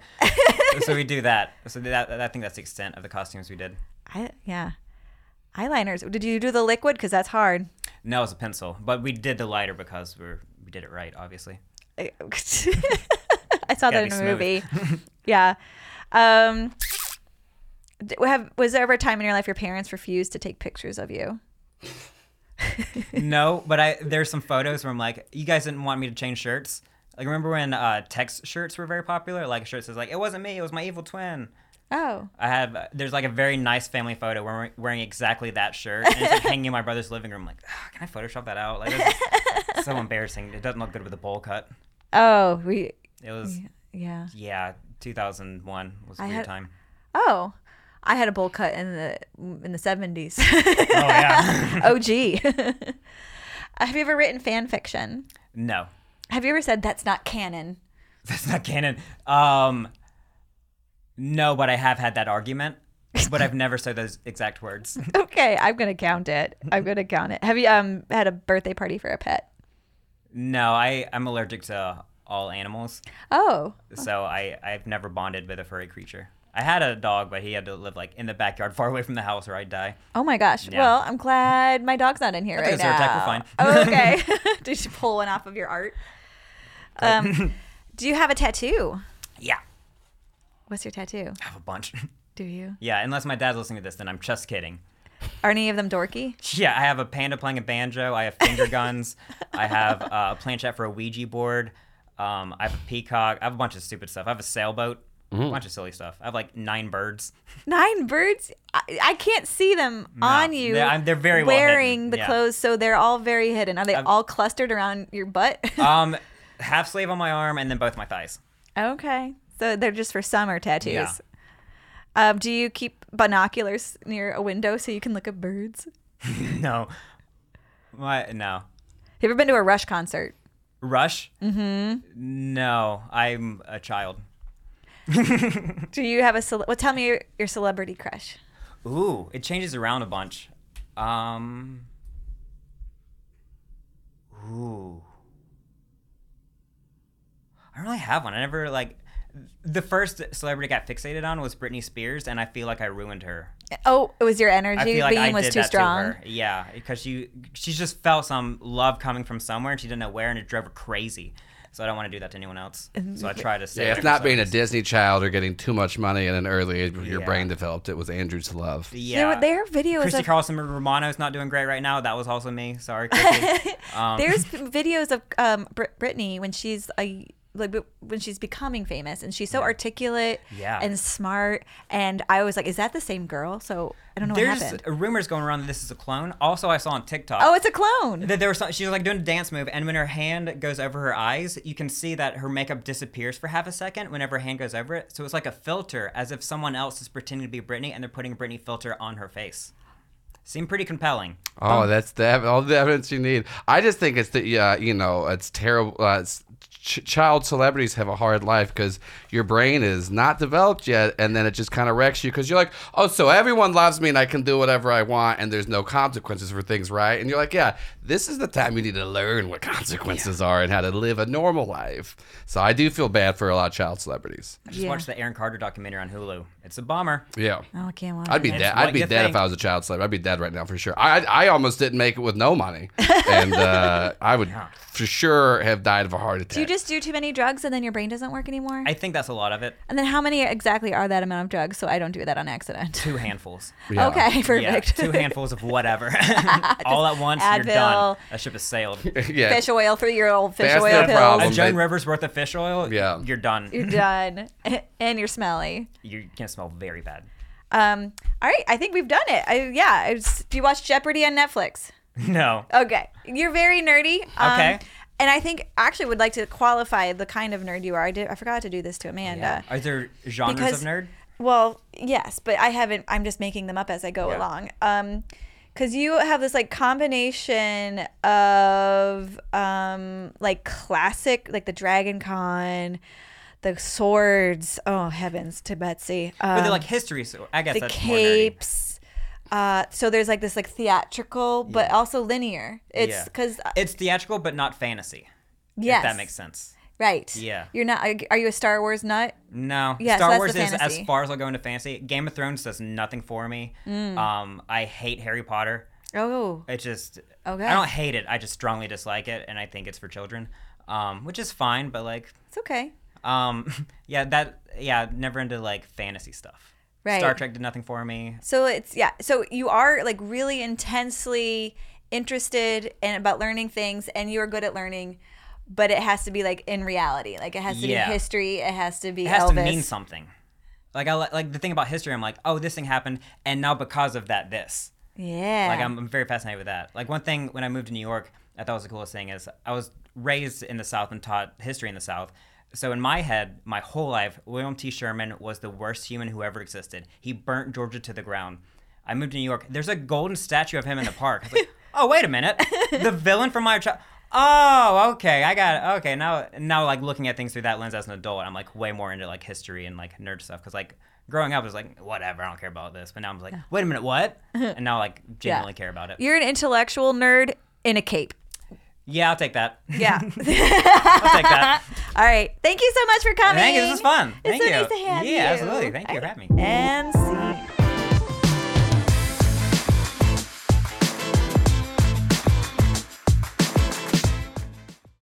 Speaker 2: so we do that. So that, I think that's the extent of the costumes we did.
Speaker 1: I yeah. Eyeliners. Did you do the liquid cuz that's hard?
Speaker 2: No, it was a pencil, but we did the lighter because we're, we did it right, obviously.
Speaker 1: I saw that
Speaker 2: Gotta
Speaker 1: in
Speaker 2: be
Speaker 1: a movie.
Speaker 2: smooth. [laughs]
Speaker 1: yeah. Um, d- have was there ever a time in your life your parents refused to take pictures of you?
Speaker 2: no, but I there's some photos where I'm like, you guys didn't want me to change shirts. Like remember when uh, text shirts were very popular? Like shirts is like, it wasn't me, it was my evil twin.
Speaker 1: Oh,
Speaker 2: I have uh, there's like a very nice family photo where we're wearing exactly that shirt and it's like hanging in my brother's living room. Like, "Ah, can I Photoshop that out? Like, this is so embarrassing. It doesn't look good with a bowl cut.
Speaker 1: oh, we
Speaker 2: It was
Speaker 1: yeah.
Speaker 2: yeah, 2001 was a weird
Speaker 1: had-
Speaker 2: time.
Speaker 1: Oh, I had a bowl cut in the in the [laughs] seventies.
Speaker 2: Oh yeah. [laughs]
Speaker 1: oh, [laughs] gee. have you ever written fan fiction?
Speaker 2: no,
Speaker 1: Have you ever said that's not canon?
Speaker 2: that's not canon. Um, no, but I have had that argument, but I've never said those exact words.
Speaker 1: [laughs] Okay, I'm gonna count it. I'm gonna count it. Have you um had a birthday party for a pet?
Speaker 2: No, I I'm allergic to all animals,
Speaker 1: Oh,
Speaker 2: so I I've never bonded with a furry creature. I had a dog, but he had to live like in the backyard, [laughs] far away from the house, or I'd die.
Speaker 1: Oh my gosh.
Speaker 2: Yeah.
Speaker 1: Well, I'm glad my dog's not in here right
Speaker 2: think a Zyrtec, we're
Speaker 1: now.
Speaker 2: fine.
Speaker 1: oh, okay.
Speaker 2: [laughs]
Speaker 1: [laughs] Did you pull one off of your art? Um, do you have a tattoo?
Speaker 2: Yeah,
Speaker 1: What's your tattoo?
Speaker 2: I have a bunch. [laughs]
Speaker 1: Do you?
Speaker 2: yeah, unless my dad's listening to this, then I'm just kidding. [laughs]
Speaker 1: Are any of them dorky?
Speaker 2: Yeah, I have a panda playing a banjo. I have finger guns. I have uh, a planchette for a Ouija board. Um, I have a peacock. I have a bunch of stupid stuff. I have a sailboat. A bunch of silly stuff. I have like nine birds.
Speaker 1: Nine birds? I, I can't see them on you.
Speaker 2: They're- I'm- they're very well hidden.
Speaker 1: wearing the
Speaker 2: Yeah.
Speaker 1: clothes, so they're all very hidden. Are they all clustered around your butt?
Speaker 2: Um, half slave on my arm, and then both my thighs.
Speaker 1: [laughs]
Speaker 2: [laughs]
Speaker 1: okay. So they're just for summer tattoos.
Speaker 2: Yeah.
Speaker 1: Um, do you keep binoculars near a window so you can look at birds?
Speaker 2: No, my no.
Speaker 1: Have you ever been to a Rush concert?
Speaker 2: Rush? Mm-hmm. No, I'm a child.
Speaker 1: Do you have a cele- well? Tell me your, your celebrity crush.
Speaker 2: Ooh, it changes around a bunch. Um. Ooh. I don't really have one. I never like. The first celebrity I got fixated on was Britney Spears, and I feel like I ruined her.
Speaker 1: Oh, it was your
Speaker 2: I
Speaker 1: energy
Speaker 2: feel like
Speaker 1: being
Speaker 2: I
Speaker 1: was
Speaker 2: did
Speaker 1: too
Speaker 2: that
Speaker 1: strong.
Speaker 2: to her. Yeah, because she she just felt some love coming from somewhere, and she didn't know where, and it drove her crazy. So I don't want to do that to anyone else.
Speaker 1: [laughs]
Speaker 2: So I try to stay.
Speaker 3: Yeah,
Speaker 2: away
Speaker 3: it's
Speaker 2: from
Speaker 3: not being a
Speaker 2: celebrities.
Speaker 3: Disney child or getting too much money at an early age where your
Speaker 2: Yeah.
Speaker 3: brain developed. It was Andrew's love.
Speaker 1: There,
Speaker 2: Yeah.
Speaker 1: were- their videos
Speaker 2: Christy
Speaker 1: of
Speaker 2: Carlson Romano's not doing great right now. That was also me. Sorry. Christy. um, [laughs]
Speaker 1: there's videos of um, Br- Britney when she's a like b- when she's becoming famous and she's so articulate
Speaker 2: Yeah.
Speaker 1: and smart and I was like, is that the same girl? So I don't know what
Speaker 2: there's
Speaker 1: happened.
Speaker 2: rumors going around that this is a clone. Also, I saw on TikTok.
Speaker 1: Oh, it's a clone.
Speaker 2: that there was some, she was like doing a dance move, and when her hand goes over her eyes, you can see that her makeup disappears for half a second whenever her hand goes over it. So it's like a filter, as if someone else is pretending to be Britney, and they're putting a Britney filter on her face. Seemed pretty compelling.
Speaker 3: Oh, that's the ev- all the evidence you need. I just think it's the uh, you know it's terrible. Uh, it's ch- child celebrities have a hard life because your brain is not developed yet, and then it just kind of wrecks you because you're like, oh, so everyone loves me and I can do whatever I want, and there's no consequences for things, right? And you're like, yeah, this is the time you need to learn what consequences are and how to live a normal life. So I do feel bad for a lot of child celebrities.
Speaker 2: Just watch the Aaron Carter documentary on Hulu. It's a bummer.
Speaker 3: Yeah.
Speaker 1: Oh, I can't watch
Speaker 3: I'd be
Speaker 1: it.
Speaker 3: dead.
Speaker 2: what
Speaker 3: I'd be
Speaker 2: you
Speaker 3: dead if
Speaker 2: think.
Speaker 3: I was a child slave. I'd be dead right now for sure. I I almost didn't make it with no money, and uh, I would for sure have died of a heart attack.
Speaker 1: Do you just do too many drugs and then your brain doesn't work anymore?
Speaker 2: I think that's a lot of it.
Speaker 1: and then how many exactly are that amount of drugs so I don't do that on accident?
Speaker 2: Two handfuls.
Speaker 3: Yeah.
Speaker 1: Okay, [laughs]
Speaker 2: Yeah,
Speaker 1: perfect.
Speaker 2: two handfuls
Speaker 1: [laughs]
Speaker 2: of whatever. [laughs] All at once,
Speaker 1: Advil.
Speaker 2: you're done. That ship has sailed.
Speaker 3: [laughs] yeah.
Speaker 1: fish oil, three year old fish
Speaker 3: That's
Speaker 1: oil
Speaker 3: their
Speaker 1: pills.
Speaker 2: A
Speaker 3: problem.
Speaker 2: Joan
Speaker 3: they-
Speaker 2: Rivers worth of fish oil.
Speaker 3: Yeah.
Speaker 2: you're done.
Speaker 1: [laughs] You're done. [laughs] and you're smelly.
Speaker 2: You're gonna smell very bad. [laughs]
Speaker 1: Um, all right, I think we've done it. I, yeah. I was- do you watch Jeopardy on Netflix?
Speaker 2: No.
Speaker 1: Okay. You're very nerdy. Um,
Speaker 2: Okay.
Speaker 1: And I think actually would like to qualify the kind of nerd you are. I did. I forgot to do this to uh, Amanda.
Speaker 2: Are there genres
Speaker 1: because-
Speaker 2: of nerd?
Speaker 1: Well, yes, but I haven't. I'm just making them up as I go
Speaker 2: Yeah.
Speaker 1: along. Um, because you have this like combination of um like classic, like the Dragon Con, the swords. Oh heavens to Betsy.
Speaker 2: Or
Speaker 1: Um,
Speaker 2: they're like history. So I guess
Speaker 1: the
Speaker 2: that's
Speaker 1: capes. Uh, so there's like this like theatrical, but also linear. It's
Speaker 2: Yeah.
Speaker 1: because
Speaker 2: more nerdy. It's theatrical, but not fantasy.
Speaker 1: yes,
Speaker 2: If that makes sense.
Speaker 1: right.
Speaker 2: Yeah.
Speaker 1: you're not. Are you a Star Wars nut?
Speaker 2: No,
Speaker 1: Yeah, so
Speaker 2: Star
Speaker 1: that's
Speaker 2: Wars
Speaker 1: the
Speaker 2: is as
Speaker 1: fantasy.
Speaker 2: far as I'll go into fantasy. Game of Thrones does nothing for me.
Speaker 1: Mm.
Speaker 2: Um, I hate Harry Potter.
Speaker 1: Oh,
Speaker 2: It just
Speaker 1: Okay.
Speaker 2: I don't hate it. I just strongly dislike it, and I think it's for children, um, which is fine. But like,
Speaker 1: it's okay.
Speaker 2: um, [laughs] yeah, that yeah, never into like fantasy stuff.
Speaker 1: Right.
Speaker 2: Star Trek did nothing for me.
Speaker 1: So it's yeah. So you are like really intensely interested and about learning things, and you are good at learning, but it has to be like in reality. Like it has to
Speaker 2: Yeah.
Speaker 1: be history. It has to be
Speaker 2: It has
Speaker 1: Elvis.
Speaker 2: to mean something. Like I li- like the thing about history. I'm like, oh, this thing happened, and now because of that, this.
Speaker 1: Yeah.
Speaker 2: Like I'm, I'm very fascinated with that. Like one thing when I moved to New York, I thought was the coolest thing is I was raised in the South and taught history in the South. So in my head, my whole life, William T. Sherman was the worst human who ever existed. He burnt Georgia to the ground. I moved to New York. There's a golden statue of him in the park. I was like, oh wait a minute, the villain from my child. Oh, okay. I got it. Okay, now now like looking at things through that lens as an adult, I'm like way more into like history and like nerd stuff because like growing up I was like whatever, I don't care about this. But now I'm like, wait a minute, what? And now like genuinely care about it.
Speaker 1: You're an intellectual nerd in a
Speaker 2: [laughs]
Speaker 1: cape.
Speaker 2: Yeah, I'll take that.
Speaker 1: Yeah. [laughs]
Speaker 2: [laughs] I'll take that.
Speaker 1: All right. Thank you so much for coming.
Speaker 2: Thank you. This is fun.
Speaker 1: It's
Speaker 2: Thank
Speaker 1: so
Speaker 2: you.
Speaker 1: nice to have
Speaker 2: yeah,
Speaker 1: you.
Speaker 2: absolutely. Thank you for having me.
Speaker 1: And see.